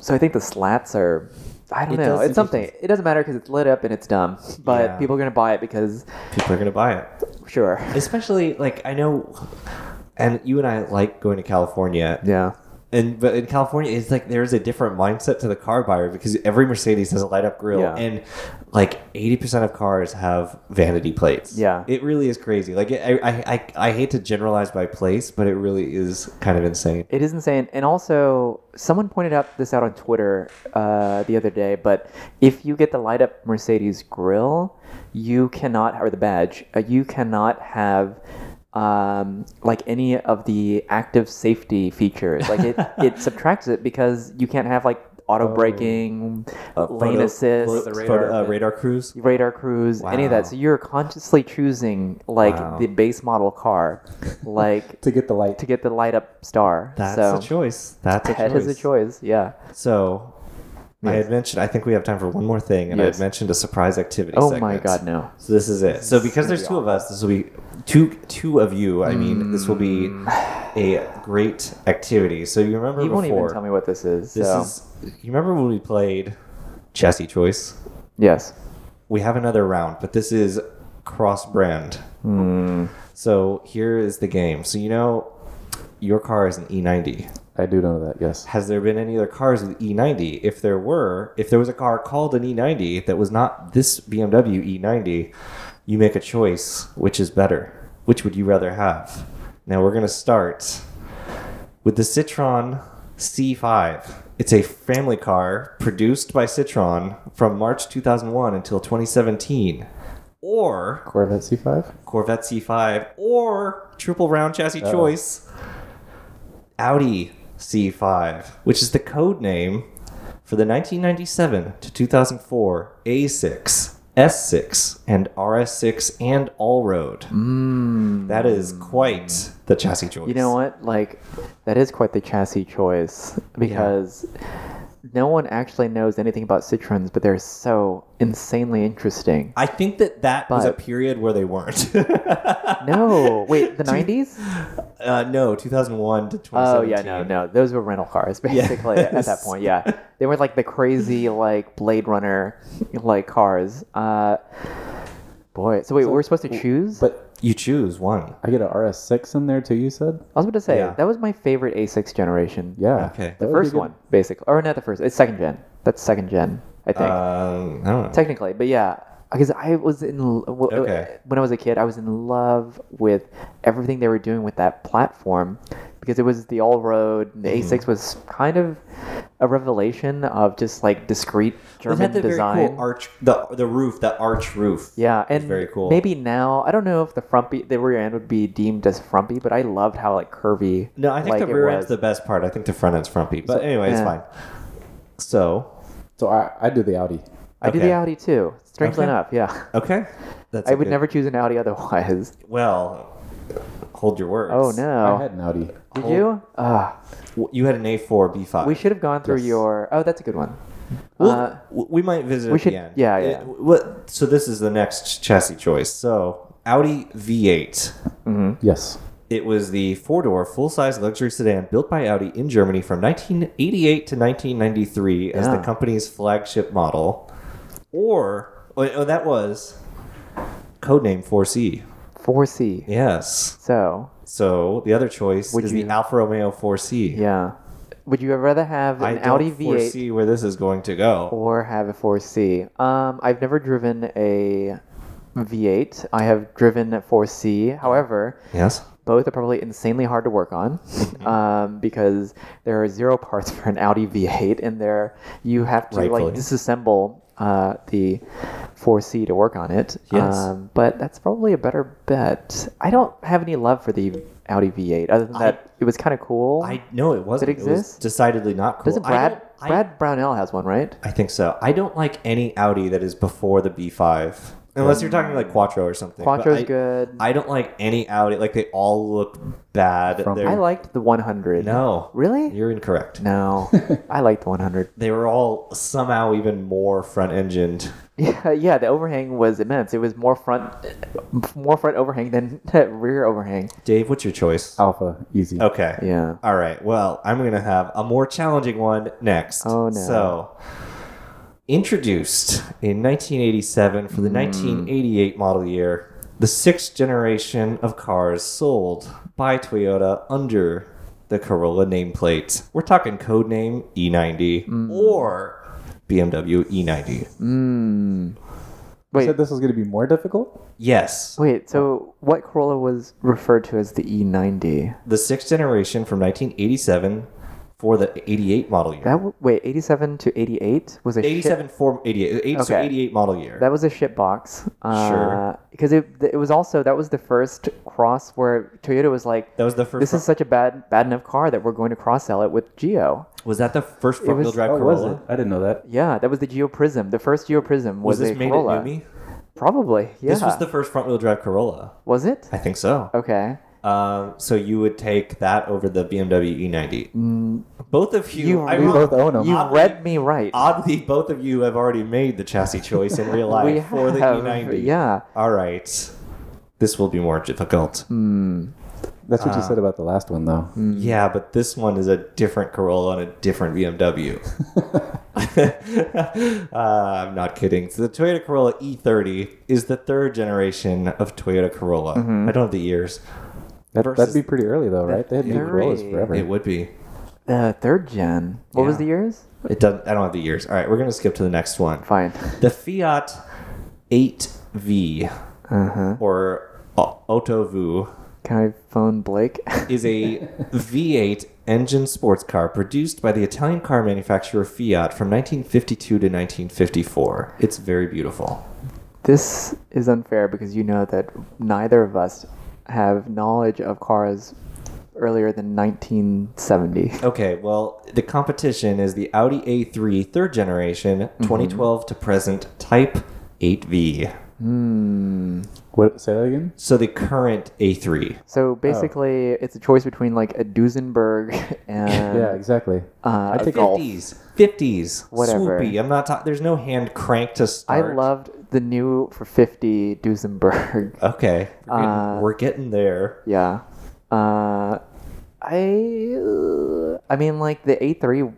[SPEAKER 4] So I think the slats are. I don't
[SPEAKER 2] It
[SPEAKER 4] know.
[SPEAKER 2] does-
[SPEAKER 4] It's something. It doesn't matter because it's lit up and it's dumb. But
[SPEAKER 2] Yeah.
[SPEAKER 4] people are gonna buy it because
[SPEAKER 2] People are going to buy it.
[SPEAKER 4] sure.
[SPEAKER 2] Especially, like, I know, and you and I like going to California.
[SPEAKER 4] Yeah.
[SPEAKER 2] And but in California, it's like there's a different mindset to the car buyer because every Mercedes has a light up grill,
[SPEAKER 4] Yeah.
[SPEAKER 2] and like eighty percent of cars have vanity plates.
[SPEAKER 4] Yeah.
[SPEAKER 2] it really is crazy. Like I, I, I, I hate to generalize by place, but it really is kind of insane.
[SPEAKER 4] It is insane. And also, someone pointed out this out on Twitter uh, the other day, but if you get the light up Mercedes grill, you cannot, or the badge, uh, you cannot have um, like any of the active safety features.
[SPEAKER 2] [LAUGHS]
[SPEAKER 4] Like it, it subtracts it because you can't have like auto braking, lane
[SPEAKER 2] Oh. Uh, photo-
[SPEAKER 4] assist,
[SPEAKER 2] photo- photo- uh, radar cruise.
[SPEAKER 4] radar cruise, any of
[SPEAKER 2] Wow.
[SPEAKER 4] that. So you're consciously choosing like
[SPEAKER 2] Wow.
[SPEAKER 4] the base model
[SPEAKER 2] [LAUGHS]
[SPEAKER 4] car, like
[SPEAKER 5] To get the light.
[SPEAKER 4] to get the light up star.
[SPEAKER 2] That's
[SPEAKER 4] so.
[SPEAKER 2] a choice. That's a
[SPEAKER 4] That
[SPEAKER 2] choice.
[SPEAKER 4] is a choice. Yeah.
[SPEAKER 2] So, I had mentioned. I think we have time for one more thing, and I
[SPEAKER 4] Yes.
[SPEAKER 2] had mentioned a surprise activity.
[SPEAKER 4] Oh
[SPEAKER 2] segment.
[SPEAKER 4] my God, no.
[SPEAKER 2] So this is it. So because there's two of us, this will be two two of you. I mean, this will be a great activity. So you remember
[SPEAKER 4] You
[SPEAKER 2] before
[SPEAKER 4] Mm. won't even tell me what this is.
[SPEAKER 2] this
[SPEAKER 4] so.
[SPEAKER 2] is. You remember when we played chassis choice?
[SPEAKER 4] yes.
[SPEAKER 2] we have another round, but this is cross brand. So here is the game. So you know your car is an E E90.
[SPEAKER 5] I do know that. Yes.
[SPEAKER 2] Has there been any other cars with E90? If there were, if there was a car called an E90 that was not this BMW E90, E you make a choice which is better. Which would you rather have? Now we're going to start with the Citroen C5. It's a family car produced by Citroen from March 2001 until 2017. or
[SPEAKER 5] Corvette C5.
[SPEAKER 2] Corvette C5, or triple round chassis
[SPEAKER 4] Oh.
[SPEAKER 2] choice, Audi C5, which is the code name for the 1997 to 2004 A6, S6, and RS6 and Allroad. That is quite the chassis choice.
[SPEAKER 4] Mm. You know what? Like, that is quite the chassis choice because no one actually knows anything about Citroens, but they're so insanely interesting.
[SPEAKER 2] I think that that was a
[SPEAKER 4] But-
[SPEAKER 2] period where they weren't.
[SPEAKER 4] [LAUGHS]
[SPEAKER 2] [LAUGHS]
[SPEAKER 4] No, wait, the nineties?
[SPEAKER 2] Uh, no, 2001 to 2017.
[SPEAKER 4] Oh yeah, no, no, those were rental cars basically at that
[SPEAKER 2] Yes.
[SPEAKER 4] point. Yeah, they were like the crazy like Blade Runner like cars. Uh, boy, so wait, we're supposed to choose?
[SPEAKER 5] But
[SPEAKER 2] You choose one.
[SPEAKER 5] I get a RS6 in there too. You said,
[SPEAKER 4] I was about to say
[SPEAKER 2] Yeah.
[SPEAKER 4] that was my favorite A6 generation.
[SPEAKER 5] yeah.
[SPEAKER 2] Okay.
[SPEAKER 5] that
[SPEAKER 4] the
[SPEAKER 5] would be
[SPEAKER 4] first
[SPEAKER 5] good.
[SPEAKER 4] one basically, or not the first. It's second gen. That's second gen, I think.
[SPEAKER 2] Um, I don't know.
[SPEAKER 4] technically but yeah because i was in l- w-
[SPEAKER 2] Okay.
[SPEAKER 4] when i was a kid i was in love with everything they were doing with that platform because it was the all road and the
[SPEAKER 2] Mm-hmm.
[SPEAKER 4] a6 was kind of a revelation of just like discrete
[SPEAKER 2] It
[SPEAKER 4] german
[SPEAKER 2] had the very
[SPEAKER 4] design
[SPEAKER 2] cool arch, the the roof, the arch roof.
[SPEAKER 4] yeah
[SPEAKER 2] It was
[SPEAKER 4] and
[SPEAKER 2] very cool.
[SPEAKER 4] maybe now i don't know if the frumpy the rear end would be deemed as frumpy but i loved how like curvy
[SPEAKER 2] No, I think
[SPEAKER 4] like,
[SPEAKER 2] the
[SPEAKER 4] it
[SPEAKER 2] rear end's
[SPEAKER 4] was.
[SPEAKER 2] the best part. I think the front end's frumpy. But anyway, it's fine.
[SPEAKER 4] yeah.
[SPEAKER 2] So
[SPEAKER 5] So I I do the Audi.
[SPEAKER 4] i do the
[SPEAKER 2] okay.
[SPEAKER 4] audi too strangely
[SPEAKER 2] Okay.
[SPEAKER 4] enough yeah
[SPEAKER 2] okay, that's
[SPEAKER 4] i
[SPEAKER 2] a
[SPEAKER 4] would
[SPEAKER 2] good-
[SPEAKER 4] never choose an audi
[SPEAKER 2] [LAUGHS]
[SPEAKER 4] otherwise
[SPEAKER 2] Well, hold your words.
[SPEAKER 4] oh no
[SPEAKER 5] I had an Audi.
[SPEAKER 4] did you Ah.
[SPEAKER 2] W- You had an A4 B5.
[SPEAKER 4] We should have gone through
[SPEAKER 5] Yes.
[SPEAKER 4] your. Oh, that's a good one.
[SPEAKER 2] We'll-
[SPEAKER 4] uh,
[SPEAKER 2] w- we might visit.
[SPEAKER 4] we
[SPEAKER 2] at
[SPEAKER 4] should-
[SPEAKER 2] The end.
[SPEAKER 4] yeah,
[SPEAKER 2] It-
[SPEAKER 4] yeah.
[SPEAKER 2] what, so this is the next chassis choice. So Audi V8.
[SPEAKER 5] Yes.
[SPEAKER 2] It was the four door full size luxury sedan built by Audi in Germany from 1988 to 1993 as the
[SPEAKER 4] Yeah.
[SPEAKER 2] company's flagship model. Or, oh, oh, that was codename 4C.
[SPEAKER 4] 4C.
[SPEAKER 2] Yes.
[SPEAKER 4] So,
[SPEAKER 2] So the other choice
[SPEAKER 4] Would
[SPEAKER 2] is
[SPEAKER 4] you-
[SPEAKER 2] the Alfa Romeo 4C.
[SPEAKER 4] yeah. Would you rather have
[SPEAKER 2] I
[SPEAKER 4] an
[SPEAKER 2] don't
[SPEAKER 4] Audi V8
[SPEAKER 2] foresee where this is going to go.
[SPEAKER 4] or have a 4C? Um, I've never driven a V8. I have driven a 4C. However,
[SPEAKER 2] Yes.
[SPEAKER 4] both are probably insanely hard to work on
[SPEAKER 2] Mm-hmm.
[SPEAKER 4] um, because there are zero parts for an Audi V8, and there you have to
[SPEAKER 2] Rightfully.
[SPEAKER 4] like disassemble uh, the 4C to work on it. Um,
[SPEAKER 2] Yes.
[SPEAKER 4] but that's probably a better bet. I don't have any love for the Audi V8 other than that it was kind of cool.
[SPEAKER 2] I no, it wasn't.
[SPEAKER 4] Did it
[SPEAKER 2] was
[SPEAKER 4] exist?
[SPEAKER 2] decidedly not cool.
[SPEAKER 4] Doesn't
[SPEAKER 2] I
[SPEAKER 4] Brad
[SPEAKER 2] don't- I-
[SPEAKER 4] Brad Brownell has one, right?
[SPEAKER 2] I think so. I don't like any Audi that is before the B5, unless you're talking like Quattro or something. but
[SPEAKER 4] Quattro's
[SPEAKER 2] I-
[SPEAKER 4] good.
[SPEAKER 2] I don't like any Audi. Like they all look bad.
[SPEAKER 5] From-
[SPEAKER 2] They're-
[SPEAKER 4] I liked the 100.
[SPEAKER 2] no,
[SPEAKER 4] Really?
[SPEAKER 2] you're incorrect. [LAUGHS]
[SPEAKER 4] No. I liked the 100.
[SPEAKER 2] They were all somehow even more front engined.
[SPEAKER 4] Yeah, [LAUGHS] yeah, the overhang was immense. It was more front, more front overhang than [LAUGHS] rear overhang.
[SPEAKER 2] Dave, what's your choice?
[SPEAKER 5] Alpha easy.
[SPEAKER 2] Okay.
[SPEAKER 4] Yeah.
[SPEAKER 2] All right. Well, I'm gonna have a more challenging one next.
[SPEAKER 4] Oh, no.
[SPEAKER 2] So. Introduced in 1987 for the
[SPEAKER 4] Hmm.
[SPEAKER 2] 1988 model year, the sixth generation of cars sold by Toyota under the Corolla nameplate. We're talking codename E90
[SPEAKER 4] Hmm.
[SPEAKER 2] or BMW E90.
[SPEAKER 5] You
[SPEAKER 4] Wait,
[SPEAKER 5] said this was going to be more difficult.
[SPEAKER 2] Yes,
[SPEAKER 4] wait. So what Corolla was referred to as the E E90?
[SPEAKER 2] the sixth generation from 1987 for the 88 model year.
[SPEAKER 4] That w- wait, 87 to 88 was a shit-
[SPEAKER 2] 87 for 88, eight- so
[SPEAKER 4] Okay.
[SPEAKER 2] 88 model year.
[SPEAKER 4] that was a shit box. Uh,
[SPEAKER 2] Sure.
[SPEAKER 4] Because it it was also that was the first cross where Toyota was like,
[SPEAKER 2] That was the first.
[SPEAKER 4] this is such a bad bad enough car that we're going to cross sell it with Geo.
[SPEAKER 2] was that the first front wheel
[SPEAKER 4] was-
[SPEAKER 2] drive
[SPEAKER 5] Oh,
[SPEAKER 2] Corolla?
[SPEAKER 5] was it? I didn't know that.
[SPEAKER 4] Yeah, that was the Geo Prism. The first Geo Prism
[SPEAKER 2] Was
[SPEAKER 4] was,
[SPEAKER 2] this
[SPEAKER 4] a
[SPEAKER 2] made
[SPEAKER 4] Corolla.
[SPEAKER 2] at Numi?
[SPEAKER 4] Probably. Yeah. Oh.
[SPEAKER 2] This was the first front wheel drive Corolla.
[SPEAKER 4] Was it?
[SPEAKER 2] I think so.
[SPEAKER 4] Okay.
[SPEAKER 2] Um, so you would take that over the BMW E90. E Both of you,
[SPEAKER 4] Mm. You-
[SPEAKER 2] I
[SPEAKER 5] We
[SPEAKER 2] will-
[SPEAKER 5] both own them.
[SPEAKER 4] You
[SPEAKER 2] Oddly-
[SPEAKER 4] read me right.
[SPEAKER 2] Oddly, both of you have already made the chassis choice in real life
[SPEAKER 4] [LAUGHS] We
[SPEAKER 2] for the E
[SPEAKER 4] have,
[SPEAKER 2] E90.
[SPEAKER 4] yeah.
[SPEAKER 2] All right. This will be more difficult.
[SPEAKER 5] That's
[SPEAKER 4] Ah.
[SPEAKER 5] what you said about the last one, though.
[SPEAKER 4] Hmm.
[SPEAKER 2] Yeah, but this one is a different Corolla and a different BMW. [LAUGHS] uh, I'm not kidding. So the Toyota Corolla E30 is the third generation of Toyota Corolla. I don't have the years.
[SPEAKER 5] That,
[SPEAKER 2] Versus-
[SPEAKER 5] that'd be pretty early, though, right? They had new Corollas
[SPEAKER 4] three.
[SPEAKER 5] forever.
[SPEAKER 2] It would be.
[SPEAKER 4] The third gen. What was
[SPEAKER 2] Yeah.
[SPEAKER 4] the years?
[SPEAKER 2] It doesn't. I don't have the years. All right, we're gonna skip to the next one.
[SPEAKER 4] Fine.
[SPEAKER 2] The Fiat 8V or O- Otovu
[SPEAKER 4] Can I phone Blake?
[SPEAKER 2] is a V8 engine sports car produced by the Italian car manufacturer Fiat from 1952 to 1954. It's very beautiful.
[SPEAKER 4] [LAUGHS] this is unfair because you know that neither of us have knowledge of cars earlier than 1970.
[SPEAKER 2] Okay, well, the competition is the Audi A3 third generation
[SPEAKER 4] Mm-hmm.
[SPEAKER 2] 2012 to present Type 8V.
[SPEAKER 5] What? Say that again.
[SPEAKER 2] So the current A3.
[SPEAKER 4] So basically, it's a choice between like a Duesenberg [LAUGHS] and
[SPEAKER 5] Yeah, exactly.
[SPEAKER 4] Um, uh,
[SPEAKER 5] I
[SPEAKER 4] a
[SPEAKER 5] think-
[SPEAKER 4] Golf.
[SPEAKER 2] 50s, 50s,
[SPEAKER 4] Whatever.
[SPEAKER 2] swoopy. I'm not talking. There's no hand crank to
[SPEAKER 4] I
[SPEAKER 2] start.
[SPEAKER 4] loved the new for 50 Duesenberg.
[SPEAKER 2] Okay, we're getting,
[SPEAKER 4] Uh,
[SPEAKER 2] we're getting there.
[SPEAKER 4] Yeah. Uh, I uh, I mean like the A3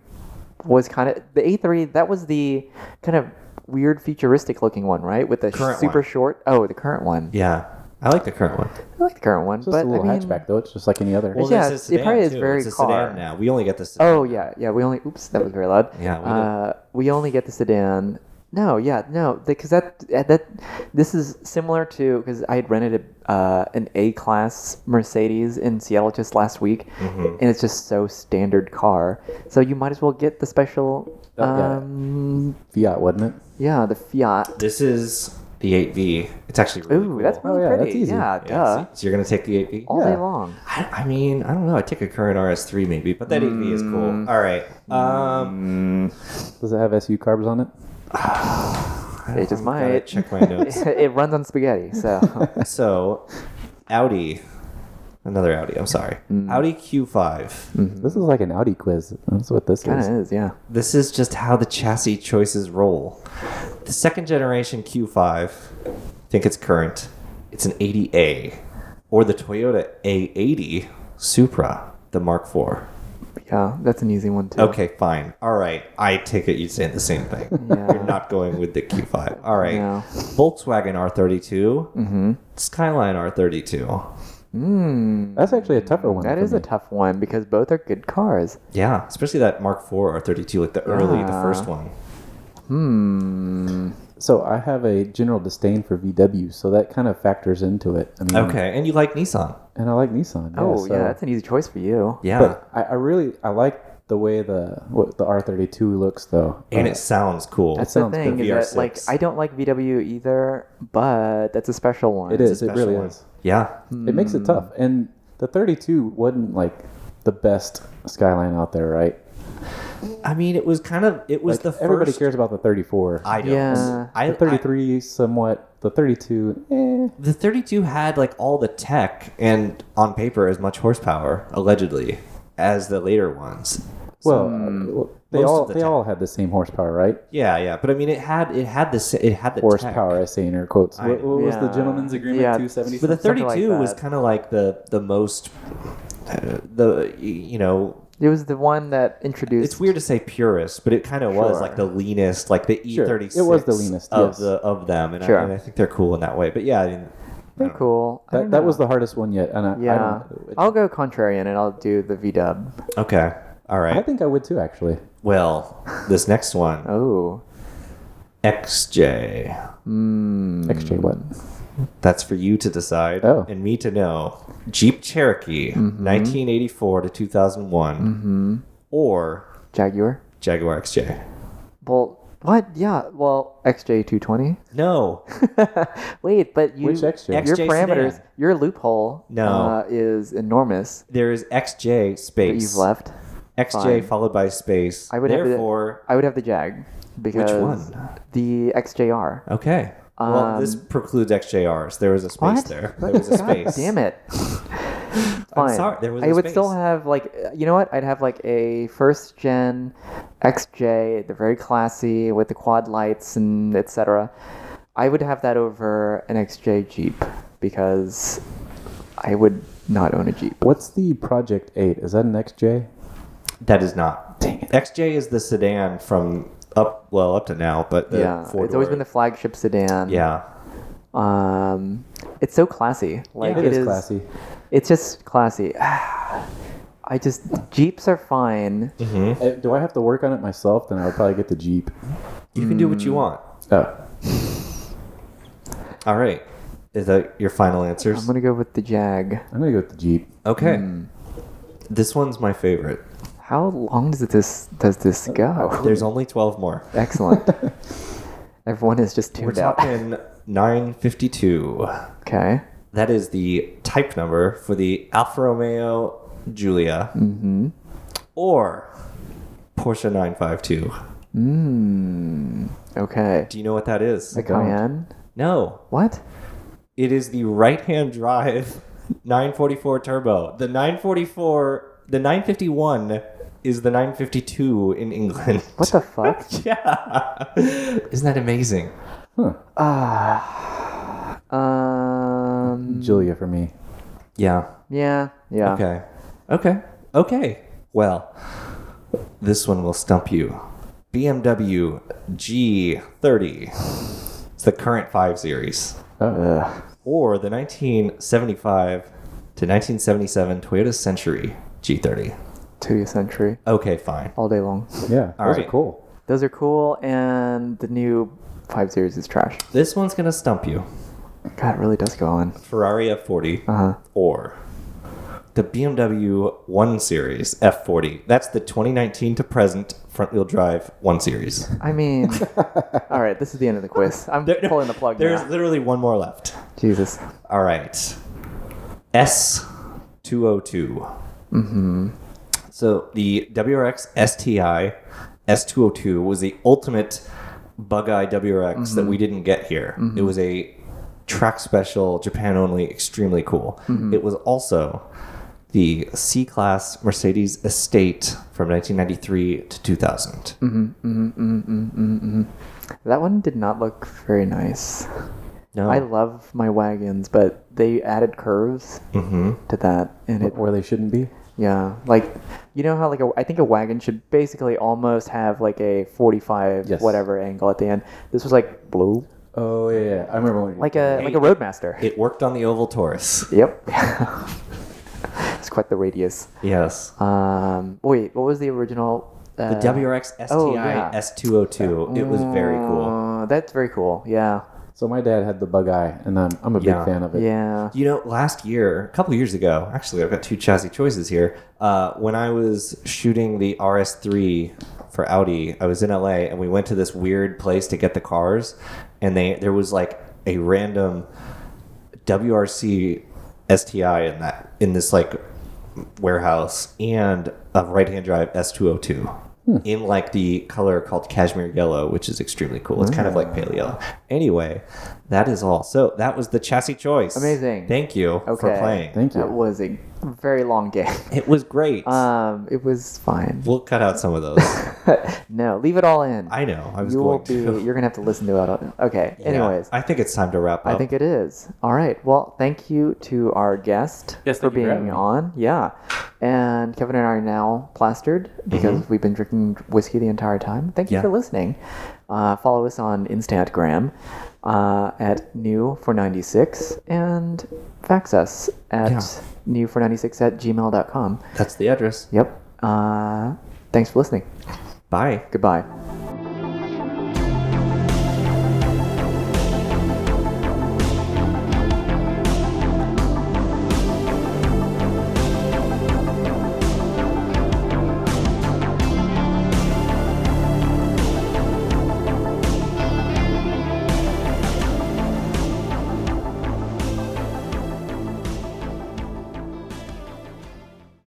[SPEAKER 4] was kind of the A3 that was the kind of weird futuristic looking one, right? With the
[SPEAKER 2] Current
[SPEAKER 4] super
[SPEAKER 2] one.
[SPEAKER 4] short. Oh, the current one.
[SPEAKER 2] Yeah, I like the current one.
[SPEAKER 4] I like the current one,
[SPEAKER 5] It's just
[SPEAKER 4] but
[SPEAKER 5] a little
[SPEAKER 4] I mean,
[SPEAKER 5] hatchback though. It's just like any other.
[SPEAKER 4] Well,
[SPEAKER 2] there's
[SPEAKER 4] yeah,
[SPEAKER 2] a
[SPEAKER 4] it probably is very
[SPEAKER 2] it's a
[SPEAKER 4] car.
[SPEAKER 2] sedan now. We only get the sedan.
[SPEAKER 4] Oh yeah, yeah. We only oops, that was very loud.
[SPEAKER 2] Yeah, we
[SPEAKER 4] we,
[SPEAKER 2] don't-
[SPEAKER 4] uh, we only get the sedan. No, yeah, no, because that eh, that this is similar to because I had rented a, uh, an A class Mercedes in Seattle just last week,
[SPEAKER 5] Mm-hmm.
[SPEAKER 4] and it's just so standard car. So you might as well get the special.
[SPEAKER 5] Oh, yeah.
[SPEAKER 4] Um,
[SPEAKER 5] Fiat, wasn't it?
[SPEAKER 4] yeah, the Fiat.
[SPEAKER 2] This is the 8V. It's actually really
[SPEAKER 4] Ooh,
[SPEAKER 2] cool.
[SPEAKER 4] that's Oh. really
[SPEAKER 5] Oh, yeah,
[SPEAKER 4] pretty.
[SPEAKER 5] that's easy.
[SPEAKER 4] Yeah,
[SPEAKER 2] Yeah,
[SPEAKER 4] duh.
[SPEAKER 2] so- So you're gonna take the 8V.
[SPEAKER 4] All
[SPEAKER 5] Yeah. [LAUGHS]
[SPEAKER 4] day long.
[SPEAKER 2] I, I mean, I don't know. I take a current RS3 maybe, but that 8V is cool.
[SPEAKER 4] Mm.
[SPEAKER 2] All right. Um,
[SPEAKER 5] Does it have SU carbs on it?
[SPEAKER 4] It Mm. just
[SPEAKER 2] I gotta
[SPEAKER 4] might.
[SPEAKER 2] check my notes.
[SPEAKER 4] [LAUGHS] it runs on
[SPEAKER 5] [LAUGHS]
[SPEAKER 4] spaghetti, so [LAUGHS]
[SPEAKER 2] so, Audi, another Audi. I'm sorry,
[SPEAKER 4] Mm.
[SPEAKER 2] Audi Q5.
[SPEAKER 5] Hmm. This is like an Audi quiz. That's what this is.
[SPEAKER 4] kind of mm-hmm. is. Yeah.
[SPEAKER 2] This is just how the chassis choices roll. The second generation Q5, I think it's current, it's an 80A, or the Toyota A80 Supra, the Mark IV.
[SPEAKER 4] Yeah, that's an easy one too.
[SPEAKER 2] Okay, fine. All right. I take it you're saying the same thing.
[SPEAKER 4] Yeah.
[SPEAKER 2] [LAUGHS] You're not going with the Q5. All right.
[SPEAKER 4] No.
[SPEAKER 2] Volkswagen R32,
[SPEAKER 4] Mm-hmm.
[SPEAKER 2] Skyline R32.
[SPEAKER 5] That's actually a tougher one.
[SPEAKER 4] That
[SPEAKER 5] for
[SPEAKER 4] is
[SPEAKER 5] me.
[SPEAKER 4] a tough one because both are good cars.
[SPEAKER 2] Yeah, especially that Mark IV R32, like the early, the
[SPEAKER 4] Yeah.
[SPEAKER 2] first one.
[SPEAKER 5] Hmm, so I have a general disdain for VW, so that kind of factors into it. I mean,
[SPEAKER 4] Mm.
[SPEAKER 2] Okay, and you like Nissan.
[SPEAKER 5] And I like Nissan. Yeah,
[SPEAKER 4] Oh yeah,
[SPEAKER 5] so-
[SPEAKER 4] that's an easy choice for you.
[SPEAKER 2] Yeah.
[SPEAKER 5] But I, I really I like the way the what the R32 looks though.
[SPEAKER 2] and
[SPEAKER 5] Uh,
[SPEAKER 2] it sounds cool.
[SPEAKER 4] That's
[SPEAKER 5] sounds
[SPEAKER 4] the
[SPEAKER 5] good.
[SPEAKER 4] thing is
[SPEAKER 2] VR6.
[SPEAKER 4] that like I don't like VW either, but that's a special one.
[SPEAKER 5] Uh, it is. It
[SPEAKER 2] Special
[SPEAKER 5] really
[SPEAKER 2] one.
[SPEAKER 5] is.
[SPEAKER 2] Yeah.
[SPEAKER 5] It makes it tough. And the 32 wasn't like the best Skyline out there, right?
[SPEAKER 2] I mean, it was kind of, it was
[SPEAKER 5] Like,
[SPEAKER 2] the first.
[SPEAKER 5] everybody cares about the 34.
[SPEAKER 2] I don't.
[SPEAKER 4] Yeah.
[SPEAKER 2] I,
[SPEAKER 5] the 33 somewhat. The 32, eh.
[SPEAKER 2] I- the 32 had like all the tech and on paper as much horsepower, allegedly, as the later ones.
[SPEAKER 5] Well, uh, well, they
[SPEAKER 2] most
[SPEAKER 5] all
[SPEAKER 2] of the
[SPEAKER 5] they
[SPEAKER 2] time.
[SPEAKER 5] all had the same horsepower, right?
[SPEAKER 2] Yeah, yeah, but I mean, it had it had the sa- it had the tech.
[SPEAKER 5] Horsepower, I say in air quotes.
[SPEAKER 2] I-
[SPEAKER 5] What, what was the
[SPEAKER 4] Yeah.
[SPEAKER 5] gentleman's agreement?
[SPEAKER 4] Yeah.
[SPEAKER 5] 270.
[SPEAKER 2] But the
[SPEAKER 4] Something
[SPEAKER 2] 32
[SPEAKER 4] like
[SPEAKER 2] was
[SPEAKER 4] that.
[SPEAKER 2] kind of like the the most uh, the you know
[SPEAKER 4] It was the one that introduced.
[SPEAKER 2] it's weird to say purist, but it kind of was
[SPEAKER 4] Sure.
[SPEAKER 2] like the leanest, like the
[SPEAKER 5] Sure.
[SPEAKER 2] E36.
[SPEAKER 5] It was the leanest,
[SPEAKER 2] of
[SPEAKER 5] yes.
[SPEAKER 2] the of them, and,
[SPEAKER 4] Sure.
[SPEAKER 2] I, and I think they're cool in that way. But yeah, I mean,
[SPEAKER 4] They're cool. I
[SPEAKER 5] That,
[SPEAKER 4] don't
[SPEAKER 5] that
[SPEAKER 4] know.
[SPEAKER 5] was the hardest one yet. And I,
[SPEAKER 4] Yeah,
[SPEAKER 5] I, don't-
[SPEAKER 4] I'll go contrarian and I'll do the VW.
[SPEAKER 2] okay,
[SPEAKER 5] I
[SPEAKER 2] all right.
[SPEAKER 5] think I would too, actually.
[SPEAKER 2] Well, this next one,
[SPEAKER 4] Oh,
[SPEAKER 2] XJ.
[SPEAKER 5] XJ what?
[SPEAKER 2] That's for you to decide
[SPEAKER 5] Oh.
[SPEAKER 2] and me to know. Jeep Cherokee,
[SPEAKER 4] Mm-hmm.
[SPEAKER 2] 1984 to 2001, or
[SPEAKER 4] Jaguar.
[SPEAKER 2] Jaguar XJ.
[SPEAKER 4] Well, what? Yeah. Well, XJ220.
[SPEAKER 2] No,
[SPEAKER 4] [LAUGHS] Wait, but you,
[SPEAKER 5] Which XJ?
[SPEAKER 4] your
[SPEAKER 2] XJ
[SPEAKER 4] parameters,
[SPEAKER 2] sedan.
[SPEAKER 4] your loophole,
[SPEAKER 2] No.
[SPEAKER 4] uh, is enormous
[SPEAKER 2] there is XJ
[SPEAKER 4] that
[SPEAKER 2] space.
[SPEAKER 4] you've left.
[SPEAKER 2] XJ
[SPEAKER 4] Fine.
[SPEAKER 2] followed by space.
[SPEAKER 4] I would have to-
[SPEAKER 2] Therefore,
[SPEAKER 4] I would have the Jag because
[SPEAKER 2] one?
[SPEAKER 4] the XJR.
[SPEAKER 2] okay. well, this
[SPEAKER 4] Um,
[SPEAKER 2] precludes XJRs. There was a space
[SPEAKER 4] What?
[SPEAKER 2] there. There was a space.
[SPEAKER 4] Damn it. Fine.
[SPEAKER 2] sorry, there was
[SPEAKER 4] I
[SPEAKER 2] a
[SPEAKER 4] would still
[SPEAKER 2] space.
[SPEAKER 4] have like uh, you know what? I'd have like a first gen XJ, they're very classy with the quad lights and etc. I would have that over an XJ Jeep because I would not own a Jeep.
[SPEAKER 5] What's the Project 8? Is that an XJ?
[SPEAKER 2] That is not. XJ is the sedan from up, well, up to now, but the
[SPEAKER 4] yeah,
[SPEAKER 2] four-door.
[SPEAKER 4] it's always been the flagship sedan.
[SPEAKER 2] yeah.
[SPEAKER 4] um, it's so classy. Like
[SPEAKER 5] it is, classy.
[SPEAKER 4] It's just classy. [SIGHS] I just Jeeps are fine.
[SPEAKER 5] Uh, Do I have to work on it myself? Then I would probably get the Jeep.
[SPEAKER 2] You can do what
[SPEAKER 4] Hmm.
[SPEAKER 2] you want.
[SPEAKER 5] Oh,
[SPEAKER 2] All right. Is that your final answers?
[SPEAKER 4] I'm gonna Hmm. go with the Jag.
[SPEAKER 5] I'm gonna go with the Jeep.
[SPEAKER 2] Okay. This one's my favorite.
[SPEAKER 4] How long does this does this go? [LAUGHS]
[SPEAKER 2] There's only 12 more.
[SPEAKER 4] Excellent. Everyone is just tuned
[SPEAKER 2] We're
[SPEAKER 4] out.
[SPEAKER 2] talking 952.
[SPEAKER 4] Okay.
[SPEAKER 2] That is the type number for the Alfa Romeo Giulia. Mm-hmm. Or Porsche 952.
[SPEAKER 4] Okay.
[SPEAKER 2] Do you know what that is?
[SPEAKER 4] The Cayenne.
[SPEAKER 2] No.
[SPEAKER 4] What?
[SPEAKER 2] It is the right-hand drive [LAUGHS] 944 turbo. The 944, the 951 is the 952 in England.
[SPEAKER 4] What the fuck?
[SPEAKER 2] [LAUGHS] yeah. Isn't that amazing?
[SPEAKER 5] Huh.
[SPEAKER 4] Ah. Um.
[SPEAKER 5] Julia for me.
[SPEAKER 2] Yeah.
[SPEAKER 4] Yeah. Yeah.
[SPEAKER 2] Okay. Okay. Okay. Well, this one will stump you. BMW G30. It's the current 5 series
[SPEAKER 5] Oh,
[SPEAKER 2] or the 1975 to 1977 Toyota Century G30.
[SPEAKER 4] Two century
[SPEAKER 2] Okay, fine.
[SPEAKER 4] all day long.
[SPEAKER 5] yeah.
[SPEAKER 2] All
[SPEAKER 5] those
[SPEAKER 2] right.
[SPEAKER 5] are cool.
[SPEAKER 4] Those are cool, and the new five series is trash.
[SPEAKER 2] This one's going to stump you. Uh-huh.
[SPEAKER 4] God, it really does go on.
[SPEAKER 2] Ferrari F40 or the BMW 1 Series F40. That's the 2019 to present front wheel drive 1 Series.
[SPEAKER 4] I mean, all right, this is the end of the quiz. I'm pulling the plug
[SPEAKER 2] There's
[SPEAKER 4] now.
[SPEAKER 2] literally one more left.
[SPEAKER 4] Jesus.
[SPEAKER 2] All right. S202. Mm-hmm. So the WRX STI S202 was the ultimate bug eye WRX that
[SPEAKER 4] Mm-hmm.
[SPEAKER 2] we didn't get here. It was a track special, Japan only, extremely cool.
[SPEAKER 4] Mm-hmm.
[SPEAKER 2] It was also the C Class Mercedes Estate from 1993 to 2000.
[SPEAKER 4] Mm-hmm. That one did not look very nice.
[SPEAKER 2] No.
[SPEAKER 4] I love my wagons, but they added curves to that, and it
[SPEAKER 5] Where they shouldn't be.
[SPEAKER 4] yeah, like you know how like a, I think a wagon should basically almost have like a forty-five
[SPEAKER 5] Yes.
[SPEAKER 4] whatever angle at the end. This was like blue,
[SPEAKER 5] Oh yeah, yeah. I remember when. you-
[SPEAKER 4] like a like a roadmaster.
[SPEAKER 2] it worked on the Oval Taurus.
[SPEAKER 4] yep, [LAUGHS] it's quite the radius.
[SPEAKER 2] Yes.
[SPEAKER 4] Um, wait, what was the original? Uh,
[SPEAKER 2] The WRX STI
[SPEAKER 4] oh, yeah.
[SPEAKER 2] S202. It was very cool.
[SPEAKER 4] uh, that's very cool. Yeah,
[SPEAKER 5] so my dad had the bug eye, and I'm, I'm a big
[SPEAKER 2] Yeah.
[SPEAKER 5] fan of it.
[SPEAKER 4] yeah.
[SPEAKER 2] You know, last year, a couple years ago, actually, I've got two chassis choices here. Uh, when I was shooting the RS3 for Audi, I was in LA and we went to this weird place to get the cars, and they there was like a random WRC STI in that in this like warehouse and a right-hand drive S202
[SPEAKER 4] Hmm.
[SPEAKER 2] in like the color called cashmere yellow, which is extremely cool. It's kind of
[SPEAKER 4] Ah.
[SPEAKER 2] like pale yellow. Anyway, that is all. So that was the chassis choice.
[SPEAKER 4] Amazing.
[SPEAKER 2] Thank you for
[SPEAKER 4] Okay.
[SPEAKER 2] playing.
[SPEAKER 5] Thank you.
[SPEAKER 4] That was a very long
[SPEAKER 2] [LAUGHS]
[SPEAKER 4] game.
[SPEAKER 2] it was great.
[SPEAKER 4] Um, it was fine.
[SPEAKER 2] we'll cut out some of those.
[SPEAKER 4] [LAUGHS] no, leave it all in.
[SPEAKER 2] I know. I was
[SPEAKER 4] you will
[SPEAKER 2] going
[SPEAKER 4] be.
[SPEAKER 2] to.
[SPEAKER 4] You're gonna have to listen to it. Okay.
[SPEAKER 2] Yeah.
[SPEAKER 4] Anyways,
[SPEAKER 2] I think it's time to wrap
[SPEAKER 1] Oh.
[SPEAKER 2] up.
[SPEAKER 4] I think it is. All right. Well, thank you to our guest
[SPEAKER 1] Yes,
[SPEAKER 4] for
[SPEAKER 1] thank you for having
[SPEAKER 4] being
[SPEAKER 1] me.
[SPEAKER 4] on. Yeah. And Kevin and I are now plastered
[SPEAKER 1] Mm-hmm.
[SPEAKER 4] because we've been drinking whiskey the entire time. Thank you
[SPEAKER 2] Yeah.
[SPEAKER 4] for listening. Uh, follow us on Instagram uh, at new496 and fax us at
[SPEAKER 2] Yeah.
[SPEAKER 4] new496 at gmail.com.
[SPEAKER 2] That's the address.
[SPEAKER 4] Yep. Uh, thanks for listening.
[SPEAKER 2] Bye.
[SPEAKER 4] Goodbye.